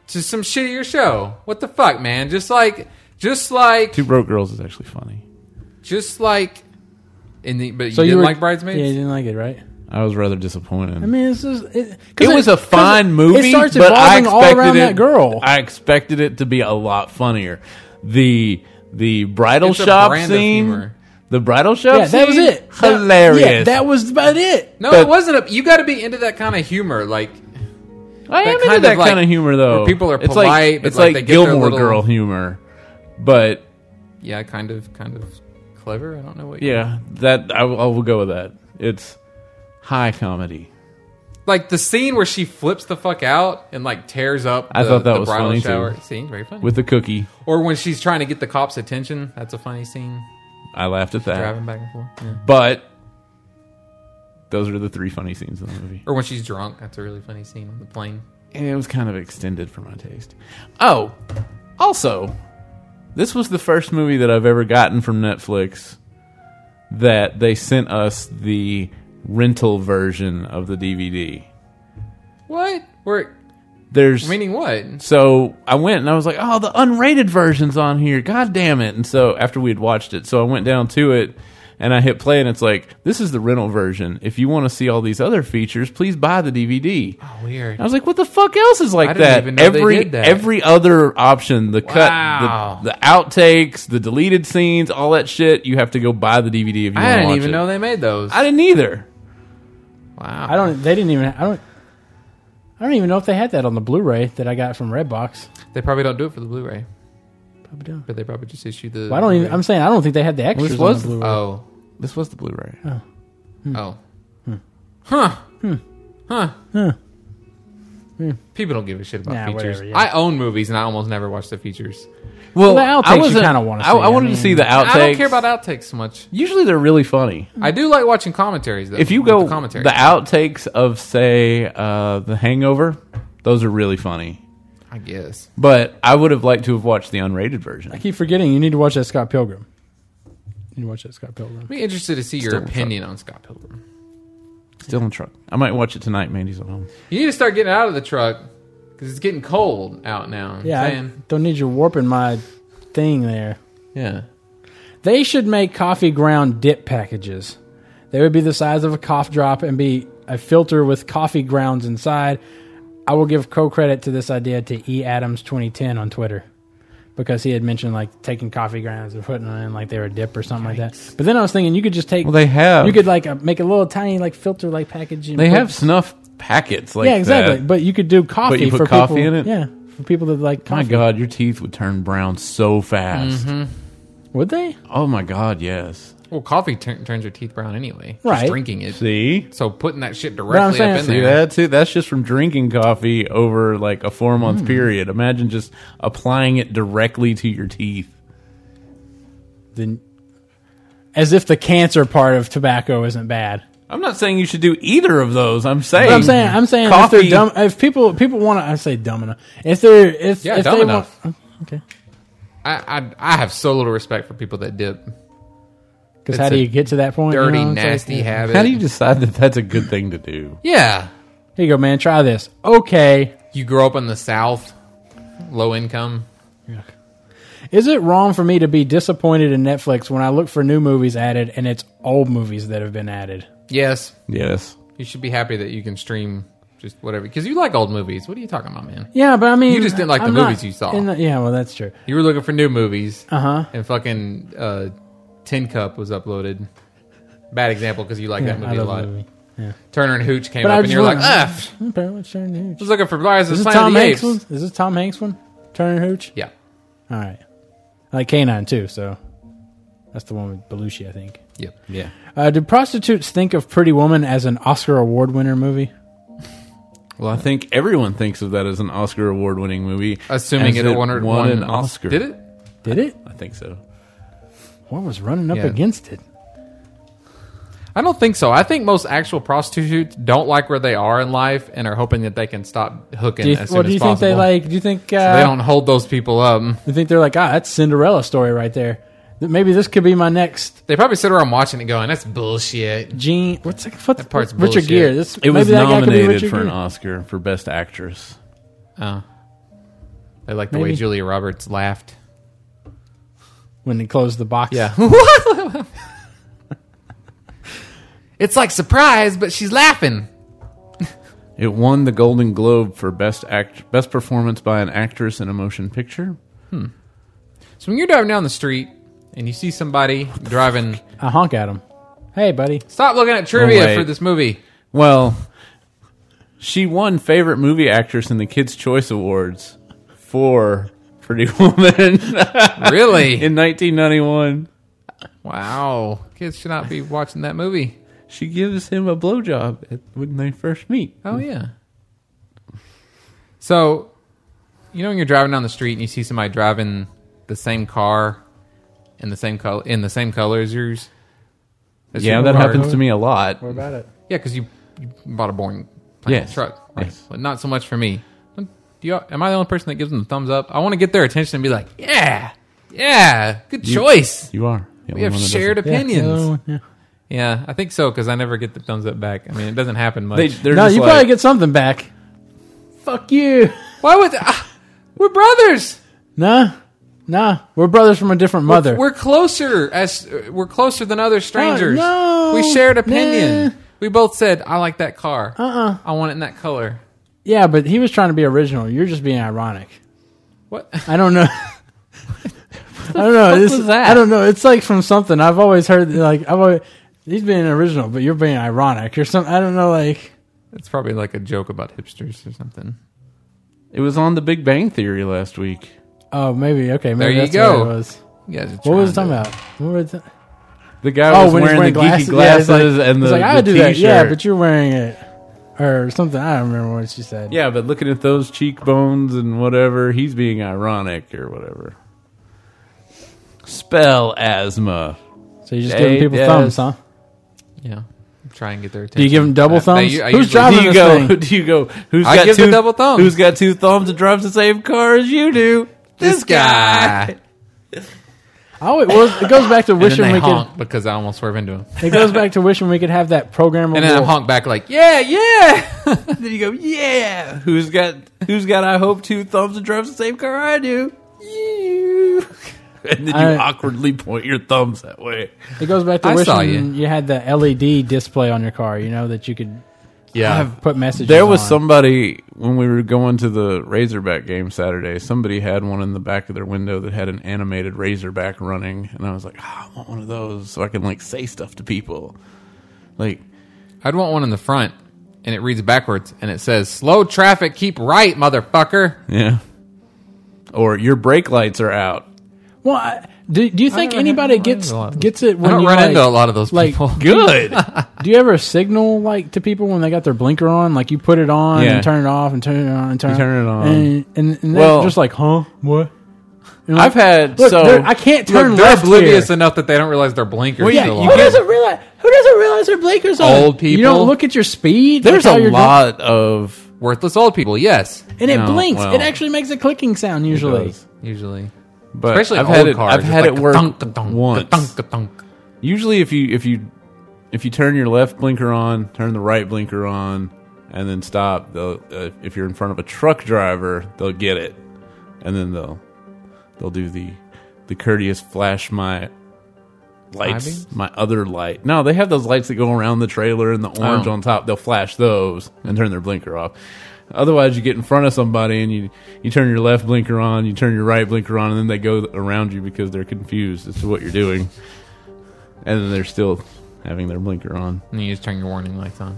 [SPEAKER 3] to some shittier show. What the fuck, man? Just like, just like,
[SPEAKER 1] Two Broke Girls is actually funny.
[SPEAKER 3] just like. In the, but you
[SPEAKER 2] So
[SPEAKER 3] didn't
[SPEAKER 2] were-
[SPEAKER 3] like Bridesmaids?
[SPEAKER 2] Yeah, you didn't like it, right?
[SPEAKER 1] I was rather disappointed.
[SPEAKER 2] I mean, it's just, it, 'cause
[SPEAKER 1] it was a
[SPEAKER 2] 'cause
[SPEAKER 1] fine movie,
[SPEAKER 2] It starts
[SPEAKER 1] but I
[SPEAKER 2] evolving
[SPEAKER 1] expected
[SPEAKER 2] all around
[SPEAKER 1] it,
[SPEAKER 2] that girl.
[SPEAKER 1] I expected it to be a lot funnier. The the bridal
[SPEAKER 3] It's a
[SPEAKER 1] shop
[SPEAKER 3] brand of
[SPEAKER 1] scene,
[SPEAKER 3] humor.
[SPEAKER 1] the bridal shop,
[SPEAKER 2] yeah, that was
[SPEAKER 1] scene?
[SPEAKER 2] it. That-
[SPEAKER 1] Hilarious.
[SPEAKER 2] yeah, that was about it.
[SPEAKER 3] No,
[SPEAKER 1] But-
[SPEAKER 3] it wasn't. A, you got to be into that kind of humor, like
[SPEAKER 1] I am
[SPEAKER 3] kind
[SPEAKER 1] into
[SPEAKER 3] of
[SPEAKER 1] that
[SPEAKER 3] like-
[SPEAKER 1] kind of humor though.
[SPEAKER 3] where people are
[SPEAKER 1] it's
[SPEAKER 3] polite,
[SPEAKER 1] like,
[SPEAKER 3] but
[SPEAKER 1] it's
[SPEAKER 3] like
[SPEAKER 1] like,
[SPEAKER 3] they get their
[SPEAKER 1] Gilmore
[SPEAKER 3] little-
[SPEAKER 1] Girl humor, but
[SPEAKER 3] yeah, kind of, kind of clever. I don't know what.
[SPEAKER 1] yeah, that I, will- I will go with that. It's high comedy.
[SPEAKER 3] like the scene where she flips the fuck out and like tears up. The,
[SPEAKER 1] I thought that
[SPEAKER 3] the
[SPEAKER 1] was
[SPEAKER 3] bridal
[SPEAKER 1] funny,
[SPEAKER 3] shower
[SPEAKER 1] too.
[SPEAKER 3] scene, very funny.
[SPEAKER 1] With the cookie,
[SPEAKER 3] or when she's trying to get the cops' attention, that's a funny scene.
[SPEAKER 1] I laughed at that.
[SPEAKER 3] Driving back and forth. Yeah.
[SPEAKER 1] But those are the three funny scenes in the movie.
[SPEAKER 3] Or when she's drunk, that's a really funny scene on the plane.
[SPEAKER 1] it was kind of extended for my taste. Oh, also, This was the first movie that I've ever gotten from Netflix that they sent us the rental version of the DVD.
[SPEAKER 3] What? We're
[SPEAKER 1] There's
[SPEAKER 3] meaning what?
[SPEAKER 1] so I went and I was like, "Oh, the unrated version's on here. God damn it!" And so after we had watched it, so I went down to it and I hit play, and it's like, "This is the rental version. If you want to see all these other features, please buy the DVD."
[SPEAKER 3] Weird.
[SPEAKER 1] I was like, "What the fuck else is like
[SPEAKER 3] I didn't
[SPEAKER 1] that?"
[SPEAKER 3] even know they
[SPEAKER 1] every
[SPEAKER 3] did that.
[SPEAKER 1] every other option, the
[SPEAKER 3] Wow.
[SPEAKER 1] cut, the, the outtakes, the deleted scenes, all that shit. You have to go buy the DVD if you
[SPEAKER 3] I
[SPEAKER 1] want to
[SPEAKER 3] didn't
[SPEAKER 1] watch
[SPEAKER 3] even
[SPEAKER 1] it.
[SPEAKER 3] know they made those.
[SPEAKER 1] I didn't either.
[SPEAKER 3] wow.
[SPEAKER 2] I don't. They didn't even. I don't. I don't even know if they had that on the Blu-ray that I got from Redbox.
[SPEAKER 3] They probably don't do it for the Blu-ray,
[SPEAKER 2] Probably don't.
[SPEAKER 3] but they probably just issue the.
[SPEAKER 2] Well, I don't even. I'm saying I don't think they had the extras.
[SPEAKER 1] Which
[SPEAKER 2] on
[SPEAKER 1] was
[SPEAKER 2] the Blu-ray.
[SPEAKER 3] oh.
[SPEAKER 1] This was the Blu-ray.
[SPEAKER 3] Oh.
[SPEAKER 2] Hmm.
[SPEAKER 3] Huh. Huh. Huh. People don't give a shit about
[SPEAKER 2] Hmm. Nah,
[SPEAKER 3] features.
[SPEAKER 2] whatever, yeah.
[SPEAKER 3] I own movies and I almost never watch the features.
[SPEAKER 1] Well,
[SPEAKER 2] Well, the outtakes
[SPEAKER 1] I
[SPEAKER 2] you
[SPEAKER 1] wasn't-
[SPEAKER 2] kinda wanna
[SPEAKER 1] I,
[SPEAKER 2] see.
[SPEAKER 1] I
[SPEAKER 2] I
[SPEAKER 1] wanted
[SPEAKER 2] mean-
[SPEAKER 1] to see the outtakes.
[SPEAKER 3] I don't care about outtakes so much.
[SPEAKER 1] Usually they're really funny.
[SPEAKER 2] Hmm.
[SPEAKER 3] I do like watching commentaries though.
[SPEAKER 1] if you
[SPEAKER 3] with the
[SPEAKER 1] go the,
[SPEAKER 3] commentary,
[SPEAKER 1] outtakes of say uh, the Hangover, those are really funny.
[SPEAKER 3] I guess
[SPEAKER 1] But I would have liked to have watched the unrated version.
[SPEAKER 2] I keep forgetting. You need to watch that Scott Pilgrim. You need to watch that Scott Pilgrim.
[SPEAKER 3] I'd be interested to see your
[SPEAKER 1] Still in
[SPEAKER 3] opinion on Scott Pilgrim.
[SPEAKER 1] Still in truck. I might watch it tonight. Mandy's at home.
[SPEAKER 3] You need to start getting out of the truck because it's getting cold out now.
[SPEAKER 2] Yeah, I
[SPEAKER 3] Saying-
[SPEAKER 2] don't need you warping my thing there.
[SPEAKER 3] yeah.
[SPEAKER 2] They should make coffee ground dip packages. They would be the size of a cough drop and be a filter with coffee grounds inside. I will give co credit to this idea to E Adams 2010 on Twitter because he had mentioned like taking coffee grounds and putting them in like they were dip or something like that. But then I was thinking you could just take
[SPEAKER 1] Well, they have.
[SPEAKER 2] you could like uh, make a little tiny like filter like package. And
[SPEAKER 1] They
[SPEAKER 2] put-
[SPEAKER 1] have snuff packets like
[SPEAKER 2] yeah exactly.
[SPEAKER 1] that.
[SPEAKER 2] But you could do coffee
[SPEAKER 1] But you put
[SPEAKER 2] for
[SPEAKER 1] coffee
[SPEAKER 2] people,
[SPEAKER 1] in it?
[SPEAKER 2] Yeah, for people that like
[SPEAKER 1] My
[SPEAKER 2] coffee.
[SPEAKER 1] God, your teeth would turn brown so fast.
[SPEAKER 2] would they?
[SPEAKER 1] Oh my God, yes.
[SPEAKER 3] Well, coffee tur- turns your teeth brown anyway. Just
[SPEAKER 2] Right.
[SPEAKER 3] drinking it.
[SPEAKER 1] See,
[SPEAKER 3] So putting that shit directly
[SPEAKER 2] saying-
[SPEAKER 3] up in
[SPEAKER 1] see
[SPEAKER 3] there.
[SPEAKER 1] that too. That's just from drinking coffee over like a four month period. Imagine just applying it directly to your teeth.
[SPEAKER 2] Then, as if the cancer part of tobacco isn't bad.
[SPEAKER 1] I'm not saying you should do either of those. I'm saying
[SPEAKER 2] But I'm saying, I'm saying, if
[SPEAKER 1] coffee.
[SPEAKER 2] they're dumb, if people people want to, I say dumb enough. If they're if
[SPEAKER 3] Yeah,
[SPEAKER 2] if
[SPEAKER 3] dumb
[SPEAKER 2] they
[SPEAKER 3] enough.
[SPEAKER 2] want, okay,
[SPEAKER 3] I, I I have so little respect for people that dip
[SPEAKER 2] because
[SPEAKER 3] It's
[SPEAKER 2] how do
[SPEAKER 3] a
[SPEAKER 2] you get to that point? you
[SPEAKER 3] dirty,
[SPEAKER 2] know? It's like,
[SPEAKER 3] nasty
[SPEAKER 2] yeah.
[SPEAKER 3] habit.
[SPEAKER 1] How do you decide that that's a good thing to do?
[SPEAKER 3] Yeah,
[SPEAKER 2] Here you go, man. Try this. Okay,
[SPEAKER 3] you grow up in the South, low income.
[SPEAKER 2] is it wrong for me to be disappointed in Netflix when I look for new movies added and it's old movies that have been added?
[SPEAKER 3] Yes,
[SPEAKER 1] Yes.
[SPEAKER 3] you should be happy that you can stream just whatever because you like old movies. What are you talking about, man?
[SPEAKER 2] Yeah, but I mean,
[SPEAKER 3] You just didn't like the
[SPEAKER 2] I'm
[SPEAKER 3] movies
[SPEAKER 2] not
[SPEAKER 3] you saw.
[SPEAKER 2] in the- yeah, well, that's true.
[SPEAKER 3] You were looking for new movies,
[SPEAKER 2] Uh huh.
[SPEAKER 3] and fucking uh, Tin Cup was uploaded. Bad example because you like that movie a lot. Turner and Hooch came
[SPEAKER 2] But I
[SPEAKER 3] up, and
[SPEAKER 2] just
[SPEAKER 3] you're like,
[SPEAKER 2] wanna-
[SPEAKER 3] ah, pff,
[SPEAKER 2] Is
[SPEAKER 3] just looking for Rise of
[SPEAKER 2] this
[SPEAKER 3] the Planet
[SPEAKER 2] Tom
[SPEAKER 3] of the
[SPEAKER 2] Hanks
[SPEAKER 3] Apes.
[SPEAKER 2] one? Is this Tom Hanks one? Turner and Hooch.
[SPEAKER 3] Yeah,
[SPEAKER 2] All right, I like Canine too. So that's the one with Belushi, I think.
[SPEAKER 3] yep.
[SPEAKER 1] Yeah.
[SPEAKER 2] Uh, do prostitutes think of Pretty Woman as an Oscar award winner movie?
[SPEAKER 1] Well, I think everyone thinks of that as an Oscar award winning movie.
[SPEAKER 3] Assuming
[SPEAKER 1] as
[SPEAKER 3] it, won, or- won an Oscar, did it?
[SPEAKER 2] Did it?
[SPEAKER 1] I think so.
[SPEAKER 2] What was running up
[SPEAKER 3] Yeah.
[SPEAKER 2] against it?
[SPEAKER 3] I don't think so. I think most actual prostitutes don't like where they are in life and are hoping that they can stop hooking
[SPEAKER 2] Do you,
[SPEAKER 3] as soon
[SPEAKER 2] well, do
[SPEAKER 3] as
[SPEAKER 2] you
[SPEAKER 3] possible.
[SPEAKER 2] think they like? Do you think uh,
[SPEAKER 3] they don't hold those people up.
[SPEAKER 2] You think they're like, ah, that's Cinderella story right there. Th- Maybe this could be my next
[SPEAKER 3] They probably sit around watching it, going, "That's bullshit."
[SPEAKER 2] Gene. What's that? What,
[SPEAKER 3] That part's
[SPEAKER 2] Richard
[SPEAKER 3] bullshit.
[SPEAKER 2] Gere. This
[SPEAKER 1] It was
[SPEAKER 2] maybe that guy could be
[SPEAKER 1] nominated
[SPEAKER 2] Richard
[SPEAKER 1] for an
[SPEAKER 2] Gere.
[SPEAKER 1] Oscar for Best Actress.
[SPEAKER 3] Oh. They like the way
[SPEAKER 2] Maybe.
[SPEAKER 3] Julia Roberts laughed.
[SPEAKER 2] when they closed the box.
[SPEAKER 3] [laughs] it's like surprise, but she's laughing.
[SPEAKER 1] It won the Golden Globe for Best Act, Best Performance by an Actress in a Motion Picture.
[SPEAKER 3] So when you're driving down the street and you see somebody driving,
[SPEAKER 2] I honk at him. Hey, buddy.
[SPEAKER 3] stop looking at trivia
[SPEAKER 1] wait.
[SPEAKER 3] for this movie.
[SPEAKER 1] Well, she won Favorite Movie Actress in the Kids' Choice Awards for Pretty [laughs] Woman [laughs]
[SPEAKER 3] Really?
[SPEAKER 1] in 1991.
[SPEAKER 3] wow. Kids should not be watching that movie.
[SPEAKER 1] She gives him a blowjob at- when they first meet.
[SPEAKER 3] Oh yeah. So, you know when you're driving down the street and you see somebody driving the same car in the same color in the same color as yours. That's
[SPEAKER 1] Yeah,
[SPEAKER 3] your
[SPEAKER 1] that
[SPEAKER 3] car.
[SPEAKER 1] happens to me a lot.
[SPEAKER 2] What about it?
[SPEAKER 3] Yeah, because you, you bought a boring plain
[SPEAKER 1] Yes.
[SPEAKER 3] truck, right?
[SPEAKER 1] Yes.
[SPEAKER 3] But not so much for me. Do you, am I the only person that gives them the thumbs up? I want to get their attention and be like, "Yeah, Yeah, good
[SPEAKER 1] You-
[SPEAKER 3] choice.
[SPEAKER 1] You are. The
[SPEAKER 3] We
[SPEAKER 1] only
[SPEAKER 3] have
[SPEAKER 1] one that
[SPEAKER 3] shared
[SPEAKER 1] doesn't.
[SPEAKER 3] opinions.
[SPEAKER 2] Yeah.
[SPEAKER 3] Yeah, I think so because I never get the thumbs up back. I mean, it doesn't happen much.
[SPEAKER 1] They, they're
[SPEAKER 2] No,
[SPEAKER 1] just
[SPEAKER 2] you
[SPEAKER 1] like,
[SPEAKER 2] probably get something back. Fuck you.
[SPEAKER 3] Why would ah, we're brothers?
[SPEAKER 2] Nah, nah. We're brothers from a different mother.
[SPEAKER 3] We're closer as we're closer than other strangers.
[SPEAKER 2] Oh, no.
[SPEAKER 3] we shared opinion.
[SPEAKER 2] Nah.
[SPEAKER 3] We both said, "I like that car. Uh-uh. I want it in that color."
[SPEAKER 2] yeah, but he was trying to be original. You're just being ironic.
[SPEAKER 3] What?
[SPEAKER 2] I don't know. I don't know. This,
[SPEAKER 3] was that?
[SPEAKER 2] I don't know. It's like from something I've always heard. Like I've always, he's being original, but you're being ironic or something. I don't know. Like
[SPEAKER 3] It's probably like a joke about hipsters or something.
[SPEAKER 1] It was on The Big Bang Theory last week.
[SPEAKER 2] oh, maybe okay. Maybe
[SPEAKER 3] There you
[SPEAKER 2] that's
[SPEAKER 3] go.
[SPEAKER 2] What, it was.
[SPEAKER 3] You guys are
[SPEAKER 2] what was it
[SPEAKER 3] trying
[SPEAKER 2] talking
[SPEAKER 3] to-
[SPEAKER 2] about? What were they-
[SPEAKER 1] The guy
[SPEAKER 2] oh,
[SPEAKER 1] was
[SPEAKER 2] when he's
[SPEAKER 1] wearing,
[SPEAKER 2] wearing
[SPEAKER 1] the
[SPEAKER 2] glasses,
[SPEAKER 1] geeky
[SPEAKER 2] Yeah, it's
[SPEAKER 1] glasses
[SPEAKER 2] like,
[SPEAKER 1] and the,
[SPEAKER 2] it's like, I
[SPEAKER 1] the
[SPEAKER 2] would do that.
[SPEAKER 1] t-shirt.
[SPEAKER 2] Yeah, but you're wearing it or something. I don't remember what she said.
[SPEAKER 1] Yeah, but looking at those cheekbones and whatever, he's being ironic or whatever. Spell asthma.
[SPEAKER 2] So you're just
[SPEAKER 1] They
[SPEAKER 2] giving people
[SPEAKER 1] does.
[SPEAKER 2] thumbs, huh?
[SPEAKER 3] Yeah, try and get their attention.
[SPEAKER 2] Do you give them double
[SPEAKER 3] I-
[SPEAKER 2] thumbs?
[SPEAKER 3] they- I
[SPEAKER 2] Who's
[SPEAKER 3] usually-
[SPEAKER 2] driving
[SPEAKER 1] do you
[SPEAKER 2] this
[SPEAKER 1] go?
[SPEAKER 2] thing?
[SPEAKER 1] [laughs] Do you go? Who's
[SPEAKER 3] I
[SPEAKER 1] got
[SPEAKER 3] give the
[SPEAKER 1] two
[SPEAKER 3] double thumbs.
[SPEAKER 1] Who's got two thumbs and drives the same car as you do?
[SPEAKER 3] This guy.
[SPEAKER 2] I always, well, it goes back to
[SPEAKER 3] And then
[SPEAKER 2] wishing
[SPEAKER 3] they
[SPEAKER 2] we
[SPEAKER 3] honk because I almost swerved into him.
[SPEAKER 2] could. It goes back to wishing we could have [laughs] that programmable.
[SPEAKER 3] And then I honk back like, yeah, [laughs] yeah.
[SPEAKER 1] [laughs] Then you go, yeah. Who's got? Who's got? I hope two thumbs and drives the same car I do. You. [laughs] And then you
[SPEAKER 2] I-
[SPEAKER 1] awkwardly point your thumbs that way.
[SPEAKER 2] It goes back to
[SPEAKER 3] I saw
[SPEAKER 2] wishing you. had the LED display on your car, you know, that you could
[SPEAKER 3] yeah.
[SPEAKER 2] have put messages.
[SPEAKER 1] There was
[SPEAKER 2] on.
[SPEAKER 1] somebody when we were going to the Razorback game Saturday. Somebody had one in the back of their window that had an animated Razorback running, and I was like, oh, I want one of those so I can like say stuff to people. Like,
[SPEAKER 3] I'd want one in the front, and it reads backwards, and it says, "Slow traffic, keep right, motherfucker."
[SPEAKER 1] yeah. Or your brake lights are [laughs] out.
[SPEAKER 2] Well, I- do, do you think anybody gets gets it
[SPEAKER 3] I
[SPEAKER 2] when
[SPEAKER 3] don't
[SPEAKER 2] you
[SPEAKER 3] run
[SPEAKER 2] like,
[SPEAKER 3] into a lot of those
[SPEAKER 2] like-
[SPEAKER 3] people.
[SPEAKER 1] Good.
[SPEAKER 2] Do you ever signal like to people when they got their blinker on? Like you put it on
[SPEAKER 1] Yeah.
[SPEAKER 2] and turn it off and turn it on and turn,
[SPEAKER 1] You turn it on.
[SPEAKER 2] and and, and
[SPEAKER 1] Well-
[SPEAKER 2] they're just like, huh, what? And like,
[SPEAKER 1] I've had
[SPEAKER 2] look,
[SPEAKER 1] so
[SPEAKER 2] they're- I can't turn
[SPEAKER 3] Look, [laughs] they're
[SPEAKER 2] left
[SPEAKER 3] oblivious
[SPEAKER 2] here.
[SPEAKER 3] enough that they don't realize their blinkers
[SPEAKER 1] Well, yeah,
[SPEAKER 3] still
[SPEAKER 1] you
[SPEAKER 3] on.
[SPEAKER 1] get-
[SPEAKER 2] realize who doesn't realize their blinkers on?
[SPEAKER 3] Old
[SPEAKER 2] You
[SPEAKER 3] people.
[SPEAKER 2] don't look at your speed. like
[SPEAKER 1] There's
[SPEAKER 2] how
[SPEAKER 1] a
[SPEAKER 2] you're
[SPEAKER 1] lot of
[SPEAKER 3] Worthless old people, yes,
[SPEAKER 2] going- and it
[SPEAKER 1] No,
[SPEAKER 2] blinks.
[SPEAKER 1] well,
[SPEAKER 2] it actually makes a clicking sound usually.
[SPEAKER 3] usually.
[SPEAKER 1] but
[SPEAKER 3] Especially
[SPEAKER 1] I've
[SPEAKER 3] in
[SPEAKER 1] had
[SPEAKER 3] old
[SPEAKER 1] it,
[SPEAKER 3] cars.
[SPEAKER 1] I've
[SPEAKER 3] it's
[SPEAKER 1] had
[SPEAKER 3] like
[SPEAKER 1] it work
[SPEAKER 3] ka-thunk, ka-thunk,
[SPEAKER 1] once.
[SPEAKER 3] ka-thunk, ka-thunk.
[SPEAKER 1] Usually, if you if you if you turn your left blinker on, turn the right blinker on, and then stop. They'll, uh, if you're in front of a truck driver, they'll get it, and then they'll they'll do the the courteous flash my lights,
[SPEAKER 3] beams?
[SPEAKER 1] my other light. No, they have those lights that go around the trailer and the orange
[SPEAKER 3] Oh.
[SPEAKER 1] on top. They'll flash those and turn their blinker off. Otherwise, you get in front of somebody and you you turn your left blinker on, you turn your right blinker on, and then they go around you because they're confused as to what you're doing, and then they're still having their blinker on.
[SPEAKER 3] And you just turn your warning lights on.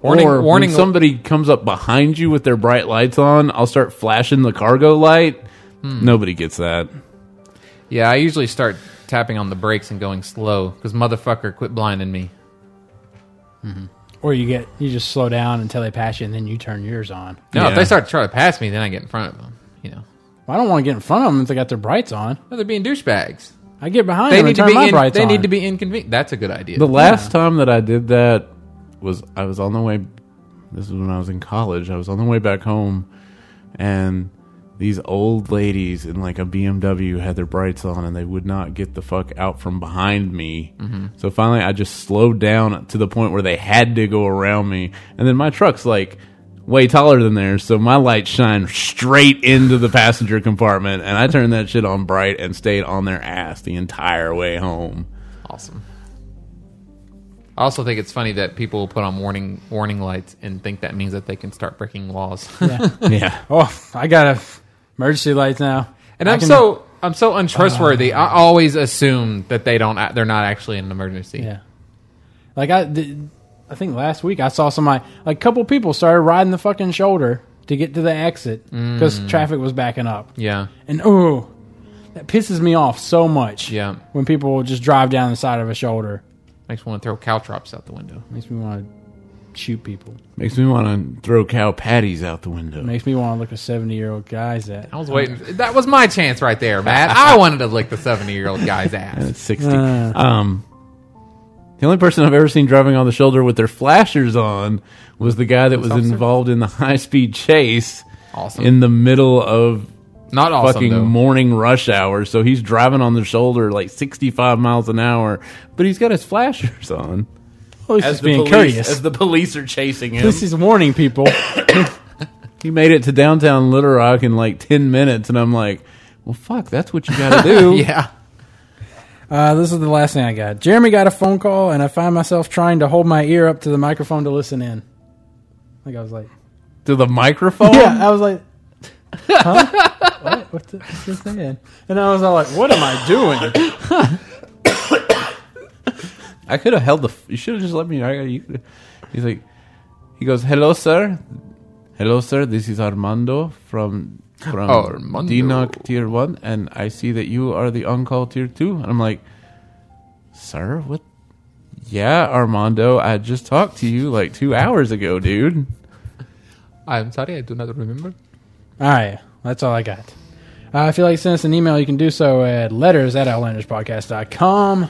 [SPEAKER 1] Warning,
[SPEAKER 3] Warning,
[SPEAKER 1] or
[SPEAKER 3] warning.
[SPEAKER 1] When somebody comes up behind you with their bright lights on, I'll start flashing the cargo light.
[SPEAKER 3] Hmm.
[SPEAKER 1] Nobody gets that.
[SPEAKER 3] yeah, I usually start tapping on the brakes and going slow because motherfucker, quit blinding me.
[SPEAKER 2] Or you get you just slow down until they pass you, and then you turn yours on.
[SPEAKER 3] No,
[SPEAKER 1] Yeah.
[SPEAKER 3] if they start to try to pass me, then I get in front of them. You know,
[SPEAKER 2] Well, I don't want to get in front of them if they got their brights on.
[SPEAKER 3] no, they're being douchebags.
[SPEAKER 2] I get behind
[SPEAKER 3] They
[SPEAKER 2] them
[SPEAKER 3] need
[SPEAKER 2] and
[SPEAKER 3] to
[SPEAKER 2] turn
[SPEAKER 3] be.
[SPEAKER 2] my
[SPEAKER 3] In,
[SPEAKER 2] brights
[SPEAKER 3] they
[SPEAKER 2] on.
[SPEAKER 3] need to be inconvenient. That's a good idea.
[SPEAKER 1] The last time that I did that was I was on the way. This is when I was in college. I was on the way back home, and these old ladies in like a BMW had their brights on, and they would not get the fuck out from behind me. So finally, I just slowed down to the point where they had to go around me, and then my truck's like way taller than theirs, so my lights shine straight into the passenger compartment, and I turned that shit on bright and stayed on their ass the entire way home.
[SPEAKER 3] Awesome. I also think it's funny that people will put on warning warning lights and think that means that they can start breaking laws. [laughs]
[SPEAKER 2] [laughs]
[SPEAKER 1] Yeah.
[SPEAKER 2] oh, I got a emergency lights now.
[SPEAKER 3] and
[SPEAKER 2] I
[SPEAKER 3] I'm
[SPEAKER 2] can- Uh,
[SPEAKER 3] so I'm so untrustworthy. I always assume that they don't act- they're not actually in an emergency.
[SPEAKER 2] Yeah. Like I, did, I think last week I saw somebody, like a couple people started riding the fucking shoulder to get to the exit because traffic was backing up,
[SPEAKER 3] Yeah.
[SPEAKER 2] and oh, that pisses me off so much.
[SPEAKER 3] Yeah.
[SPEAKER 2] When people will just drive down the side of a shoulder,
[SPEAKER 3] Makes me want to throw caltrops out the window.
[SPEAKER 2] makes me want to shoot people.
[SPEAKER 1] Makes me want to throw cow patties out the window.
[SPEAKER 2] Makes me want to look a seventy-year-old guy's at.
[SPEAKER 3] I was waiting. That was my chance right there, Matt.
[SPEAKER 2] [laughs]
[SPEAKER 3] I wanted to lick the 70 year old guy's ass.
[SPEAKER 1] That's 60. um, the only person I've ever seen driving on the shoulder with their flashers on was the guy that was
[SPEAKER 3] officer?
[SPEAKER 1] involved in the high speed chase
[SPEAKER 3] Awesome.
[SPEAKER 1] in the middle of
[SPEAKER 3] Not awesome,
[SPEAKER 1] fucking
[SPEAKER 3] though.
[SPEAKER 1] morning rush hour. So he's driving on the shoulder like 65 miles an hour, but he's got his flashers on.
[SPEAKER 2] At least he's Oh, being courteous. [laughs]
[SPEAKER 1] as the police are chasing
[SPEAKER 2] At
[SPEAKER 1] him.
[SPEAKER 2] least he's
[SPEAKER 1] [laughs]
[SPEAKER 2] warning people.
[SPEAKER 1] He made it to downtown Little Rock in like 10 minutes, and I'm like, well, fuck, that's what you [laughs] got to do.
[SPEAKER 3] [laughs] yeah.
[SPEAKER 2] Uh, this is the last thing I got. Jeremy got a phone call, and I find myself trying to hold my ear up to the microphone to listen in. I think I was like,
[SPEAKER 1] To the microphone?
[SPEAKER 2] [laughs] yeah, I was like, [laughs] huh? what? What's, the, what's this saying? And I was all like, what am I doing?
[SPEAKER 1] I could have held the. F- you should have just let me. I, you could- he's like, he goes, "Hello, sir. Hello, sir. This is Armando from from
[SPEAKER 3] Armando.
[SPEAKER 1] DNOC Tier One, and I see that you are the on call Tier Two. And I'm like, sir, what? Yeah, Armando, I just talked to you like two hours ago, dude.
[SPEAKER 3] I'm sorry, I do not remember.
[SPEAKER 2] all right, that's all I got. Uh, if you'd like to send us an email, you can do so at letters at outlanderspodcast.com.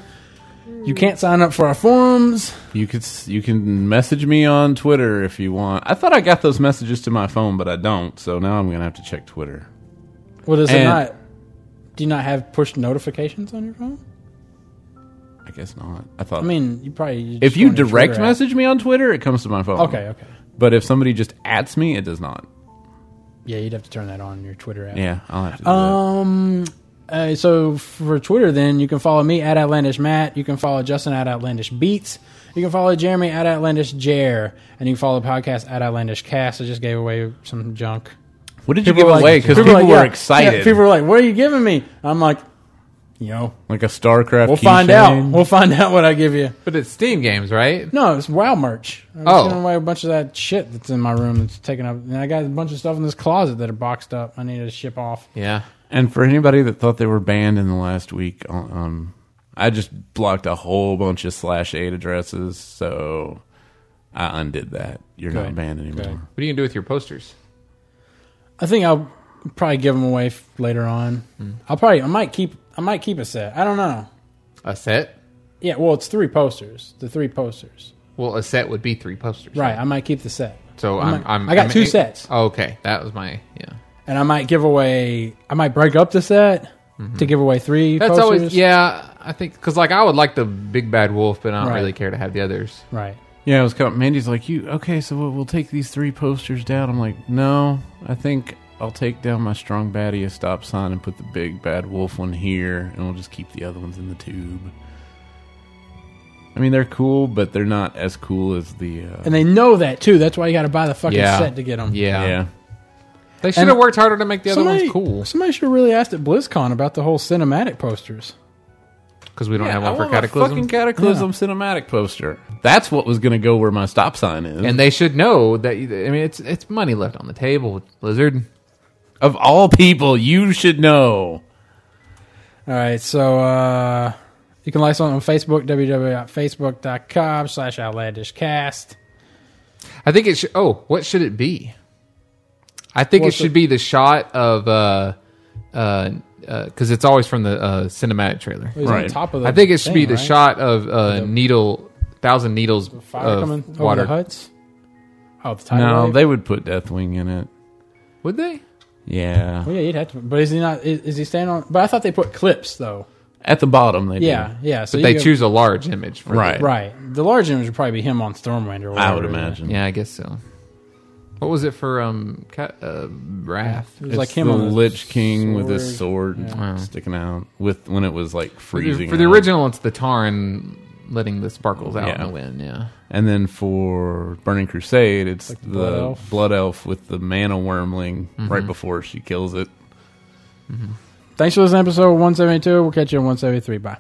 [SPEAKER 2] You can't sign up for our forums.
[SPEAKER 1] You could s- you can message me on Twitter if you want. I thought I got those messages to my phone, but I don't. So now I'm gonna have to check Twitter.
[SPEAKER 2] What is it
[SPEAKER 1] And-
[SPEAKER 2] not? Do you not have push notifications on your phone?
[SPEAKER 1] I guess not. I thought.
[SPEAKER 2] I mean, you probably. you
[SPEAKER 1] if
[SPEAKER 2] just
[SPEAKER 1] you
[SPEAKER 2] go on your
[SPEAKER 1] direct
[SPEAKER 2] Twitter app.
[SPEAKER 1] message me on Twitter, it comes to my phone.
[SPEAKER 2] Okay, okay.
[SPEAKER 1] But if somebody just adds me, it does not.
[SPEAKER 2] Yeah, you'd have to turn that on your Twitter app.
[SPEAKER 1] Yeah, I'll have to. Do
[SPEAKER 2] Um. Uh, so for Twitter, then you can follow me at Outlandish Matt. You can follow Justin at Outlandish Beats. You can follow Jeremy at Outlandish Jer, and you can follow the podcast at Outlandish Cast. I just gave away some junk.
[SPEAKER 1] that. What did you give away? Because people,
[SPEAKER 2] like,
[SPEAKER 1] were
[SPEAKER 2] yeah, yeah,
[SPEAKER 1] excited.
[SPEAKER 2] people were like, "What are you giving me?" I'm like, "You know,
[SPEAKER 1] like a StarCraft.
[SPEAKER 2] we'll find out.
[SPEAKER 1] keychain.
[SPEAKER 2] We'll find out what I give you."
[SPEAKER 3] But it's Steam games, right?
[SPEAKER 2] No, it's WoW merch. I'm
[SPEAKER 3] Oh.
[SPEAKER 2] giving away a bunch of that shit that's in my room that's taken up, and I got a bunch of stuff in this closet that are boxed up. I need to ship off.
[SPEAKER 3] Yeah.
[SPEAKER 1] And for anybody that thought they were banned in the last week, um, I just blocked a whole bunch of slash eight addresses, so I undid that. You're not
[SPEAKER 2] Good.
[SPEAKER 1] banned anymore.
[SPEAKER 2] Good.
[SPEAKER 3] What are you gonna do with your posters?
[SPEAKER 2] I think I'll probably give them away f- later on.
[SPEAKER 3] Hmm.
[SPEAKER 2] I'll probably I might keep I might keep a set. I don't know.
[SPEAKER 3] A set?
[SPEAKER 2] Yeah, well, it's three posters. The three posters.
[SPEAKER 3] Well, a set would be three posters.
[SPEAKER 2] Right. I might keep the set,
[SPEAKER 3] So
[SPEAKER 2] I
[SPEAKER 3] I'm,
[SPEAKER 2] might-
[SPEAKER 3] I'm.
[SPEAKER 2] I got
[SPEAKER 3] I'm
[SPEAKER 2] two
[SPEAKER 3] eight-
[SPEAKER 2] sets.
[SPEAKER 3] Oh, okay, that was my. Yeah.
[SPEAKER 2] and I might give away. I might break up the set to give away three.
[SPEAKER 3] Mm-hmm. That's
[SPEAKER 2] posters.
[SPEAKER 3] always. Yeah, I think because like I would like the big bad wolf, but I don't
[SPEAKER 2] Right.
[SPEAKER 3] really care to have the others.
[SPEAKER 2] Right.
[SPEAKER 1] Yeah, I was coming. Mandy's like, "You okay? So we'll, we'll take these three posters down." I'm like, "No, I think I'll take down my strong baddie a stop sign and put the big bad wolf one here, and we'll just keep the other ones in the tube." I mean, they're cool, but they're not as cool as the. Uh,
[SPEAKER 2] And they know that too. That's why you got to buy the fucking
[SPEAKER 3] Yeah.
[SPEAKER 2] set to get them.
[SPEAKER 3] Yeah.
[SPEAKER 1] yeah,
[SPEAKER 3] They should have worked harder to make the other
[SPEAKER 2] Somebody,
[SPEAKER 3] ones cool
[SPEAKER 2] somebody should have really asked at BlizzCon about the whole cinematic posters.
[SPEAKER 3] because we don't have
[SPEAKER 1] I
[SPEAKER 3] one for
[SPEAKER 1] want my
[SPEAKER 3] Cataclysm.
[SPEAKER 1] fucking Cataclysm cinematic poster. That's what was going to go where my stop sign is.
[SPEAKER 3] and they should know that. I mean, it's it's money left on the table with Blizzard.
[SPEAKER 1] of all people, you should know.
[SPEAKER 2] All right, so uh, you can like us on Facebook, www.facebook.com slash outlandishcast.
[SPEAKER 3] I think it should. Oh, what should it be? I think
[SPEAKER 2] What's
[SPEAKER 3] it should be the shot of uh, uh, because it's always from the uh, cinematic trailer.
[SPEAKER 2] He's
[SPEAKER 1] Right.
[SPEAKER 2] On top of the
[SPEAKER 3] I think it should be
[SPEAKER 2] thing,
[SPEAKER 3] the
[SPEAKER 2] right?
[SPEAKER 3] shot of uh, needle thousand needles
[SPEAKER 2] Fire
[SPEAKER 3] of
[SPEAKER 2] coming over
[SPEAKER 3] water.
[SPEAKER 2] the huts. Oh, the tidal
[SPEAKER 1] uh, No,
[SPEAKER 2] wave?
[SPEAKER 1] they would put Deathwing in it.
[SPEAKER 3] Would they?
[SPEAKER 1] Yeah,
[SPEAKER 2] Well, Oh, yeah, you'd have to. But is he not? Is, is he staying on? But I thought they put clips though.
[SPEAKER 1] at the bottom they do.
[SPEAKER 2] Yeah, yeah. So
[SPEAKER 3] But
[SPEAKER 2] you
[SPEAKER 3] they
[SPEAKER 2] go-
[SPEAKER 3] choose a large image, for
[SPEAKER 1] Right.
[SPEAKER 3] the-
[SPEAKER 2] right. The large image would probably be him on Stormwind or whatever.
[SPEAKER 1] I would imagine.
[SPEAKER 3] Yeah, I guess so. What was it for? Um, cat, uh, Wrath.
[SPEAKER 2] It was
[SPEAKER 1] It's
[SPEAKER 2] like him
[SPEAKER 1] the
[SPEAKER 2] on the
[SPEAKER 1] Lich King with his
[SPEAKER 2] sword.
[SPEAKER 1] sword sticking out. With when it was like
[SPEAKER 3] For the-
[SPEAKER 1] freezing
[SPEAKER 3] for the
[SPEAKER 1] out.
[SPEAKER 3] original, it's the Tarn letting the sparkles out
[SPEAKER 1] Yeah.
[SPEAKER 3] in the wind. Yeah.
[SPEAKER 1] and then for Burning Crusade, it's the
[SPEAKER 2] Blood
[SPEAKER 1] blood
[SPEAKER 2] Elf.
[SPEAKER 1] elf. with the mana wormling right before she kills it.
[SPEAKER 3] Mm-hmm.
[SPEAKER 2] Thanks for listening, to episode one seventy two. We'll catch you in one seventy three. Bye.